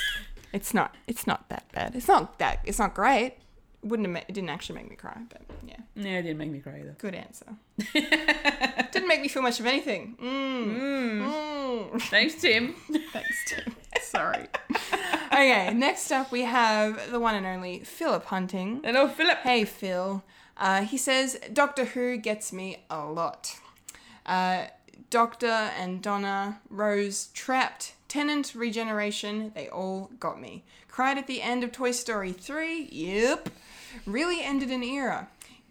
[SPEAKER 1] it's not it's not that bad. It's not that it's not great. Wouldn't have ma- it didn't actually make me cry, but yeah,
[SPEAKER 2] Yeah, it didn't make me cry either.
[SPEAKER 1] good answer. didn't make me feel much of anything. Mm. Mm.
[SPEAKER 2] Thanks, Tim.
[SPEAKER 1] Thanks, Tim. Sorry. [laughs] okay, next up we have the one and only Philip Hunting.
[SPEAKER 2] Hello, Philip.
[SPEAKER 1] Hey, Phil. Uh, he says, Doctor Who gets me a lot. Uh, Doctor and Donna, Rose, Trapped, Tenant, Regeneration, they all got me. Cried at the end of Toy Story 3, yep. Really ended an era.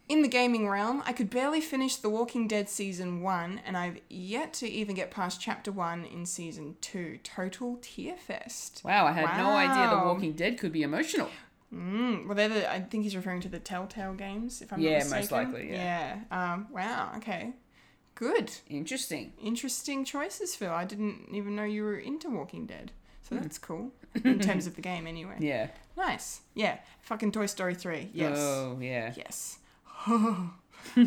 [SPEAKER 1] in the gaming realm, I could barely finish The Walking Dead season 1, and I've yet to even get past chapter 1 in season 2. Total tear fest.
[SPEAKER 2] Wow, I had no idea The
[SPEAKER 1] Wow.
[SPEAKER 2] Walking Dead could be emotional.
[SPEAKER 1] Well, they're the, I think he's referring to the Telltale games, if I'm
[SPEAKER 2] Yeah,
[SPEAKER 1] not
[SPEAKER 2] most
[SPEAKER 1] mistaken.
[SPEAKER 2] likely,
[SPEAKER 1] Yeah. Um, wow. Okay. Good.
[SPEAKER 2] Interesting.
[SPEAKER 1] Interesting choices, Phil. I didn't even know you were into Walking Dead. So that's
[SPEAKER 2] [laughs]
[SPEAKER 1] cool. In terms of the game, anyway.
[SPEAKER 2] Hmm. Yeah.
[SPEAKER 1] Nice. Yeah. Fucking Toy Story 3. Yes.
[SPEAKER 2] Oh, yeah.
[SPEAKER 1] Yes. [laughs]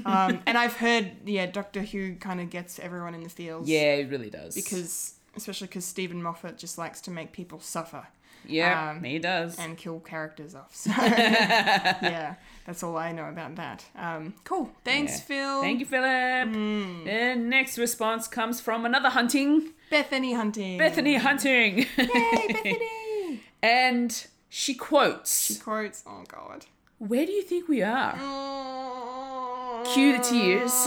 [SPEAKER 1] um, and I've heard, yeah, Doctor Who kind of gets everyone in the feels.
[SPEAKER 2] Yeah, it really does.
[SPEAKER 1] Because, especially because Stephen Moffat just likes to make people suffer
[SPEAKER 2] yeah,
[SPEAKER 1] um,
[SPEAKER 2] he does.
[SPEAKER 1] and kill characters off.
[SPEAKER 2] [laughs]
[SPEAKER 1] So, yeah, that's all I know about that. Um, cool. Thanks,
[SPEAKER 2] Yeah.
[SPEAKER 1] Phil.
[SPEAKER 2] Thank you, Philip.
[SPEAKER 1] Mm.
[SPEAKER 2] The next response comes from another hunting,
[SPEAKER 1] Bethany Hunting.
[SPEAKER 2] Bethany Hunting. [laughs]
[SPEAKER 1] Hey, Bethany.
[SPEAKER 2] and she quotes,
[SPEAKER 1] Quotes. Oh, God.
[SPEAKER 2] Where do you think we are? Cue the tears.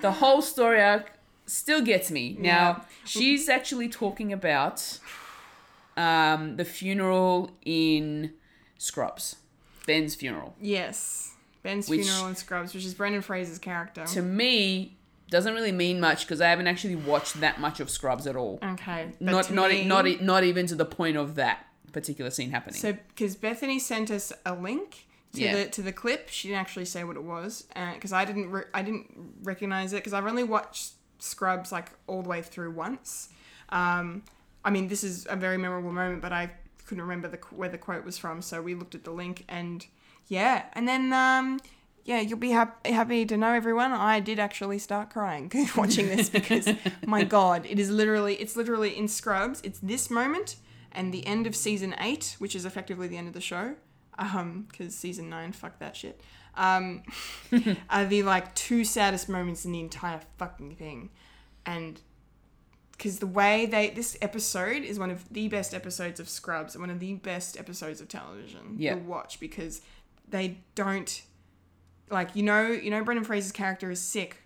[SPEAKER 2] The whole story arc still gets me. Now, she's actually talking about um, the funeral in Scrubs, Ben's funeral.
[SPEAKER 1] [laughs] Yes. Ben's
[SPEAKER 2] Which-
[SPEAKER 1] funeral in Scrubs, which is Brendan Fraser's character.
[SPEAKER 2] To me, doesn't really mean much because I haven't actually watched that much of Scrubs at all.
[SPEAKER 1] okay. Mm. but
[SPEAKER 2] not
[SPEAKER 1] to
[SPEAKER 2] not e,
[SPEAKER 1] me-
[SPEAKER 2] not not even to the point of that particular scene happening.
[SPEAKER 1] So, because Bethany sent us a link to
[SPEAKER 2] Yeah.
[SPEAKER 1] the to the clip, she didn't actually say what it was, because I didn't re- I didn't recognize it because I've only watched Scrubs like all the way through once. Um, I mean, this is a very memorable moment, but I couldn't remember the qu- where the quote was from, so we looked at the link and yeah, and then. Um, yeah, you'll be hap- happy to know everyone. I did actually start crying [laughs] watching this because [laughs] my god, it is literally it's literally in Scrubs. It's this moment and the end of season 8, which is effectively the end of the show. Um cuz season 9 fuck that shit. Um [laughs] are the like two saddest moments in the entire fucking thing. And because the way they this episode is one of the best episodes of Scrubs and one of the best episodes of television
[SPEAKER 2] Yeah.
[SPEAKER 1] to watch because they don't like you know you know Brendan Fraser's character is sick,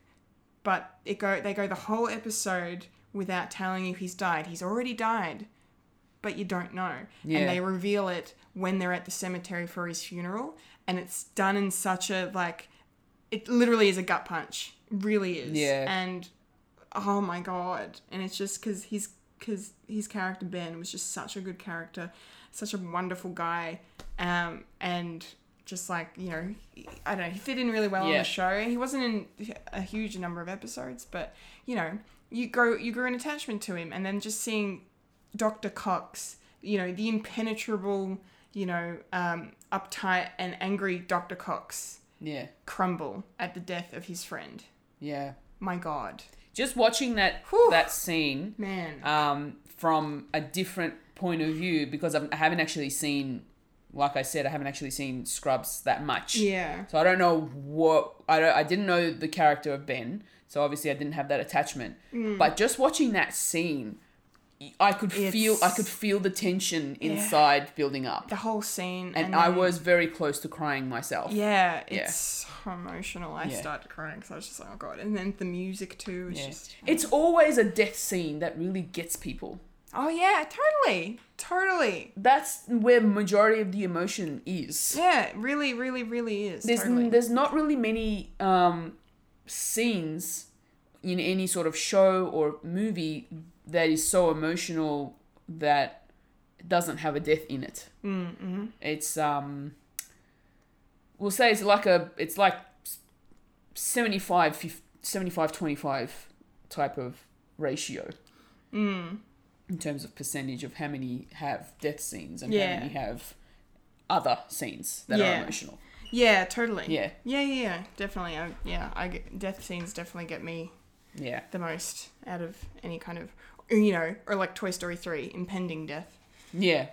[SPEAKER 1] but it go they go the whole episode without telling you he's died. He's already died, but you don't know,
[SPEAKER 2] Yeah.
[SPEAKER 1] and they reveal it when they're at the cemetery for his funeral, and it's done in such a like it literally is a gut punch, It really is,
[SPEAKER 2] Yeah.
[SPEAKER 1] and oh my god and it's just because he's because his character ben was just such a good character such a wonderful guy um and just like you know i don't know he fit in really well on
[SPEAKER 2] Yeah.
[SPEAKER 1] the show he wasn't in a huge number of episodes but you know you grow you grew an attachment to him and then just seeing dr cox you know the impenetrable you know um uptight and angry dr cox
[SPEAKER 2] yeah,
[SPEAKER 1] crumble at the death of his friend
[SPEAKER 2] yeah.
[SPEAKER 1] my god
[SPEAKER 2] Just watching that
[SPEAKER 1] Whew.
[SPEAKER 2] that scene
[SPEAKER 1] man
[SPEAKER 2] um, from a different point of view because I've, I haven't actually seen, like I said, I haven't actually seen Scrubs that much.
[SPEAKER 1] yeah
[SPEAKER 2] So I don't know what I don't, I didn't know the character of Ben. So obviously I didn't have that attachment. But just watching that scene, I could feel I
[SPEAKER 1] Mm. It's-
[SPEAKER 2] could feel the tension inside building up.
[SPEAKER 1] the whole scene
[SPEAKER 2] and, I
[SPEAKER 1] then-
[SPEAKER 2] was very close to crying myself.
[SPEAKER 1] yeah
[SPEAKER 2] Yeah.
[SPEAKER 1] it's so emotional i
[SPEAKER 2] Yeah.
[SPEAKER 1] started crying because i was just like oh god and then the music too it's
[SPEAKER 2] Yeah.
[SPEAKER 1] just
[SPEAKER 2] It's always a death scene that really gets people.
[SPEAKER 1] oh yeah totally totally
[SPEAKER 2] That's where majority of the emotion is.
[SPEAKER 1] yeah it really really really is
[SPEAKER 2] There's
[SPEAKER 1] totally.
[SPEAKER 2] there's not really many um, scenes in any sort of show or movie that is so emotional that doesn't have a death in it. Mm-hmm. It's um, we'll say it's like a it's like 75 fif- 75 25 type of ratio. Mm. In terms of percentage of how many have death scenes and
[SPEAKER 1] Yeah.
[SPEAKER 2] how many have other scenes that
[SPEAKER 1] Yeah.
[SPEAKER 2] are emotional.
[SPEAKER 1] yeah totally
[SPEAKER 2] Yeah.
[SPEAKER 1] yeah yeah, yeah definitely I, yeah i get, death scenes definitely get me
[SPEAKER 2] Yeah.
[SPEAKER 1] the most out of any kind of you know or like toy story 3 impending death
[SPEAKER 2] [sighs]
[SPEAKER 1] [laughs]
[SPEAKER 2] Yeah.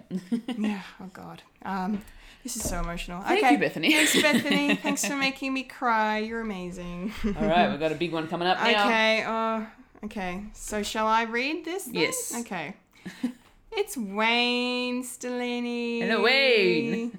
[SPEAKER 1] yeah oh god um this is so emotional
[SPEAKER 2] Thank
[SPEAKER 1] okay [laughs]
[SPEAKER 2] you, Bethany.
[SPEAKER 1] thanks
[SPEAKER 2] [laughs]
[SPEAKER 1] bethany thanks for making me cry you're amazing [laughs]
[SPEAKER 2] All right, we've got a big one coming up now.
[SPEAKER 1] Okay. Oh, okay. So shall I read this? Then?
[SPEAKER 2] Yes.
[SPEAKER 1] Okay. [laughs] it's Wayne Stellini.
[SPEAKER 2] Hello, Wayne.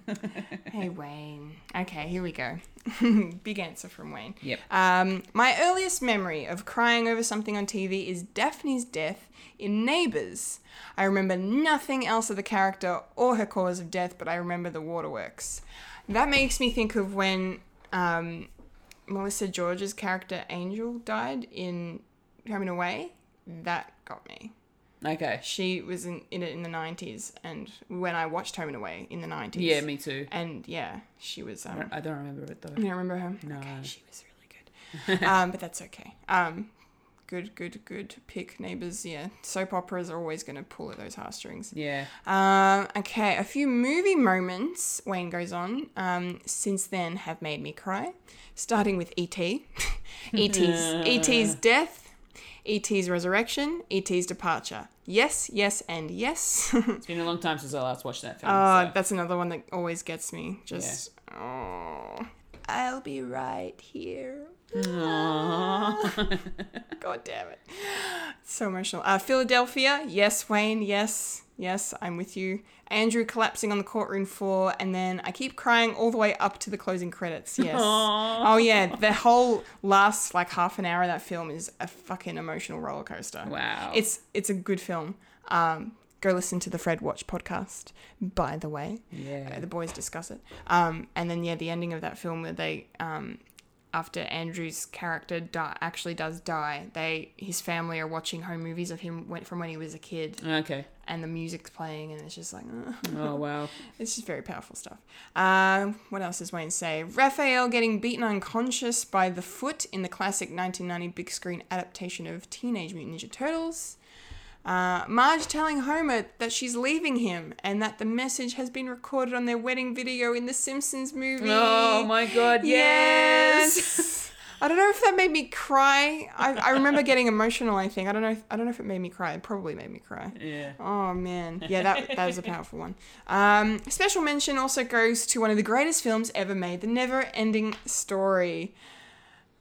[SPEAKER 1] hey, Wayne. Okay, here we go. [laughs] Big answer from Wayne.
[SPEAKER 2] Yep.
[SPEAKER 1] Um, my earliest memory of crying over something on TV is Daphne's death in Neighbours. I remember nothing else of the character or her cause of death, but I remember the waterworks. That makes me think of when um, Melissa George's character Angel died in Coming Away, that got me.
[SPEAKER 2] Okay.
[SPEAKER 1] She was in, in it in the 90s, and when I watched Home and Away in the 90s.
[SPEAKER 2] Yeah, me too.
[SPEAKER 1] And yeah, she was. Um,
[SPEAKER 2] I don't remember it though.
[SPEAKER 1] you don't remember her?
[SPEAKER 2] No.
[SPEAKER 1] Okay, she was really good. um, but that's okay. Um, good, good, good pick, neighbours. Yeah, soap operas are always going to pull at those heartstrings.
[SPEAKER 2] Yeah.
[SPEAKER 1] Um, okay, a few movie moments, Wayne goes on, um, since then have made me cry. Starting with E [laughs] E.T. E.T.'s,
[SPEAKER 2] [laughs]
[SPEAKER 1] E.T.'s E death, E.T.'s resurrection, E.T.'s departure. Yes, yes, and yes. [laughs]
[SPEAKER 2] It's been a long time since I last watched that film.
[SPEAKER 1] Oh,
[SPEAKER 2] so.
[SPEAKER 1] that's another one that always gets me. Just oh, I'll be right here. [laughs] God damn it. So emotional. Uh, Philadelphia, yes, Wayne, yes, yes, I'm with you. Andrew collapsing on the courtroom floor, and then I keep crying all the way up to the closing credits. Yes. Oh yeah, the whole last like half an hour of that film is a fucking emotional roller coaster.
[SPEAKER 2] Wow.
[SPEAKER 1] It's it's a good film. Um, go listen to the Fred Watch podcast, by the way.
[SPEAKER 2] Yeah.
[SPEAKER 1] Uh, the boys discuss it. Um, and then yeah, the ending of that film where they um, after Andrew's character di- actually does die, they his family are watching home movies of him when, from when he was a kid,
[SPEAKER 2] okay.
[SPEAKER 1] and the music's playing, and it's just like. ugh. [laughs]
[SPEAKER 2] Oh wow.
[SPEAKER 1] It's just very powerful stuff. Um, what else does Wayne say? Raphael getting beaten unconscious by the foot in the classic 1990 big screen adaptation of Teenage Mutant Ninja Turtles. Uh, Marge telling Homer that she's leaving him and that the message has been recorded on their wedding video in the Simpsons movie.
[SPEAKER 2] Oh my god. Yes.
[SPEAKER 1] Yes. [laughs] I don't know if that made me cry. I, I remember getting emotional. I think I don't know. If, I don't know if it made me cry. It probably made me cry.
[SPEAKER 2] Yeah.
[SPEAKER 1] Oh man, yeah, that that was a powerful one. Um, special mention also goes to one of the greatest films ever made, The Never Ending Story.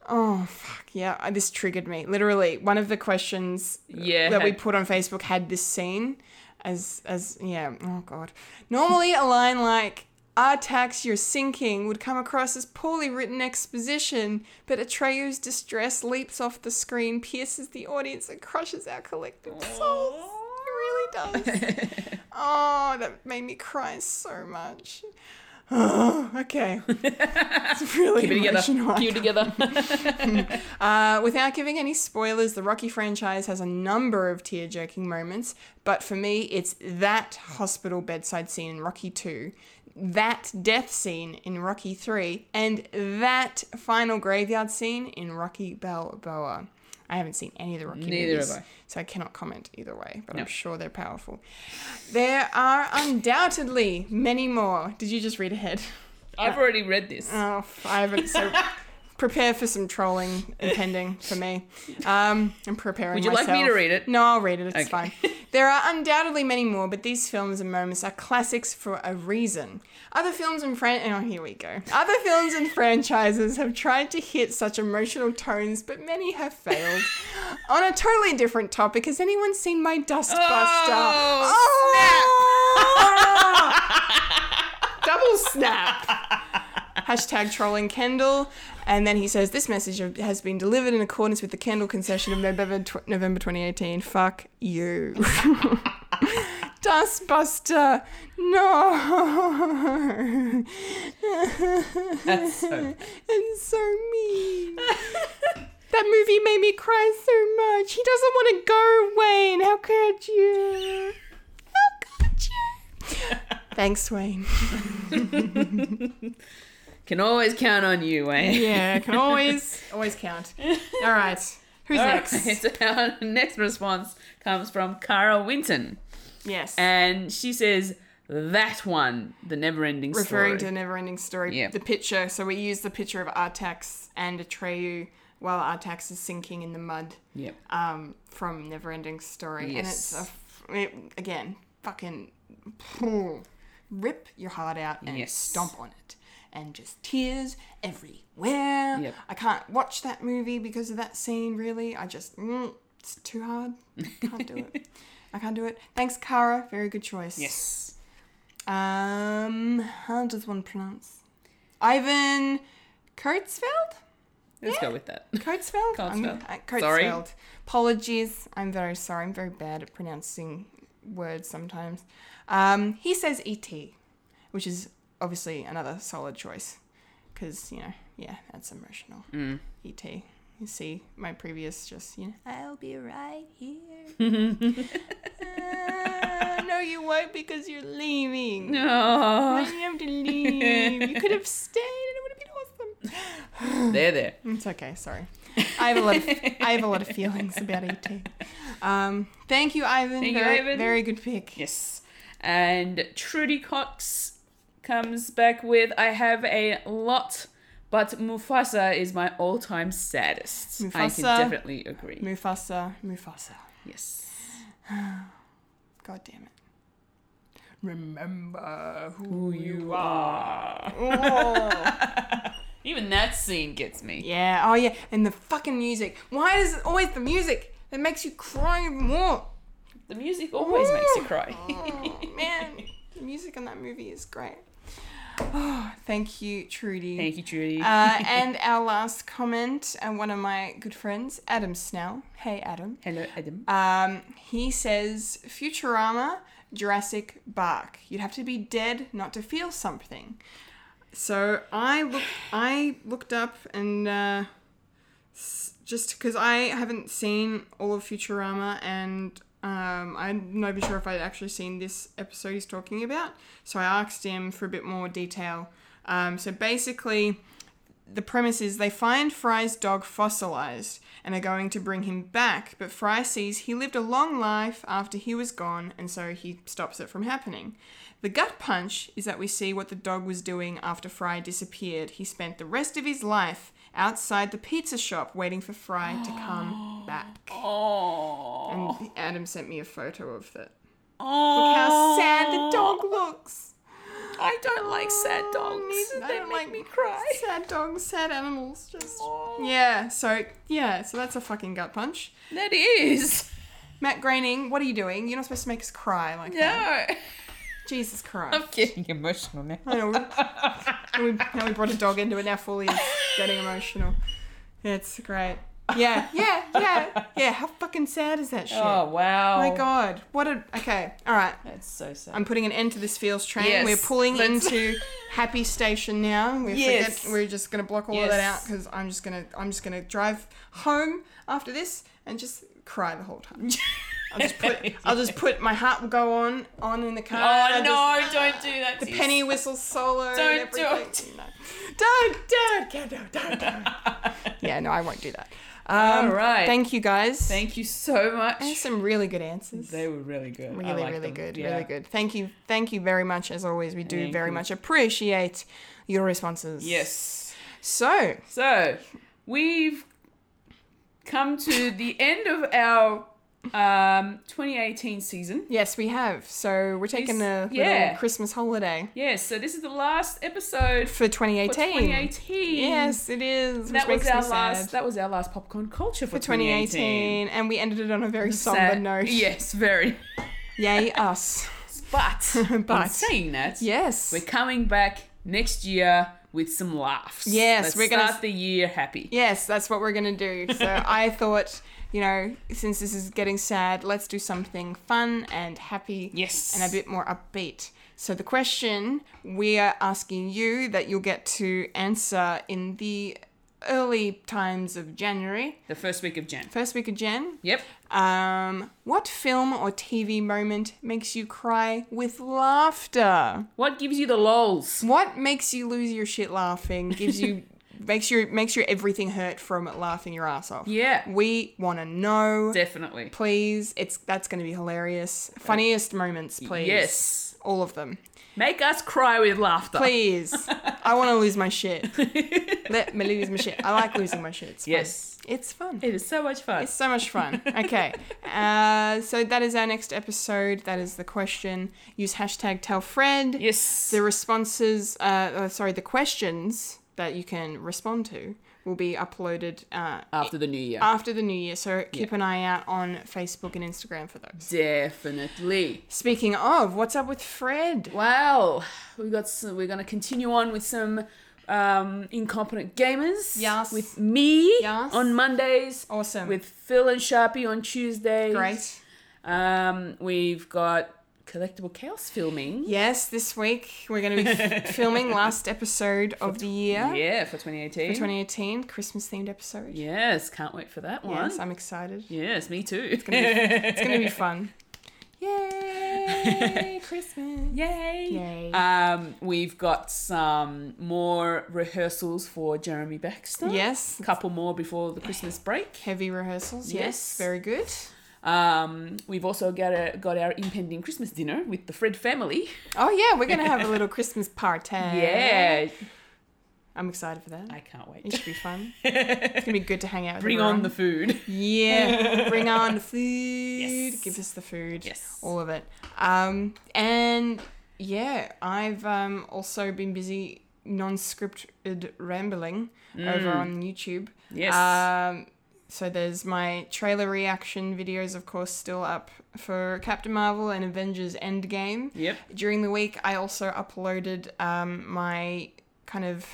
[SPEAKER 1] Oh fuck yeah, I- this triggered me. Literally, one of the questions
[SPEAKER 2] Yeah.
[SPEAKER 1] that we put on Facebook had this scene as as yeah. Oh god. Normally, a line like "Our tax, you're sinking" would come across as poorly written exposition, but Atreyu's distress leaps off the screen, pierces the audience, and crushes our collective souls. It really
[SPEAKER 2] [laughs]
[SPEAKER 1] does. oh, that made me cry so much. [sighs] Oh,
[SPEAKER 2] [laughs]
[SPEAKER 1] okay. It's really
[SPEAKER 2] Keep it
[SPEAKER 1] emotional.
[SPEAKER 2] together.
[SPEAKER 1] I
[SPEAKER 2] Keep it together.
[SPEAKER 1] [laughs]
[SPEAKER 2] [laughs]
[SPEAKER 1] uh, without giving any spoilers, the Rocky franchise has a number of tear jerking moments, but for me, it's that hospital bedside scene in Rocky 2, that death scene in Rocky 3, and that final graveyard scene in Rocky Balboa. I haven't seen any of the Rocky
[SPEAKER 2] Neither
[SPEAKER 1] movies,
[SPEAKER 2] have I.
[SPEAKER 1] so I cannot comment either way, but
[SPEAKER 2] No.
[SPEAKER 1] I'm sure they're powerful. There are undoubtedly many more. Did you just read ahead? [laughs]
[SPEAKER 2] I've already read this.
[SPEAKER 1] Oh, f- I haven't.
[SPEAKER 2] [laughs]
[SPEAKER 1] So prepare for some trolling impending for me. Um, I'm preparing.
[SPEAKER 2] Would you like me
[SPEAKER 1] myself.
[SPEAKER 2] to read it?
[SPEAKER 1] No, I'll read it. It's
[SPEAKER 2] Okay.
[SPEAKER 1] fine. There are undoubtedly many more, but these films and moments are classics for a reason. Other films and fran- oh, here we go. Other films and franchises have tried to hit such emotional tones, but many have failed. On a totally different topic, has anyone seen my Dustbuster? Oh! [laughs] Double snap. Hashtag trolling Kendall. And then he says, This message has been delivered in accordance with the Kendall concession of November, tw- November 2018. Fuck you. [laughs] Dustbuster. No. [laughs]
[SPEAKER 2] That's so- [laughs]
[SPEAKER 1] it's so mean. [laughs] that movie made me cry so much. He doesn't want to go, Wayne. How could you? How could you? [laughs] Thanks, Wayne.
[SPEAKER 2] Can always count on
[SPEAKER 1] [laughs]
[SPEAKER 2] you, eh?
[SPEAKER 1] Yeah, can [laughs] always always count. All right, who's
[SPEAKER 2] [laughs]
[SPEAKER 1] next?
[SPEAKER 2] Alright, Our next response comes from Cara Winton,
[SPEAKER 1] Yes,
[SPEAKER 2] and she says that one, the never-ending
[SPEAKER 1] referring to
[SPEAKER 2] story.
[SPEAKER 1] never-ending story.
[SPEAKER 2] Yeah.
[SPEAKER 1] The picture. So we use the picture of Artax and Atreyu while Artax is sinking in the mud
[SPEAKER 2] Yep.
[SPEAKER 1] um, from Neverending Story, and it's a
[SPEAKER 2] Yes.
[SPEAKER 1] f- it, again fucking rip your heart out and
[SPEAKER 2] Yes.
[SPEAKER 1] stomp on it, and just tears everywhere.
[SPEAKER 2] Yep.
[SPEAKER 1] I can't watch that movie because of that scene. Really, I just mm, it's too hard. Can't do
[SPEAKER 2] [laughs]
[SPEAKER 1] it. I can't do it. Thanks, Kara. Very good choice.
[SPEAKER 2] yes.
[SPEAKER 1] Um, how does one pronounce? Ivan Kurtzfeld?
[SPEAKER 2] Let's go with that.
[SPEAKER 1] Kurtzfeld? I'm-
[SPEAKER 2] Kurtzfeld.
[SPEAKER 1] uh,
[SPEAKER 2] Sorry.
[SPEAKER 1] Kurtzfeld. Apologies. I'm very sorry. I'm very bad at pronouncing words sometimes. E Um, he says ET, which is obviously another solid choice. because you know, yeah, that's emotional.
[SPEAKER 2] Mm.
[SPEAKER 1] Et, you see my previous just you know, I'll be right here.
[SPEAKER 2] [laughs]
[SPEAKER 1] Uh, no, you won't because you're leaving.
[SPEAKER 2] No.
[SPEAKER 1] You have to leave. You could
[SPEAKER 2] [laughs]
[SPEAKER 1] have stayed, and it would have been awesome.
[SPEAKER 2] There, there.
[SPEAKER 1] It's okay. Sorry, I have a lot of I have a lot of feelings about ET. Um, thank you, Ivan.
[SPEAKER 2] Thank you,
[SPEAKER 1] very,
[SPEAKER 2] Ivan.
[SPEAKER 1] Very good pick.
[SPEAKER 2] [laughs] Yes. And Trudy Cox comes back with I have a lot, but Mufasa is my all time saddest. I can
[SPEAKER 1] Mufasa.
[SPEAKER 2] definitely agree.
[SPEAKER 1] Mufasa, Mufasa.
[SPEAKER 2] yes.
[SPEAKER 1] God damn it. Remember who.
[SPEAKER 2] Who you are. Even that scene gets me.
[SPEAKER 1] Yeah. Oh yeah. And the fucking music. Why is it always the music that makes you cry even more?
[SPEAKER 2] The music always makes you cry.
[SPEAKER 1] Man, the music in that movie is great. Oh, thank you, Trudy.
[SPEAKER 2] [laughs] Thank you, Trudy. [laughs]
[SPEAKER 1] Uh, and our last comment, and one of my good friends, Adam Snell. Hey, Adam.
[SPEAKER 2] Hello, Adam.
[SPEAKER 1] Um, he says Futurama, Jurassic Bark. You'd have to be dead not to feel something. So I look, I looked up and uh, s- just because I haven't seen all of Futurama and. Um, I'm not even sure if I'd actually seen this episode he's talking about, so I asked him for a bit more detail. Um, so basically, the premise is they find Fry's dog fossilized and are going to bring him back, but Fry sees he lived a long life after he was gone and so he stops it from happening. The gut punch is that we see what the dog was doing after Fry disappeared. He spent the rest of his life outside the pizza shop waiting for Fry to
[SPEAKER 2] [gasps]
[SPEAKER 1] come back. Oh. And Adam sent me a photo of that.
[SPEAKER 2] Oh,
[SPEAKER 1] Look how sad the dog looks.
[SPEAKER 2] I don't like sad dogs.
[SPEAKER 1] Neither- I
[SPEAKER 2] They
[SPEAKER 1] don't
[SPEAKER 2] make
[SPEAKER 1] like
[SPEAKER 2] me cry.
[SPEAKER 1] Sad dogs, sad animals, just yeah. So yeah, so that's a fucking gut punch.
[SPEAKER 2] That
[SPEAKER 1] [laughs]
[SPEAKER 2] is.
[SPEAKER 1] Matt Groening, what are you doing? You're not supposed to make us cry like that.
[SPEAKER 2] No.
[SPEAKER 1] Jesus Christ!
[SPEAKER 2] I'm getting emotional now.
[SPEAKER 1] I know, we- we, now we brought a dog into it. Now fully is getting emotional. It's great. Yeah, yeah, yeah, yeah. How fucking sad is that shit?
[SPEAKER 2] Oh, wow.
[SPEAKER 1] My God, what a okay. All right,
[SPEAKER 2] That's so sad.
[SPEAKER 1] I'm putting an end to this feels train.
[SPEAKER 2] Yes,
[SPEAKER 1] We're pulling
[SPEAKER 2] let's- [laughs]
[SPEAKER 1] into Happy Station now. We
[SPEAKER 2] Yes.
[SPEAKER 1] forget, we're just gonna block all of that out
[SPEAKER 2] Yes.
[SPEAKER 1] because I'm just gonna I'm just gonna drive home after this and just cry the whole
[SPEAKER 2] [laughs]
[SPEAKER 1] time. I'll just put I'll just put my heart will go on on in the car.
[SPEAKER 2] oh,
[SPEAKER 1] and I'll
[SPEAKER 2] no, don't do that.
[SPEAKER 1] just- penny whistle solo. and
[SPEAKER 2] Don't do
[SPEAKER 1] everything. No. Don't don't don't don't don't. don't.
[SPEAKER 2] [laughs]
[SPEAKER 1] yeah, no, I won't do that. Um,
[SPEAKER 2] All right.
[SPEAKER 1] Thank you guys.
[SPEAKER 2] Thank you so much.
[SPEAKER 1] There's some really good answers.
[SPEAKER 2] They were really good. I
[SPEAKER 1] Really,
[SPEAKER 2] like
[SPEAKER 1] really
[SPEAKER 2] them.
[SPEAKER 1] good.
[SPEAKER 2] Yeah.
[SPEAKER 1] Really good. Thank you. Thank you very much. As always, we do
[SPEAKER 2] Thank
[SPEAKER 1] very
[SPEAKER 2] you.
[SPEAKER 1] much appreciate your responses.
[SPEAKER 2] Yes.
[SPEAKER 1] So,
[SPEAKER 2] So we've come to the end of our um, 2018 season.
[SPEAKER 1] yes, we have. So, we're taking
[SPEAKER 2] This-
[SPEAKER 1] a little
[SPEAKER 2] yeah.
[SPEAKER 1] Christmas holiday
[SPEAKER 2] Yes. So this is the last episode for
[SPEAKER 1] for 2018.
[SPEAKER 2] 2018.
[SPEAKER 1] Yes, it is. Which
[SPEAKER 2] That was
[SPEAKER 1] makes me
[SPEAKER 2] our
[SPEAKER 1] sad.
[SPEAKER 2] last. That was our last popcorn culture for,
[SPEAKER 1] for 2018. And we ended it on a very somber
[SPEAKER 2] [laughs] Sad-
[SPEAKER 1] note.
[SPEAKER 2] Yes, very.
[SPEAKER 1] Yay,
[SPEAKER 2] [laughs]
[SPEAKER 1] us.
[SPEAKER 2] But,
[SPEAKER 1] [laughs] But-
[SPEAKER 2] in saying that,
[SPEAKER 1] Yes.
[SPEAKER 2] we're coming back next year with some laughs.
[SPEAKER 1] Yes,
[SPEAKER 2] Let's
[SPEAKER 1] we're gonna-
[SPEAKER 2] start the year happy.
[SPEAKER 1] Yes, that's what we're gonna do. So I thought, you know, since this is getting sad, let's do something fun and happy.
[SPEAKER 2] Yes.
[SPEAKER 1] And a bit more upbeat. So the question we are asking you that you'll get to answer in the early times of January,
[SPEAKER 2] The first week of Jan.
[SPEAKER 1] first week of Jan.
[SPEAKER 2] Yep.
[SPEAKER 1] Um, what film or TV moment makes you cry with laughter?
[SPEAKER 2] What gives you the lols?
[SPEAKER 1] What makes you lose your shit laughing? Gives
[SPEAKER 2] [laughs]
[SPEAKER 1] you makes your makes your everything hurt from laughing your ass off.
[SPEAKER 2] Yeah.
[SPEAKER 1] We want to know.
[SPEAKER 2] Definitely.
[SPEAKER 1] Please, it's that's going to be hilarious. Funniest moments, please.
[SPEAKER 2] Yes.
[SPEAKER 1] all of them.
[SPEAKER 2] Make us cry with laughter. [laughs]
[SPEAKER 1] Please, I want to lose my shit. Let me lose my shit. I like losing my shit. It's fun.
[SPEAKER 2] Yes.
[SPEAKER 1] it's fun.
[SPEAKER 2] It is so much fun.
[SPEAKER 1] It's so much
[SPEAKER 2] [laughs]
[SPEAKER 1] fun. Okay. Uh, so that is our next episode. That is the question. Use hashtag tell Fred.
[SPEAKER 2] yes.
[SPEAKER 1] The responses, uh, uh, sorry, the questions that you can respond to will be uploaded uh,
[SPEAKER 2] After the new year.
[SPEAKER 1] after the new year. So keep an eye out on Facebook and Instagram for those.
[SPEAKER 2] Definitely.
[SPEAKER 1] Speaking of, what's up with Fred?
[SPEAKER 2] Well, we got some, we're going to continue on with some um, incompetent gamers.
[SPEAKER 1] Yes.
[SPEAKER 2] With me
[SPEAKER 1] Yes.
[SPEAKER 2] on Mondays.
[SPEAKER 1] Awesome.
[SPEAKER 2] With Phil and Sharpie on Tuesdays.
[SPEAKER 1] Great.
[SPEAKER 2] Um, we've got Collectible Chaos filming.
[SPEAKER 1] Yes, this week we're going to be [laughs] f- filming last episode of the year
[SPEAKER 2] Yeah, for 2018.
[SPEAKER 1] for 2018, Christmas themed episode.
[SPEAKER 2] Yes, can't wait for that one.
[SPEAKER 1] Yes, I'm excited.
[SPEAKER 2] yes, me too.
[SPEAKER 1] It's going to be fun. [laughs]
[SPEAKER 2] [laughs]
[SPEAKER 1] Yay, Christmas.
[SPEAKER 2] Yay!
[SPEAKER 1] Yay.
[SPEAKER 2] Um, we've got some more rehearsals for Jeremy Baxter.
[SPEAKER 1] Yes.
[SPEAKER 2] A couple more before the Christmas break.
[SPEAKER 1] Heavy rehearsals. Yes,
[SPEAKER 2] Yes.
[SPEAKER 1] very good.
[SPEAKER 2] Um, we've also got a, got our impending Christmas dinner with the Fred family.
[SPEAKER 1] Oh yeah, we're going to have
[SPEAKER 2] [laughs]
[SPEAKER 1] a little Christmas party.
[SPEAKER 2] Yeah,
[SPEAKER 1] I'm excited for that.
[SPEAKER 2] I can't
[SPEAKER 1] It
[SPEAKER 2] wait.
[SPEAKER 1] should be fun. it's going to be good to hang out with
[SPEAKER 2] Bring
[SPEAKER 1] everyone.
[SPEAKER 2] on
[SPEAKER 1] [laughs]
[SPEAKER 2] the food. [laughs]
[SPEAKER 1] Yeah, bring on the food.
[SPEAKER 2] Yes.
[SPEAKER 1] Give us the food.
[SPEAKER 2] Yes.
[SPEAKER 1] All of it. Um, and yeah, I've um, also been busy non-scripted rambling over on YouTube.
[SPEAKER 2] Mm. Yes.
[SPEAKER 1] Um, so there's my trailer reaction videos, of course, still up for Captain Marvel and Avengers Endgame.
[SPEAKER 2] Yep.
[SPEAKER 1] During the week, I also uploaded um, my kind of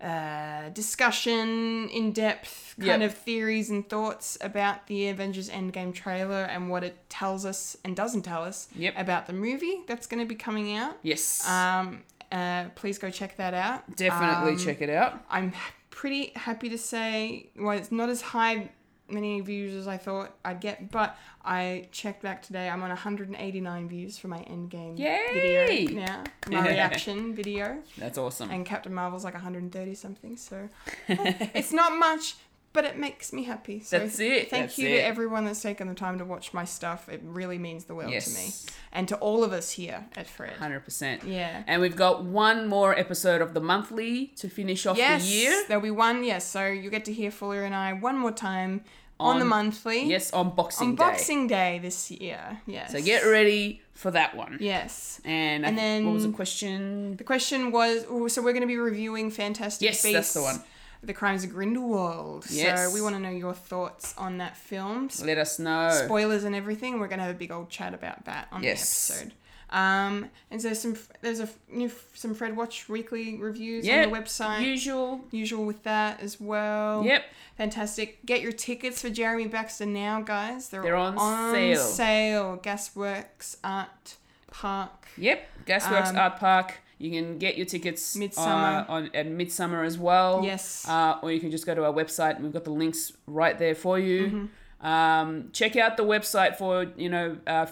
[SPEAKER 1] uh, discussion, in depth kind
[SPEAKER 2] Yep.
[SPEAKER 1] of theories and thoughts about the Avengers Endgame trailer and what it tells us and doesn't tell us
[SPEAKER 2] Yep.
[SPEAKER 1] about the movie that's going to be coming out.
[SPEAKER 2] Yes.
[SPEAKER 1] Um, uh, please go check that out.
[SPEAKER 2] Definitely
[SPEAKER 1] Um,
[SPEAKER 2] check it out.
[SPEAKER 1] I'm pretty happy to say, well, it's not as high many views as I thought I'd get, but I checked back today. I'm on 189 views for my Endgame
[SPEAKER 2] Yay!
[SPEAKER 1] video now,
[SPEAKER 2] [laughs]
[SPEAKER 1] my
[SPEAKER 2] Yeah.
[SPEAKER 1] reaction video,
[SPEAKER 2] That's awesome.
[SPEAKER 1] and Captain Marvel's like 130 something.
[SPEAKER 2] [laughs]
[SPEAKER 1] So eh, it's not much, but it makes me happy. So
[SPEAKER 2] That's it,
[SPEAKER 1] Thank
[SPEAKER 2] that's
[SPEAKER 1] you
[SPEAKER 2] it.
[SPEAKER 1] to everyone that's taken the time to watch my stuff. It really means the world to me
[SPEAKER 2] Yes.
[SPEAKER 1] and to all of us here at Fred.
[SPEAKER 2] Hundred percent.
[SPEAKER 1] Yeah.
[SPEAKER 2] And we've got one more episode of the monthly to finish off
[SPEAKER 1] Yes,
[SPEAKER 2] the year.
[SPEAKER 1] there'll be one. Yes, so you get to hear Fuller and I one more time on, the
[SPEAKER 2] On-
[SPEAKER 1] monthly.
[SPEAKER 2] Yes, on Boxing
[SPEAKER 1] on
[SPEAKER 2] Day.
[SPEAKER 1] Boxing Day this year. Yes.
[SPEAKER 2] So get ready for that one.
[SPEAKER 1] Yes.
[SPEAKER 2] And, I
[SPEAKER 1] And
[SPEAKER 2] think- what was the
[SPEAKER 1] then-
[SPEAKER 2] question?
[SPEAKER 1] The question was oh, so we're going to be reviewing Fantastic
[SPEAKER 2] Yes,
[SPEAKER 1] Beasts.
[SPEAKER 2] that's the one.
[SPEAKER 1] The Crimes of Grindelwald.
[SPEAKER 2] Yes.
[SPEAKER 1] So we want to know your thoughts on that film.
[SPEAKER 2] Let us know.
[SPEAKER 1] spoilers and everything. We're gonna have a big old chat about that on
[SPEAKER 2] Yes.
[SPEAKER 1] the episode. Um, and so some there's a f- new f- some Fred Watch weekly reviews on the website.
[SPEAKER 2] Usual.
[SPEAKER 1] Usual with that as well.
[SPEAKER 2] Yep.
[SPEAKER 1] Fantastic. Get your tickets for Jeremy Baxter now, guys. They're,
[SPEAKER 2] They're on sale.
[SPEAKER 1] sale. Gasworks Art Park.
[SPEAKER 2] Yep. Gasworks
[SPEAKER 1] Um,
[SPEAKER 2] Art Park. You can get your tickets uh,
[SPEAKER 1] Midsummer.
[SPEAKER 2] on at midsummer as well.
[SPEAKER 1] Yes.
[SPEAKER 2] Uh, or you can just go to our website and we've got the links right there for you.
[SPEAKER 1] Mm-hmm.
[SPEAKER 2] Um, check out the website for you know uh,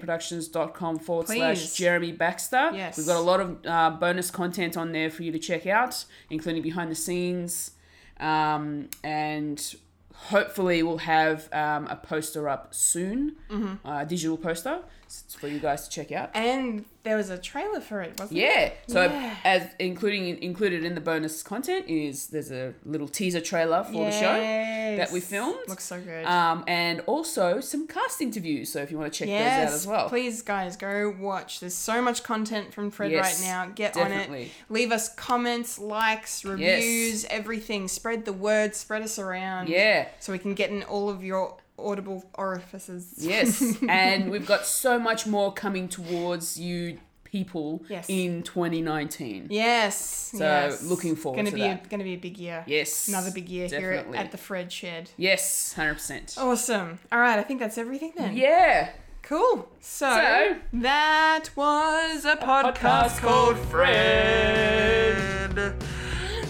[SPEAKER 2] fredthealienproductions.com forward slash
[SPEAKER 1] Please.
[SPEAKER 2] Jeremy Baxter.
[SPEAKER 1] Yes.
[SPEAKER 2] We've got a lot of uh, bonus content on there for you to check out, including behind the scenes, um, and hopefully we'll have um, a poster up soon,
[SPEAKER 1] Mm-hmm.
[SPEAKER 2] uh, digital poster s- for you guys to check out.
[SPEAKER 1] And there was a trailer for it, wasn't there?
[SPEAKER 2] Yeah. So
[SPEAKER 1] Yeah.
[SPEAKER 2] as including included in the bonus content is there's a little teaser trailer for the show that we
[SPEAKER 1] Yes.
[SPEAKER 2] filmed.
[SPEAKER 1] Looks so good.
[SPEAKER 2] Um, and also some cast interviews. So if you want to check
[SPEAKER 1] Yes,
[SPEAKER 2] those out as well,
[SPEAKER 1] please, guys, go watch. There's so much content from Fred right
[SPEAKER 2] Yes,
[SPEAKER 1] now. Get on it.
[SPEAKER 2] definitely.
[SPEAKER 1] Leave us comments, likes, reviews, everything. Spread the word. Spread us around.
[SPEAKER 2] Yeah.
[SPEAKER 1] So we can get in all of your audible orifices. [laughs]
[SPEAKER 2] Yes. and we've got so much more coming towards you people
[SPEAKER 1] Yes.
[SPEAKER 2] in 2019.
[SPEAKER 1] yes. So
[SPEAKER 2] looking forward
[SPEAKER 1] gonna
[SPEAKER 2] to
[SPEAKER 1] be
[SPEAKER 2] that.
[SPEAKER 1] A, gonna be a big year.
[SPEAKER 2] Yes,
[SPEAKER 1] Another big year here
[SPEAKER 2] definitely.
[SPEAKER 1] at, at the Fred Shed.
[SPEAKER 2] Yes, 100%.
[SPEAKER 1] Awesome. All right, I think that's everything then.
[SPEAKER 2] Yeah.
[SPEAKER 1] Cool. So,
[SPEAKER 2] So-
[SPEAKER 1] that was a, podcast, called Fred.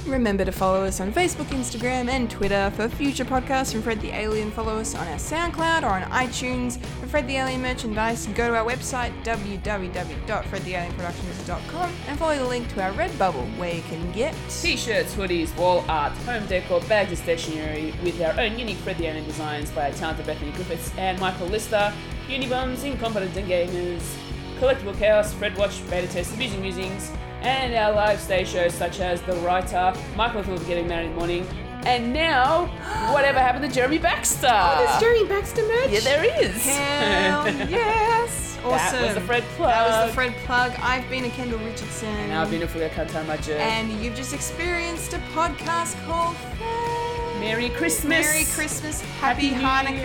[SPEAKER 1] Remember to follow us on Facebook, Instagram, and Twitter for future podcasts from Fred the Alien. Follow us on our SoundCloud or on iTunes. For Fred the Alien merchandise, go to our website www.fredthealienproductions.com and follow the link to our Redbubble where you can get
[SPEAKER 2] T-shirts, hoodies, wall art, home decor, bags of stationery with our own unique Fred the Alien designs by our talented Bethany Griffiths and Michael Lister, Unibums, Incompetent Gamers, Collectible Chaos, Fred Watch, Beta Test, Vision Musings, and our live stage shows such as The Writer, Michael Thorpe Getting Married in the Morning,
[SPEAKER 1] [gasps]
[SPEAKER 2] and now, Whatever Happened to Jeremy Baxter?
[SPEAKER 1] Jeremy Baxter merch.
[SPEAKER 2] yeah, there is.
[SPEAKER 1] Hell [laughs] yes! Awesome.
[SPEAKER 2] That was the Fred plug.
[SPEAKER 1] That was the Fred plug. I've been a Kendall Richardson.
[SPEAKER 2] And I've been a Fuga Kantamaja.
[SPEAKER 1] And you've just experienced a podcast called Fred.
[SPEAKER 2] Merry Christmas.
[SPEAKER 1] Merry Christmas, Happy,
[SPEAKER 2] Happy New
[SPEAKER 1] Hanukkah,
[SPEAKER 2] Year,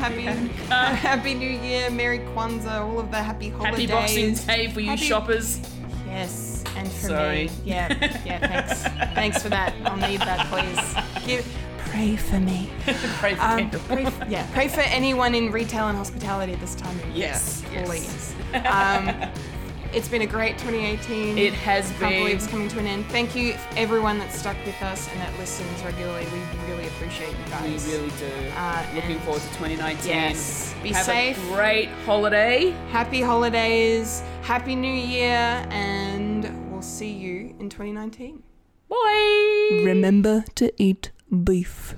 [SPEAKER 2] Happy
[SPEAKER 1] Happy
[SPEAKER 2] Hanukkah.
[SPEAKER 1] [laughs] Happy New Year, Merry Kwanzaa, all of the happy
[SPEAKER 2] Happy
[SPEAKER 1] holidays.
[SPEAKER 2] Boxing Day for you
[SPEAKER 1] Happy-
[SPEAKER 2] shoppers.
[SPEAKER 1] Yes, and for
[SPEAKER 2] Sorry. [laughs]
[SPEAKER 1] me. Yeah, yeah. Thanks, thanks for that. I'll need that, please. Give Pray for me.
[SPEAKER 2] Pray for
[SPEAKER 1] Um,
[SPEAKER 2] Kendall.
[SPEAKER 1] pray, f- yeah, pray for anyone in retail and hospitality at this time of year.
[SPEAKER 2] Yes, yes.
[SPEAKER 1] please. Um, it's been a great 2018.
[SPEAKER 2] It has
[SPEAKER 1] Can't believe
[SPEAKER 2] been.
[SPEAKER 1] it's coming to an end. Thank you, everyone that stuck with us and that listens regularly. We really appreciate you
[SPEAKER 2] We
[SPEAKER 1] guys.
[SPEAKER 2] really do.
[SPEAKER 1] Uh,
[SPEAKER 2] Looking
[SPEAKER 1] and-
[SPEAKER 2] forward to 2019.
[SPEAKER 1] Yes. Be
[SPEAKER 2] Have
[SPEAKER 1] safe.
[SPEAKER 2] A great holiday.
[SPEAKER 1] Happy holidays, happy new year, and we'll see you in 2019.
[SPEAKER 2] Bye.
[SPEAKER 1] Remember to eat beef.